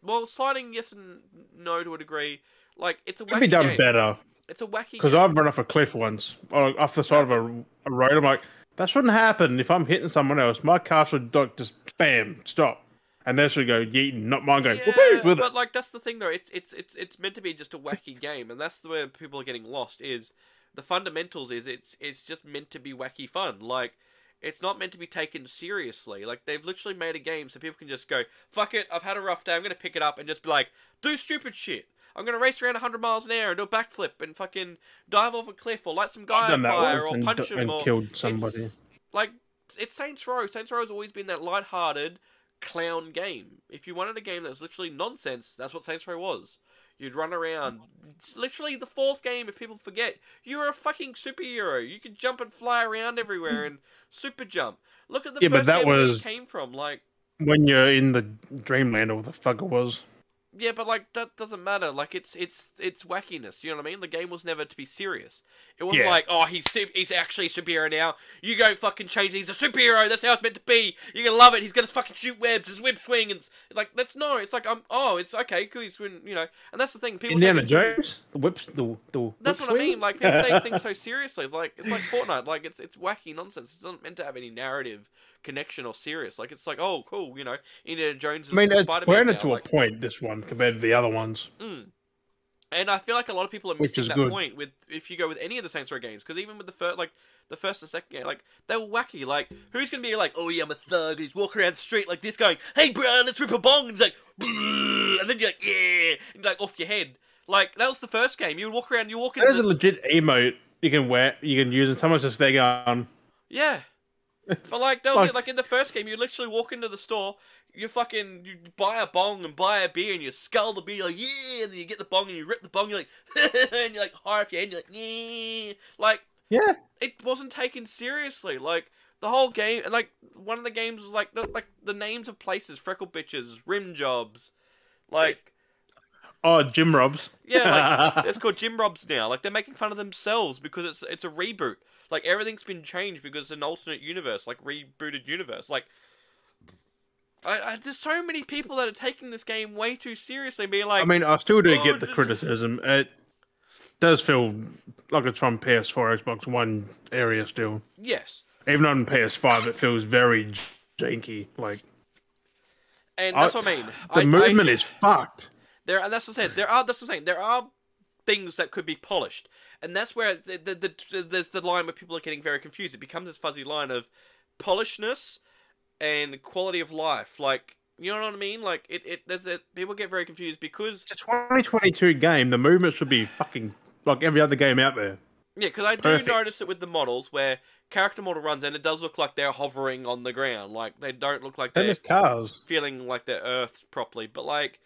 [SPEAKER 2] well, sliding yes and no to a degree. Like it's a
[SPEAKER 1] It could
[SPEAKER 2] wacky
[SPEAKER 1] be done
[SPEAKER 2] game.
[SPEAKER 1] better
[SPEAKER 2] It's a wacky.
[SPEAKER 1] because
[SPEAKER 2] game.
[SPEAKER 1] I've run off a cliff once, or off the side of a, a road. I'm like, that shouldn't happen. If I'm hitting someone else, my car should like, just bam stop, and they should go yeeting, not mine going.
[SPEAKER 2] Yeah,
[SPEAKER 1] "Whoopee," with it.
[SPEAKER 2] but like that's the thing though. It's it's it's it's meant to be just a wacky game, and that's the way people are getting lost. Is the fundamentals is it's it's just meant to be wacky fun. Like it's not meant to be taken seriously. Like they've literally made a game so people can just go fuck it. I've had a rough day. I'm gonna pick it up and just be like do stupid shit. I'm gonna race around 100 miles an hour and do a backflip and fucking dive off a cliff or light some guy
[SPEAKER 1] I've
[SPEAKER 2] on
[SPEAKER 1] done that
[SPEAKER 2] fire
[SPEAKER 1] once
[SPEAKER 2] or
[SPEAKER 1] and,
[SPEAKER 2] punch
[SPEAKER 1] d-
[SPEAKER 2] him
[SPEAKER 1] and
[SPEAKER 2] or
[SPEAKER 1] killed somebody.
[SPEAKER 2] it's, like it's Saints Row. Saints Row's always been that light-hearted clown game. If you wanted a game that was literally nonsense, that's what Saints Row was. You'd run around. It's literally the fourth game. If people forget, you're a fucking superhero. You could jump and fly around everywhere and super jump. Look at the
[SPEAKER 1] Yeah, but
[SPEAKER 2] first
[SPEAKER 1] that
[SPEAKER 2] game where you
[SPEAKER 1] was-
[SPEAKER 2] came from. Like,
[SPEAKER 1] When you're in the dreamland or what the fuck it was.
[SPEAKER 2] yeah, but like that doesn't matter. Like it's it's it's wackiness. You know what I mean? The game was never to be serious. It wasn't
[SPEAKER 1] Yeah.
[SPEAKER 2] like, oh, he's su- he's actually a superhero now. You go fucking change. it. He's a superhero. That's how it's meant to be. You're gonna love it. He's gonna fucking shoot webs. His web swing and s- like that's no. It's like I'm. Oh, it's okay. Cool. He's win- you know. And that's the thing. People
[SPEAKER 1] Indiana
[SPEAKER 2] take it too-
[SPEAKER 1] Jones, the whips, the the.
[SPEAKER 2] That's
[SPEAKER 1] whip
[SPEAKER 2] what I mean.
[SPEAKER 1] swing?
[SPEAKER 2] Like people take things so seriously. It's Like it's like Fortnite. Like it's it's wacky nonsense. It's not meant to have any narrative connection or serious. Like it's like oh cool. You know, Indiana Jones. Is
[SPEAKER 1] I mean, it's
[SPEAKER 2] Spider-Man
[SPEAKER 1] grounded
[SPEAKER 2] now,
[SPEAKER 1] to
[SPEAKER 2] like-
[SPEAKER 1] a point. This one compared to the other ones.
[SPEAKER 2] Mm. And I feel like a lot of people are
[SPEAKER 1] Which
[SPEAKER 2] missing
[SPEAKER 1] is
[SPEAKER 2] that
[SPEAKER 1] good.
[SPEAKER 2] point with if you go with any of the Saints Row games because even with the first, like the first and second game, like they were wacky. Like who's gonna be like, oh yeah, I'm a thug who's walking around the street like this, going, hey bro, let's rip a bong, and he's like, "Brrr," and then you're like, yeah, and you're like off your head. Like that was the first game. You would walk around, you walk in,
[SPEAKER 1] There's a
[SPEAKER 2] the...
[SPEAKER 1] legit emote you can wear, you can use, and someone's just there going,
[SPEAKER 2] yeah. But like that was
[SPEAKER 1] Like-
[SPEAKER 2] it. Like in the first game, you literally walk into the store, you fucking you buy a bong and buy a beer and you scull the beer like yeah, and then you get the bong and you rip the bong, you're like and you're like high off your head, you're like yeah, like
[SPEAKER 1] "Yeah,
[SPEAKER 2] it wasn't taken seriously. Like the whole game, and like one of the games was like the, like the names of places, freckle bitches, rim jobs, like
[SPEAKER 1] oh, Jim Robs."
[SPEAKER 2] yeah, like it's called Jim Robs now. Like they're making fun of themselves because it's it's a reboot. Like everything's been changed because it's an alternate universe, like rebooted universe. Like I, I, there's so many people that are taking this game way too seriously and being like,
[SPEAKER 1] I mean, I still do
[SPEAKER 2] Oh,
[SPEAKER 1] get the
[SPEAKER 2] this is-
[SPEAKER 1] criticism. It does feel like it's from PS4, Xbox One area still.
[SPEAKER 2] yes.
[SPEAKER 1] Even on PS5, it feels very janky. Like
[SPEAKER 2] And
[SPEAKER 1] I-
[SPEAKER 2] that's what I mean.
[SPEAKER 1] the
[SPEAKER 2] I,
[SPEAKER 1] movement
[SPEAKER 2] I,
[SPEAKER 1] is fucked.
[SPEAKER 2] there. And uh, that's what I'm saying. There are. That's what I'm saying. There are things that could be polished, and that's where the, the, the, there's the line where people are getting very confused. It becomes this fuzzy line of polishedness and quality of life. Like you know what I mean? Like it. it there's a, people get very confused because
[SPEAKER 1] It's a 2022 game. The movement should be fucking like every other game out there.
[SPEAKER 2] Yeah, because I do
[SPEAKER 1] Perfect.
[SPEAKER 2] notice it with the models where character model runs and it does look like they're hovering on the ground. Like they don't look like
[SPEAKER 1] And
[SPEAKER 2] they're
[SPEAKER 1] there's cars.
[SPEAKER 2] feeling like they're earthed properly, but like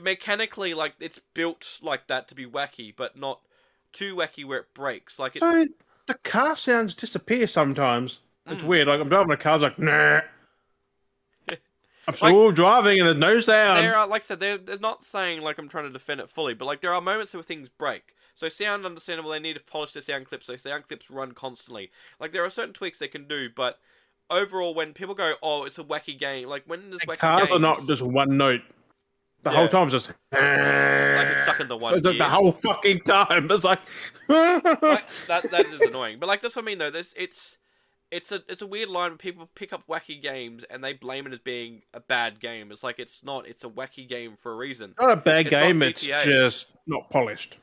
[SPEAKER 2] mechanically, like it's built like that to be wacky, but not too wacky where it breaks. Like it's
[SPEAKER 1] So the car sounds disappear sometimes. It's
[SPEAKER 2] Mm.
[SPEAKER 1] weird. Like I'm driving a car, it's like nah. I'm still driving and there's no sound.
[SPEAKER 2] there are like I said, they're, they're not saying like I'm trying to defend it fully, but like there are moments where things break. So sound understandable, they need to polish their sound clips so sound clips run constantly. Like there are certain tweaks they can do, but overall when people go, Oh, it's a wacky game like when there's
[SPEAKER 1] And
[SPEAKER 2] wacky
[SPEAKER 1] cars are not
[SPEAKER 2] games-
[SPEAKER 1] just one note. The
[SPEAKER 2] Yeah.
[SPEAKER 1] whole time's just
[SPEAKER 2] like it's stuck in the one
[SPEAKER 1] It's like the
[SPEAKER 2] ear.
[SPEAKER 1] whole fucking time. It's like
[SPEAKER 2] Like, that that is annoying. But like that's what I mean though. This it's it's a it's a weird line when people pick up wacky games and they blame it as being a bad game. It's like it's not. It's a wacky game for a reason.
[SPEAKER 1] not a bad
[SPEAKER 2] It's not
[SPEAKER 1] game. It's
[SPEAKER 2] GTA.
[SPEAKER 1] just not polished.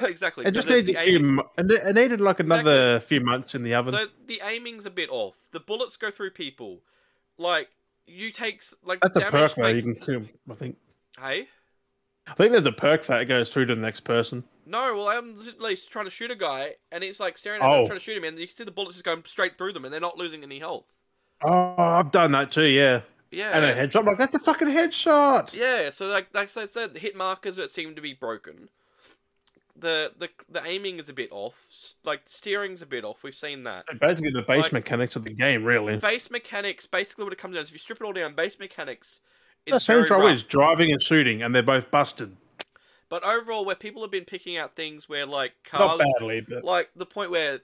[SPEAKER 2] exactly.
[SPEAKER 1] It just
[SPEAKER 2] 'cause it's
[SPEAKER 1] needs a
[SPEAKER 2] the
[SPEAKER 1] few.
[SPEAKER 2] aiming-
[SPEAKER 1] mo- and It it needed like another few months in the oven.
[SPEAKER 2] So the aiming's a bit off. The bullets go through people. Like you takes like
[SPEAKER 1] That's
[SPEAKER 2] the
[SPEAKER 1] a
[SPEAKER 2] damage
[SPEAKER 1] perk though. You
[SPEAKER 2] takes-
[SPEAKER 1] can see 'em, I think.
[SPEAKER 2] Hey.
[SPEAKER 1] I think there's a perk that goes through to the next person.
[SPEAKER 2] No, well, I'm at least trying to shoot a guy, and it's like staring at him,
[SPEAKER 1] Oh.
[SPEAKER 2] trying to shoot him, and you can see the bullets just going straight through them, and they're not losing any health.
[SPEAKER 1] Oh, I've done that too. Yeah,
[SPEAKER 2] Yeah,
[SPEAKER 1] and a headshot. I'm like that's a fucking headshot.
[SPEAKER 2] Yeah, so like like I said, the hit markers that seem to be broken. The the the aiming is a bit off. s- Like steering's a bit off. We've seen that.
[SPEAKER 1] Basically, the base
[SPEAKER 2] Like-
[SPEAKER 1] mechanics of the game really.
[SPEAKER 2] Base mechanics, basically what it comes down to, if you strip it all down, base mechanics
[SPEAKER 1] The
[SPEAKER 2] is very
[SPEAKER 1] Saints Row
[SPEAKER 2] rough.
[SPEAKER 1] is driving and shooting, and they're both busted.
[SPEAKER 2] But overall, where people have been picking out things where like
[SPEAKER 1] Not
[SPEAKER 2] cars,
[SPEAKER 1] badly, but
[SPEAKER 2] like the point where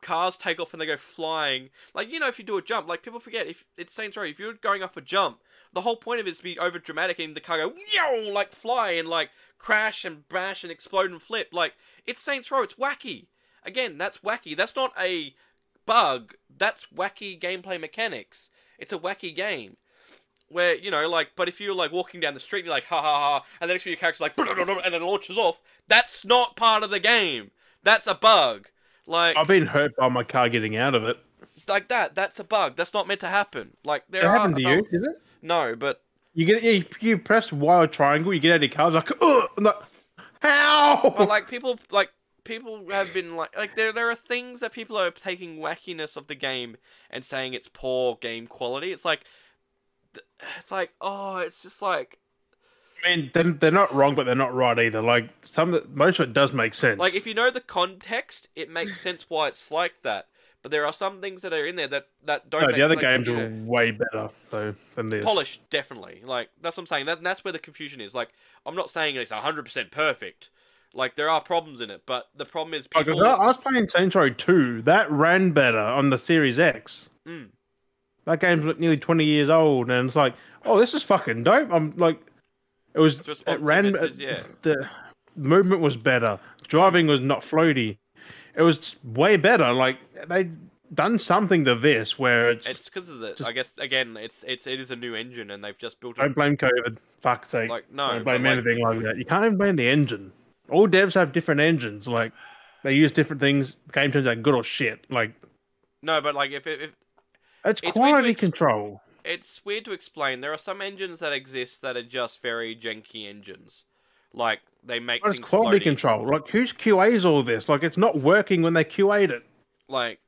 [SPEAKER 2] cars take off and they go flying. Like you know, if you do a jump, like people forget if it's Saints Row. If you're going off a jump, the whole point of it is to be over dramatic and the car go yo like fly and like crash and bash and explode and flip. Like it's Saints Row. It's wacky. Again, that's wacky. That's not a bug. That's wacky gameplay mechanics. It's a wacky game. Where, you know, like, but if you're like walking down the street and you're like, ha ha ha, and the next thing your character's like, and then launches off, that's not part of the game. That's a bug. Like,
[SPEAKER 1] I've been hurt by my car getting out of it.
[SPEAKER 2] like that. That's a bug. That's not meant to happen. Like, there
[SPEAKER 1] It
[SPEAKER 2] are
[SPEAKER 1] happened to you,
[SPEAKER 2] adults-
[SPEAKER 1] did it?
[SPEAKER 2] No, but
[SPEAKER 1] You get you, you press Y or triangle, you get out of your car. It's like, ugh, I'm like, how?
[SPEAKER 2] but like people like people have been like like there there are things that people are taking wackiness of the game and saying it's poor game quality. It's like th- it's like oh, it's just like
[SPEAKER 1] I mean, they're, they're not wrong, but they're not right either. Like some, of the- most of it does make sense.
[SPEAKER 2] like if you know the context, it makes sense why it's like that. But there are some things that are in there that that don't.
[SPEAKER 1] no,
[SPEAKER 2] make,
[SPEAKER 1] the other
[SPEAKER 2] like,
[SPEAKER 1] games
[SPEAKER 2] yeah.
[SPEAKER 1] are way better though than this.
[SPEAKER 2] polished definitely like that's what i'm saying that, that's where the confusion is like i'm not saying it's 100% perfect like there are problems in it but the problem is
[SPEAKER 1] Like, Oh, I
[SPEAKER 2] people
[SPEAKER 1] was playing Saints Row Two, that ran better on the Series X.
[SPEAKER 2] Mm.
[SPEAKER 1] That game's like nearly twenty years old, and it's like, oh, this is fucking dope. I'm like, it was
[SPEAKER 2] It's
[SPEAKER 1] it
[SPEAKER 2] responsive,
[SPEAKER 1] ran.
[SPEAKER 2] it is, yeah.
[SPEAKER 1] The movement was better. Driving was not floaty. It was way better. Like they done something to this where it's,
[SPEAKER 2] it's because of the
[SPEAKER 1] just-
[SPEAKER 2] i guess again it's it's it is a new engine and they've just built
[SPEAKER 1] don't
[SPEAKER 2] it
[SPEAKER 1] blame COVID. Fuck's sake.
[SPEAKER 2] like no
[SPEAKER 1] don't
[SPEAKER 2] but,
[SPEAKER 1] blame
[SPEAKER 2] like,
[SPEAKER 1] anything like that. You can't even blame the engine. All devs have different engines. Like they use different things. Game turns out good or shit. Like
[SPEAKER 2] no but like if, if if
[SPEAKER 1] it's,
[SPEAKER 2] It's weird to
[SPEAKER 1] quality
[SPEAKER 2] ex-
[SPEAKER 1] control.
[SPEAKER 2] it's weird to explain there are some engines that exist that are just very janky engines like they make
[SPEAKER 1] But it's
[SPEAKER 2] things
[SPEAKER 1] quality
[SPEAKER 2] floaty.
[SPEAKER 1] control. Like who's QA's all this? Like it's not working when they QA'd it.
[SPEAKER 2] like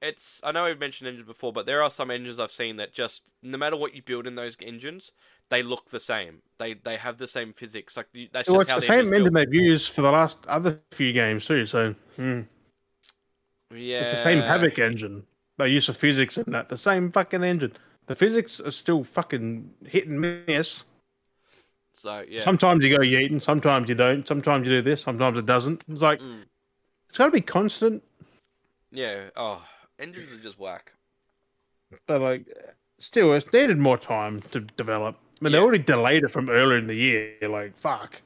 [SPEAKER 2] it's I know I've mentioned engines before, but there are some engines I've seen that just no matter what you build in those engines, they look the same. They they have the same physics. Like you- that's
[SPEAKER 1] well,
[SPEAKER 2] just
[SPEAKER 1] it's
[SPEAKER 2] how
[SPEAKER 1] the
[SPEAKER 2] the
[SPEAKER 1] same
[SPEAKER 2] engines
[SPEAKER 1] engine they've used for the last other few games too. So hmm.
[SPEAKER 2] Yeah,
[SPEAKER 1] it's the same Havoc engine. They use the physics in that. The same fucking engine. The physics are still fucking hit and miss.
[SPEAKER 2] So yeah,
[SPEAKER 1] Sometimes you go yeeting, sometimes you don't. Sometimes you do this, sometimes it doesn't. It's like
[SPEAKER 2] Mm.
[SPEAKER 1] it's got to be constant.
[SPEAKER 2] yeah. Oh, engines are just whack.
[SPEAKER 1] but like, still, it's needed more time to develop. I mean,
[SPEAKER 2] Yeah.
[SPEAKER 1] they already delayed it from earlier in the year. Like, fuck.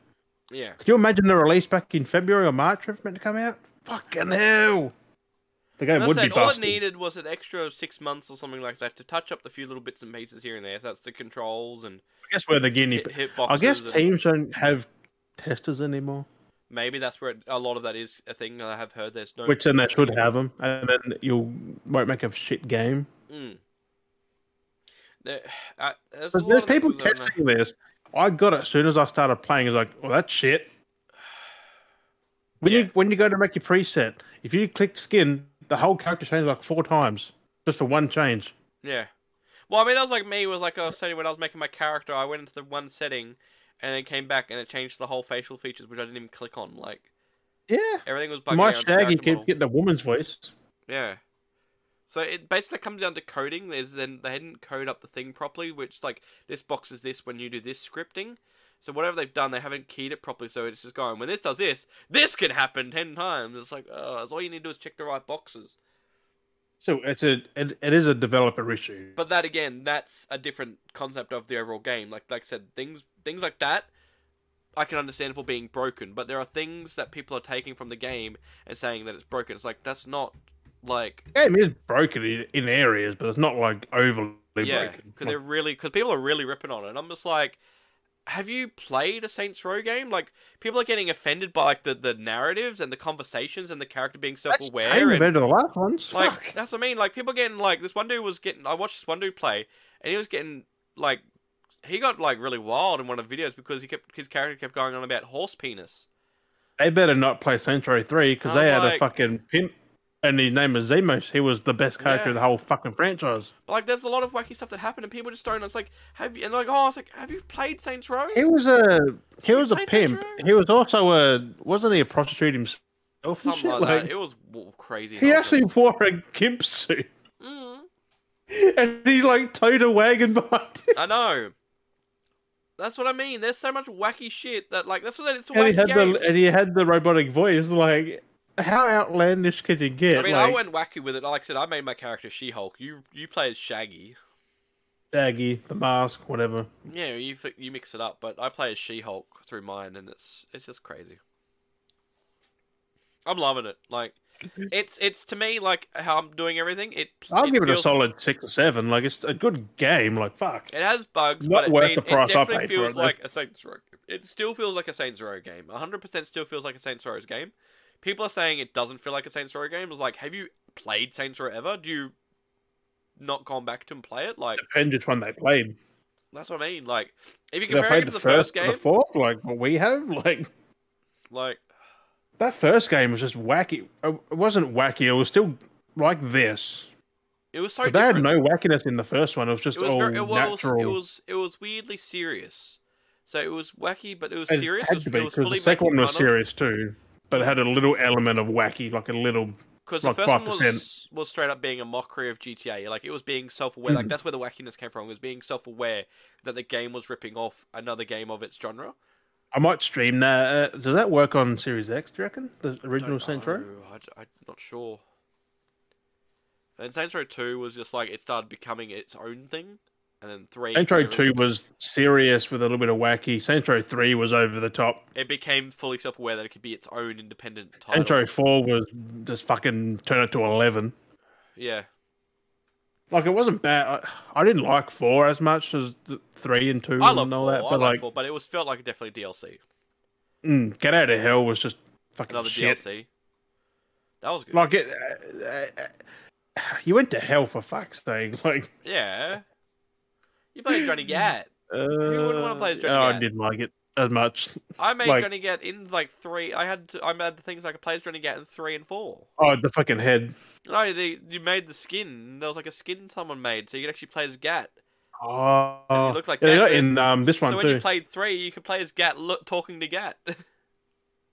[SPEAKER 2] Yeah.
[SPEAKER 1] Could you imagine the release back in February or March if it meant to come out? Fucking hell! The game
[SPEAKER 2] And I
[SPEAKER 1] would
[SPEAKER 2] said,
[SPEAKER 1] be
[SPEAKER 2] all
[SPEAKER 1] busted.
[SPEAKER 2] it needed was an extra six months or something like that to touch up the few little bits and pieces here and there. So that's the controls and
[SPEAKER 1] I guess we're the guinea.
[SPEAKER 2] hit,
[SPEAKER 1] pig.
[SPEAKER 2] hitboxes.
[SPEAKER 1] I guess
[SPEAKER 2] and-
[SPEAKER 1] teams don't have testers anymore,
[SPEAKER 2] Maybe that's where it, a lot of that is a thing. I have heard there's no.
[SPEAKER 1] which uh, then they should have them, and then you won't make a shit game.
[SPEAKER 2] Mm. There, uh, there's a
[SPEAKER 1] But
[SPEAKER 2] lot
[SPEAKER 1] there's
[SPEAKER 2] of that
[SPEAKER 1] people
[SPEAKER 2] goes on there.
[SPEAKER 1] testing this. I got it as soon as I started playing. It's like, well, that's shit. When
[SPEAKER 2] Yeah.
[SPEAKER 1] you when you go to make your preset, if you click skin, the whole character changes like four times just for one change.
[SPEAKER 2] Yeah. Well, I mean, that was like me with like I was saying when I was making my character, I went into the one setting, and then came back and it changed the whole facial features, which I didn't even click on. Like
[SPEAKER 1] Yeah,
[SPEAKER 2] everything was bugged
[SPEAKER 1] my
[SPEAKER 2] out. the
[SPEAKER 1] Shaggy
[SPEAKER 2] character
[SPEAKER 1] keeps
[SPEAKER 2] model.
[SPEAKER 1] getting a woman's voice.
[SPEAKER 2] Yeah. So it basically comes down to coding. There's then they didn't code up the thing properly, which like this box is this when you do this scripting. So whatever they've done, they haven't keyed it properly. So it's just going when this does this, this can happen ten times. It's like oh, that's all you need to do is check the right boxes.
[SPEAKER 1] So it's a it, it is a developer issue.
[SPEAKER 2] But that again, that's a different concept of the overall game. Like like I said, things things like that I can understand for being broken, but there are things that people are taking from the game and saying that it's broken. It's like that's not like
[SPEAKER 1] The game is broken in, in areas, but it's not like overly
[SPEAKER 2] yeah,
[SPEAKER 1] broken.
[SPEAKER 2] because they're really because people are really ripping on it. And I'm just like, have you played a Saints Row game? Like people are getting offended by like the, the narratives and the conversations and the character being
[SPEAKER 1] that's
[SPEAKER 2] self-aware and
[SPEAKER 1] better than the last ones.
[SPEAKER 2] like
[SPEAKER 1] Fuck.
[SPEAKER 2] that's what I mean. Like people getting like this one dude was getting. I watched this one dude play, and he was getting like he got like really wild in one of the videos because he kept his character kept going on about horse penis.
[SPEAKER 1] They better not play Century 3 because
[SPEAKER 2] I
[SPEAKER 1] they
[SPEAKER 2] was
[SPEAKER 1] had
[SPEAKER 2] like-
[SPEAKER 1] a fucking pimp and his name was Zemos. He was the best character
[SPEAKER 2] Yeah.
[SPEAKER 1] in the whole fucking franchise.
[SPEAKER 2] But like there's a lot of wacky stuff that happened, and people just don't. It's like have you and like oh, it's like have you played Saints Row?
[SPEAKER 1] He was a he
[SPEAKER 2] You
[SPEAKER 1] was a
[SPEAKER 2] played
[SPEAKER 1] pimp.
[SPEAKER 2] Saints
[SPEAKER 1] He was also a wasn't he a prostitute himself? and
[SPEAKER 2] Something
[SPEAKER 1] shit?
[SPEAKER 2] like,
[SPEAKER 1] Like,
[SPEAKER 2] that. It was w- crazy.
[SPEAKER 1] he
[SPEAKER 2] nonsense.
[SPEAKER 1] actually wore a gimp suit
[SPEAKER 2] Mm.
[SPEAKER 1] and he like towed a wagon behind him.
[SPEAKER 2] I know. That's what I mean. There's so much wacky shit that like that's what it's a
[SPEAKER 1] And he
[SPEAKER 2] wacky
[SPEAKER 1] had
[SPEAKER 2] game.
[SPEAKER 1] the and he had the robotic voice. Like how outlandish could you get?
[SPEAKER 2] I mean, I
[SPEAKER 1] like,
[SPEAKER 2] went wacky with it. Like I said, I made my character She-Hulk. You you play as Shaggy.
[SPEAKER 1] Shaggy, the mask, whatever.
[SPEAKER 2] Yeah, you fi- you mix it up, but I play as She-Hulk through mine, and it's it's just crazy. I'm loving it. Like it's it's to me like how I'm doing everything. It
[SPEAKER 1] I'll give it a
[SPEAKER 2] feels-
[SPEAKER 1] solid six or seven. Like it's a good game. Like fuck.
[SPEAKER 2] It has bugs,
[SPEAKER 1] Not
[SPEAKER 2] but it,
[SPEAKER 1] worth
[SPEAKER 2] mean,
[SPEAKER 1] the price
[SPEAKER 2] it
[SPEAKER 1] I
[SPEAKER 2] definitely
[SPEAKER 1] paid for
[SPEAKER 2] feels
[SPEAKER 1] it, though.
[SPEAKER 2] like a Saints Row. It still feels like a Saints Row game. 100% still feels like a Saints Row's game. People are saying it doesn't feel like a Saints Row game. It's like, have you played Saints Row ever? Do you not gone back to and play it? Like,
[SPEAKER 1] Depends which one they played.
[SPEAKER 2] that's what I mean. Like, if you
[SPEAKER 1] They
[SPEAKER 2] compare it
[SPEAKER 1] played
[SPEAKER 2] to
[SPEAKER 1] the,
[SPEAKER 2] the
[SPEAKER 1] first,
[SPEAKER 2] first,
[SPEAKER 1] or
[SPEAKER 2] game,
[SPEAKER 1] the fourth, like what we have. Like
[SPEAKER 2] like,
[SPEAKER 1] that first game was just wacky. It it wasn't wacky. It was still like this.
[SPEAKER 2] it was so
[SPEAKER 1] But they had
[SPEAKER 2] different.
[SPEAKER 1] no wackiness in the first one. It was just
[SPEAKER 2] it was
[SPEAKER 1] all
[SPEAKER 2] very, it was,
[SPEAKER 1] natural.
[SPEAKER 2] it was it was weirdly serious. So it was wacky, but it was
[SPEAKER 1] It
[SPEAKER 2] serious.
[SPEAKER 1] had
[SPEAKER 2] was,
[SPEAKER 1] to be
[SPEAKER 2] it was
[SPEAKER 1] because
[SPEAKER 2] fully
[SPEAKER 1] the second
[SPEAKER 2] making
[SPEAKER 1] one was
[SPEAKER 2] fun of-
[SPEAKER 1] serious too, but it had a little element of wacky, like a little.
[SPEAKER 2] Because
[SPEAKER 1] Like
[SPEAKER 2] the first one
[SPEAKER 1] 5%.
[SPEAKER 2] was, was straight up being a mockery of GTA. Like it was being self aware. Like
[SPEAKER 1] Mm.
[SPEAKER 2] that's where the wackiness came from. Was being self aware that the game was ripping off another game of its genre.
[SPEAKER 1] I might stream that. Uh, does that work on Series X? Do you reckon the original
[SPEAKER 2] Don't
[SPEAKER 1] Saints Row?
[SPEAKER 2] know. I, am not sure. And Saints Row Two was just like it started becoming its own thing, and then three.
[SPEAKER 1] Saints Row
[SPEAKER 2] became
[SPEAKER 1] Two
[SPEAKER 2] everything.
[SPEAKER 1] was serious with a little bit of wacky. Saints Row Three was over the top.
[SPEAKER 2] It became fully self aware that it could be its own independent title.
[SPEAKER 1] Saints Row Four was just fucking turn it to eleven.
[SPEAKER 2] Yeah.
[SPEAKER 1] Like it wasn't bad. I, I didn't like four as much as th- three and two
[SPEAKER 2] I love
[SPEAKER 1] and all
[SPEAKER 2] four.
[SPEAKER 1] that.
[SPEAKER 2] I
[SPEAKER 1] But
[SPEAKER 2] love
[SPEAKER 1] like,
[SPEAKER 2] four, but it was felt like definitely DLC.
[SPEAKER 1] mm, Get Out of Hell was just fucking
[SPEAKER 2] Another
[SPEAKER 1] shit.
[SPEAKER 2] DLC. That was good.
[SPEAKER 1] Like it, uh, uh, you went to hell for fuck's sake. Like,
[SPEAKER 2] Yeah. You played Johnny Gat.
[SPEAKER 1] uh,
[SPEAKER 2] wouldn't wanna play as Johnny
[SPEAKER 1] oh, I
[SPEAKER 2] Gat?
[SPEAKER 1] didn't like it as much.
[SPEAKER 2] I made
[SPEAKER 1] Like-
[SPEAKER 2] Johnny Gat in like three. I had to, I made the things I could play as Johnny Gat in three and four.
[SPEAKER 1] Oh, the fucking head.
[SPEAKER 2] No, they, you made the skin. There was like a skin someone made, so you could actually play as Gat.
[SPEAKER 1] Oh,
[SPEAKER 2] it looks like
[SPEAKER 1] yeah, they
[SPEAKER 2] that's
[SPEAKER 1] got
[SPEAKER 2] it.
[SPEAKER 1] in um this one
[SPEAKER 2] so when
[SPEAKER 1] too.
[SPEAKER 2] you played three, you could play as Gat look, talking to Gat.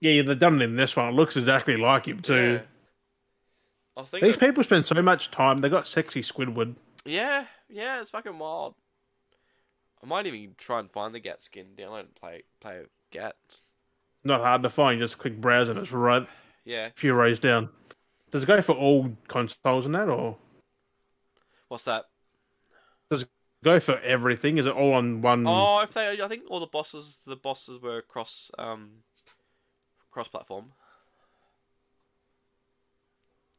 [SPEAKER 1] Yeah, yeah, they've done it in this one. It looks exactly like him too.
[SPEAKER 2] Yeah. I was
[SPEAKER 1] These
[SPEAKER 2] thinking.
[SPEAKER 1] people spend so much time. They got sexy Squidward.
[SPEAKER 2] Yeah, yeah, it's fucking wild. I might even try and find the Gat skin, download and play play Gat.
[SPEAKER 1] Not hard to find. Just click browse and it's right
[SPEAKER 2] Yeah,
[SPEAKER 1] few rows down. Does it go for all consoles and that, or
[SPEAKER 2] what's that?
[SPEAKER 1] Does it go for everything? Is it all on one?
[SPEAKER 2] Oh, if they, I think all the bosses, the bosses were cross, um, cross-platform.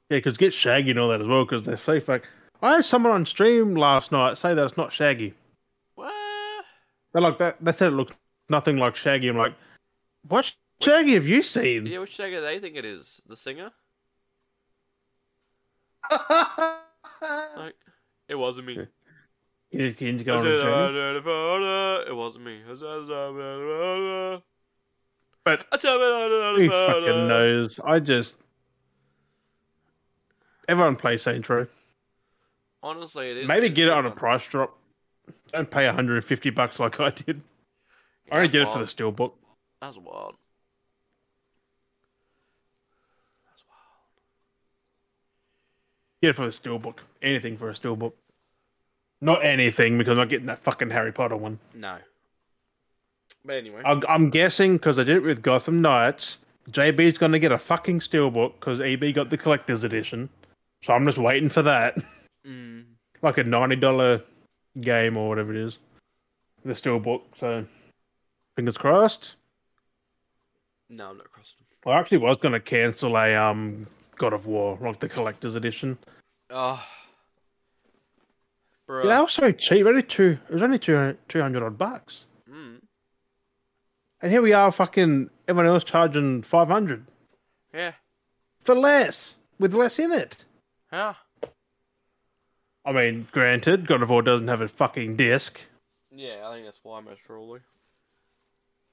[SPEAKER 1] Yeah, because get Shaggy and all that as well. Because they say like, I had someone on stream last night say that it's not Shaggy.
[SPEAKER 2] What?
[SPEAKER 1] They're like that. They said it looks nothing like Shaggy. I'm like, what Shaggy have you seen?
[SPEAKER 2] Yeah, which Shaggy do they think it is? The singer? Like, it wasn't me.
[SPEAKER 1] you can you
[SPEAKER 2] I
[SPEAKER 1] go on a
[SPEAKER 2] said,
[SPEAKER 1] journey?
[SPEAKER 2] "I did it for the-" It wasn't me. I said, "I did it for the-"
[SPEAKER 1] But-
[SPEAKER 2] I said, "I did it
[SPEAKER 1] Who
[SPEAKER 2] for the-"
[SPEAKER 1] fucking knows? I just everyone plays Saints Row.
[SPEAKER 2] Honestly, it is.
[SPEAKER 1] Maybe
[SPEAKER 2] it's
[SPEAKER 1] get it
[SPEAKER 2] good
[SPEAKER 1] on a
[SPEAKER 2] one.
[SPEAKER 1] price drop. Don't pay 150 bucks like I did.
[SPEAKER 2] Yeah,
[SPEAKER 1] I only
[SPEAKER 2] that's
[SPEAKER 1] get it for the
[SPEAKER 2] wild.
[SPEAKER 1] steel book.
[SPEAKER 2] That's wild. That's wild.
[SPEAKER 1] Get it for the steel book. Anything for a steel book. Not anything because I'm not getting that fucking Harry Potter one.
[SPEAKER 2] No. But anyway,
[SPEAKER 1] I'm, I'm guessing because I did it with Gotham Knights. JB's going to get a fucking steel book because EB got the collector's edition. So I'm just waiting for that.
[SPEAKER 2] mm,
[SPEAKER 1] like a ninety dollar game or whatever it is. The steelbook, so fingers crossed.
[SPEAKER 2] no, I'm not crossing.
[SPEAKER 1] I actually was gonna cancel a um God of War, like the collector's edition.
[SPEAKER 2] Oh. Bro.
[SPEAKER 1] Yeah, that was so cheap, only two it was only two two hundred odd bucks.
[SPEAKER 2] Mm,
[SPEAKER 1] And here we are fucking everyone else charging five hundred
[SPEAKER 2] yeah.
[SPEAKER 1] for less. With less in it.
[SPEAKER 2] Yeah.
[SPEAKER 1] I mean, granted, God of War doesn't have a fucking disc.
[SPEAKER 2] Yeah, I think that's why most probably.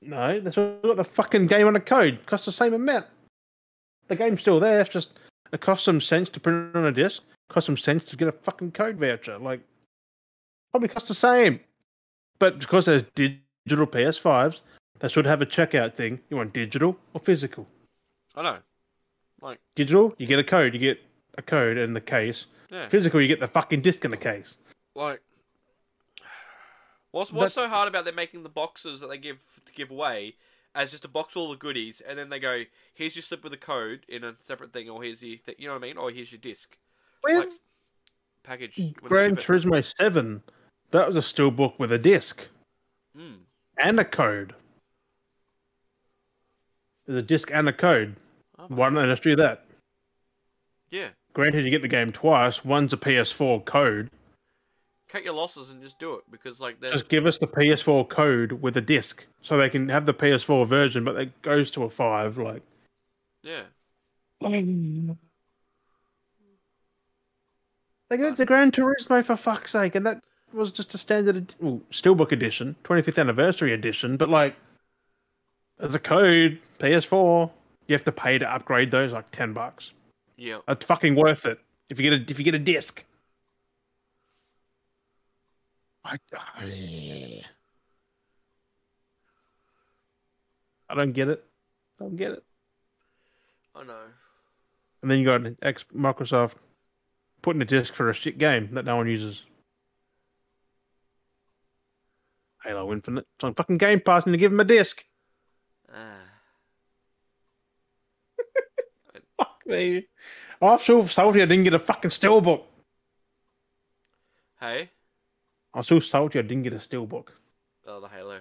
[SPEAKER 1] No, that's why we got the fucking game on a code. Costs the same amount. The game's still there. It's just it costs some cents to print it on a disc. Costs some cents to get a fucking code voucher. Like probably costs the same, but because there's digital PS5s, they should have a checkout thing. You want digital or physical?
[SPEAKER 2] I know.
[SPEAKER 1] Digital, you get a code. You get a code in the case.
[SPEAKER 2] Yeah.
[SPEAKER 1] Physical, you get the fucking disc in the case.
[SPEAKER 2] Like, what's what's so hard about them making the boxes that they give to give away as just a box with all the goodies, and then they go, "Here's your slip with the code in a separate thing, or here's your, th- you know what I mean, or here's your disc
[SPEAKER 1] With
[SPEAKER 2] package." when they
[SPEAKER 1] Gran
[SPEAKER 2] give it."
[SPEAKER 1] Turismo Seven, that was a steelbook with a disc.
[SPEAKER 2] Mm.
[SPEAKER 1] and a code. There's a disc and a code.
[SPEAKER 2] Oh,
[SPEAKER 1] Why don't they just do that?
[SPEAKER 2] Yeah,
[SPEAKER 1] Granted, you get the game twice. One's a PS4 code.
[SPEAKER 2] cut your losses and just do it because like there's
[SPEAKER 1] Just give us the PS4 code with a disc, so they can have the PS4 version, but it goes to a five. Like,
[SPEAKER 2] yeah,
[SPEAKER 1] they go to Gran Turismo for fuck's sake, and that was just a standard ed- well, steelbook edition, 25th anniversary edition. But like, there's a code PS4. You have to pay to upgrade those, like ten bucks.
[SPEAKER 2] yeah.
[SPEAKER 1] It's fucking worth it if you get a if you get a disc. I, I don't get it. I don't get it.
[SPEAKER 2] I know.
[SPEAKER 1] And then you got an ex Microsoft putting a disc for a shit game that no one uses. Halo Infinite. It's on fucking Game Pass and you give them a disc.
[SPEAKER 2] Ah.
[SPEAKER 1] Fuck me. I'm still salty I didn't get a fucking steelbook.
[SPEAKER 2] Hey,
[SPEAKER 1] I'm still salty I didn't get a steelbook.
[SPEAKER 2] oh the Halo.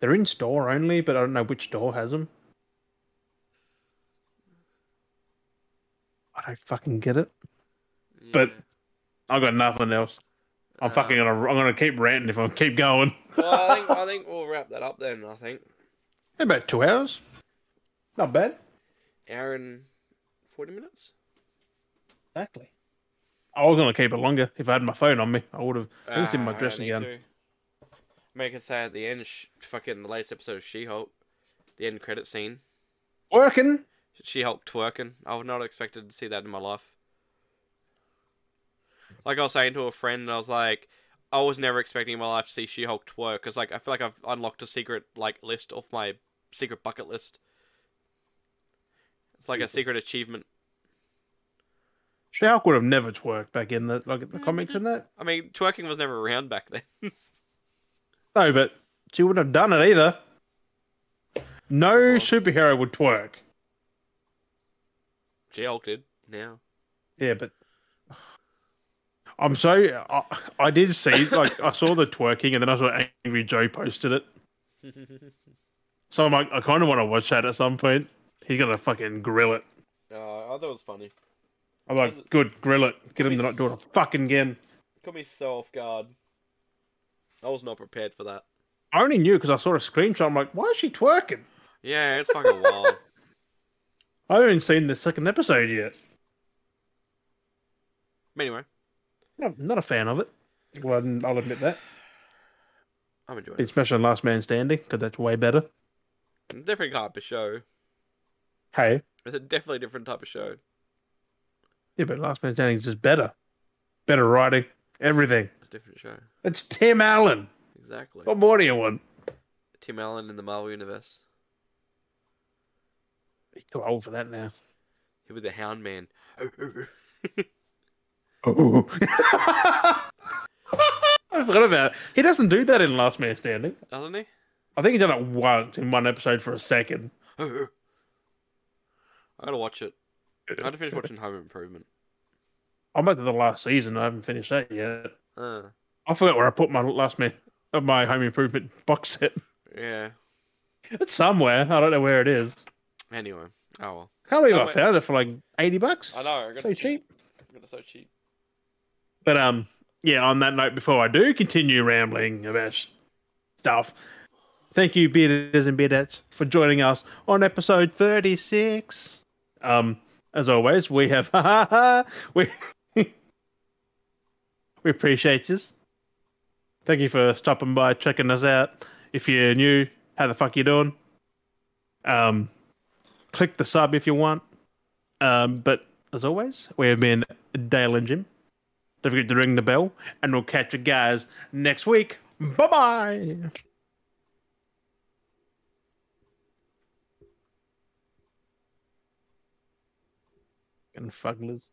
[SPEAKER 1] They're in store only, but I don't know which store has them. I don't fucking get it. But-
[SPEAKER 2] Yeah.
[SPEAKER 1] I've got nothing else. I'm
[SPEAKER 2] Ah.
[SPEAKER 1] fucking gonna. I'm gonna keep ranting if I keep going.
[SPEAKER 2] well, I think I think we'll wrap that up then. I think
[SPEAKER 1] About two hours. Not bad.
[SPEAKER 2] hour and forty minutes.
[SPEAKER 1] Exactly. I was gonna keep it longer if I had my phone on me. I would have. It was in my
[SPEAKER 2] Ah, I
[SPEAKER 1] dressing
[SPEAKER 2] need
[SPEAKER 1] gown.
[SPEAKER 2] to. Make it say at the end, sh- fucking the latest episode of She-Hulk, the end credit scene.
[SPEAKER 1] Working.
[SPEAKER 2] She-Hulk twerking. I would not have expected to see that in my life. Like I was saying to a friend, I was like, I was never expecting in my life to see She-Hulk twerk, because like I feel like I've unlocked a secret like list off my secret bucket list. It's like a secret achievement.
[SPEAKER 1] She-Hulk would have never twerked back in the like the comics and that.
[SPEAKER 2] I mean, twerking was never around back then.
[SPEAKER 1] No, but she wouldn't have done it either. No superhero would twerk.
[SPEAKER 2] She-Hulk did. Now.
[SPEAKER 1] Yeah, but I'm so I, I did see like I saw the twerking and then I saw Angry Joe posted it. So I'm like, I kind of want to watch that at some point. He's gonna fucking grill it.
[SPEAKER 2] Uh, I thought it was funny.
[SPEAKER 1] I'm like, good, grill it. Get him to not do it a fucking again.
[SPEAKER 2] It caught me so off guard. I was not prepared for that.
[SPEAKER 1] I only knew because I saw a screenshot. I'm like, why is she twerking?
[SPEAKER 2] Yeah, it's fucking wild.
[SPEAKER 1] I haven't seen the second episode yet.
[SPEAKER 2] Anyway,
[SPEAKER 1] I'm not a fan of it. Well, I'll admit that.
[SPEAKER 2] I'm enjoying it.
[SPEAKER 1] It's better than Last Man Standing because that's way better.
[SPEAKER 2] Different type of show.
[SPEAKER 1] Hey,
[SPEAKER 2] It's a definitely different type of show.
[SPEAKER 1] yeah, but Last Man Standing is just better. Better writing, everything.
[SPEAKER 2] It's a different show.
[SPEAKER 1] It's Tim Allen.
[SPEAKER 2] Exactly.
[SPEAKER 1] What more do you want?
[SPEAKER 2] Tim Allen in the Marvel Universe.
[SPEAKER 1] He's too old for that now.
[SPEAKER 2] He was the Hound Man.
[SPEAKER 1] Oh. I forgot about it. He doesn't do that in Last Man Standing.
[SPEAKER 2] Doesn't he?
[SPEAKER 1] I think he done it once in one episode for a second.
[SPEAKER 2] I gotta watch it. I had to finish watching Home Improvement.
[SPEAKER 1] I'm up to the last season. I haven't finished that yet.
[SPEAKER 2] Uh,
[SPEAKER 1] I forgot where I put my Last Man, uh, my Home Improvement box set.
[SPEAKER 2] yeah.
[SPEAKER 1] It's somewhere. I don't know where it is.
[SPEAKER 2] Anyway. Oh well.
[SPEAKER 1] Can't believe I
[SPEAKER 2] Somewhere.
[SPEAKER 1] found it for like eighty bucks.
[SPEAKER 2] I know. I got
[SPEAKER 1] So cheap.
[SPEAKER 2] I got it so cheap.
[SPEAKER 1] But um, yeah. On that note, before I do continue rambling about sh- stuff, thank you, bearders and beardettes, for joining us on episode thirty-six. Um, as always, we have we we appreciate yous. Thank you for stopping by, checking us out. If you're new, how the fuck you doing? Um, click the sub if you want. Um, but as always, we have been Dale and Jim. Don't forget to ring the bell, and we'll catch you guys next week. Bye bye. Fucking fugglers.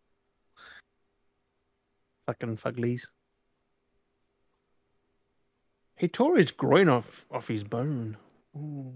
[SPEAKER 1] Fucking fugglies. He tore his groin off off his bone. Ooh.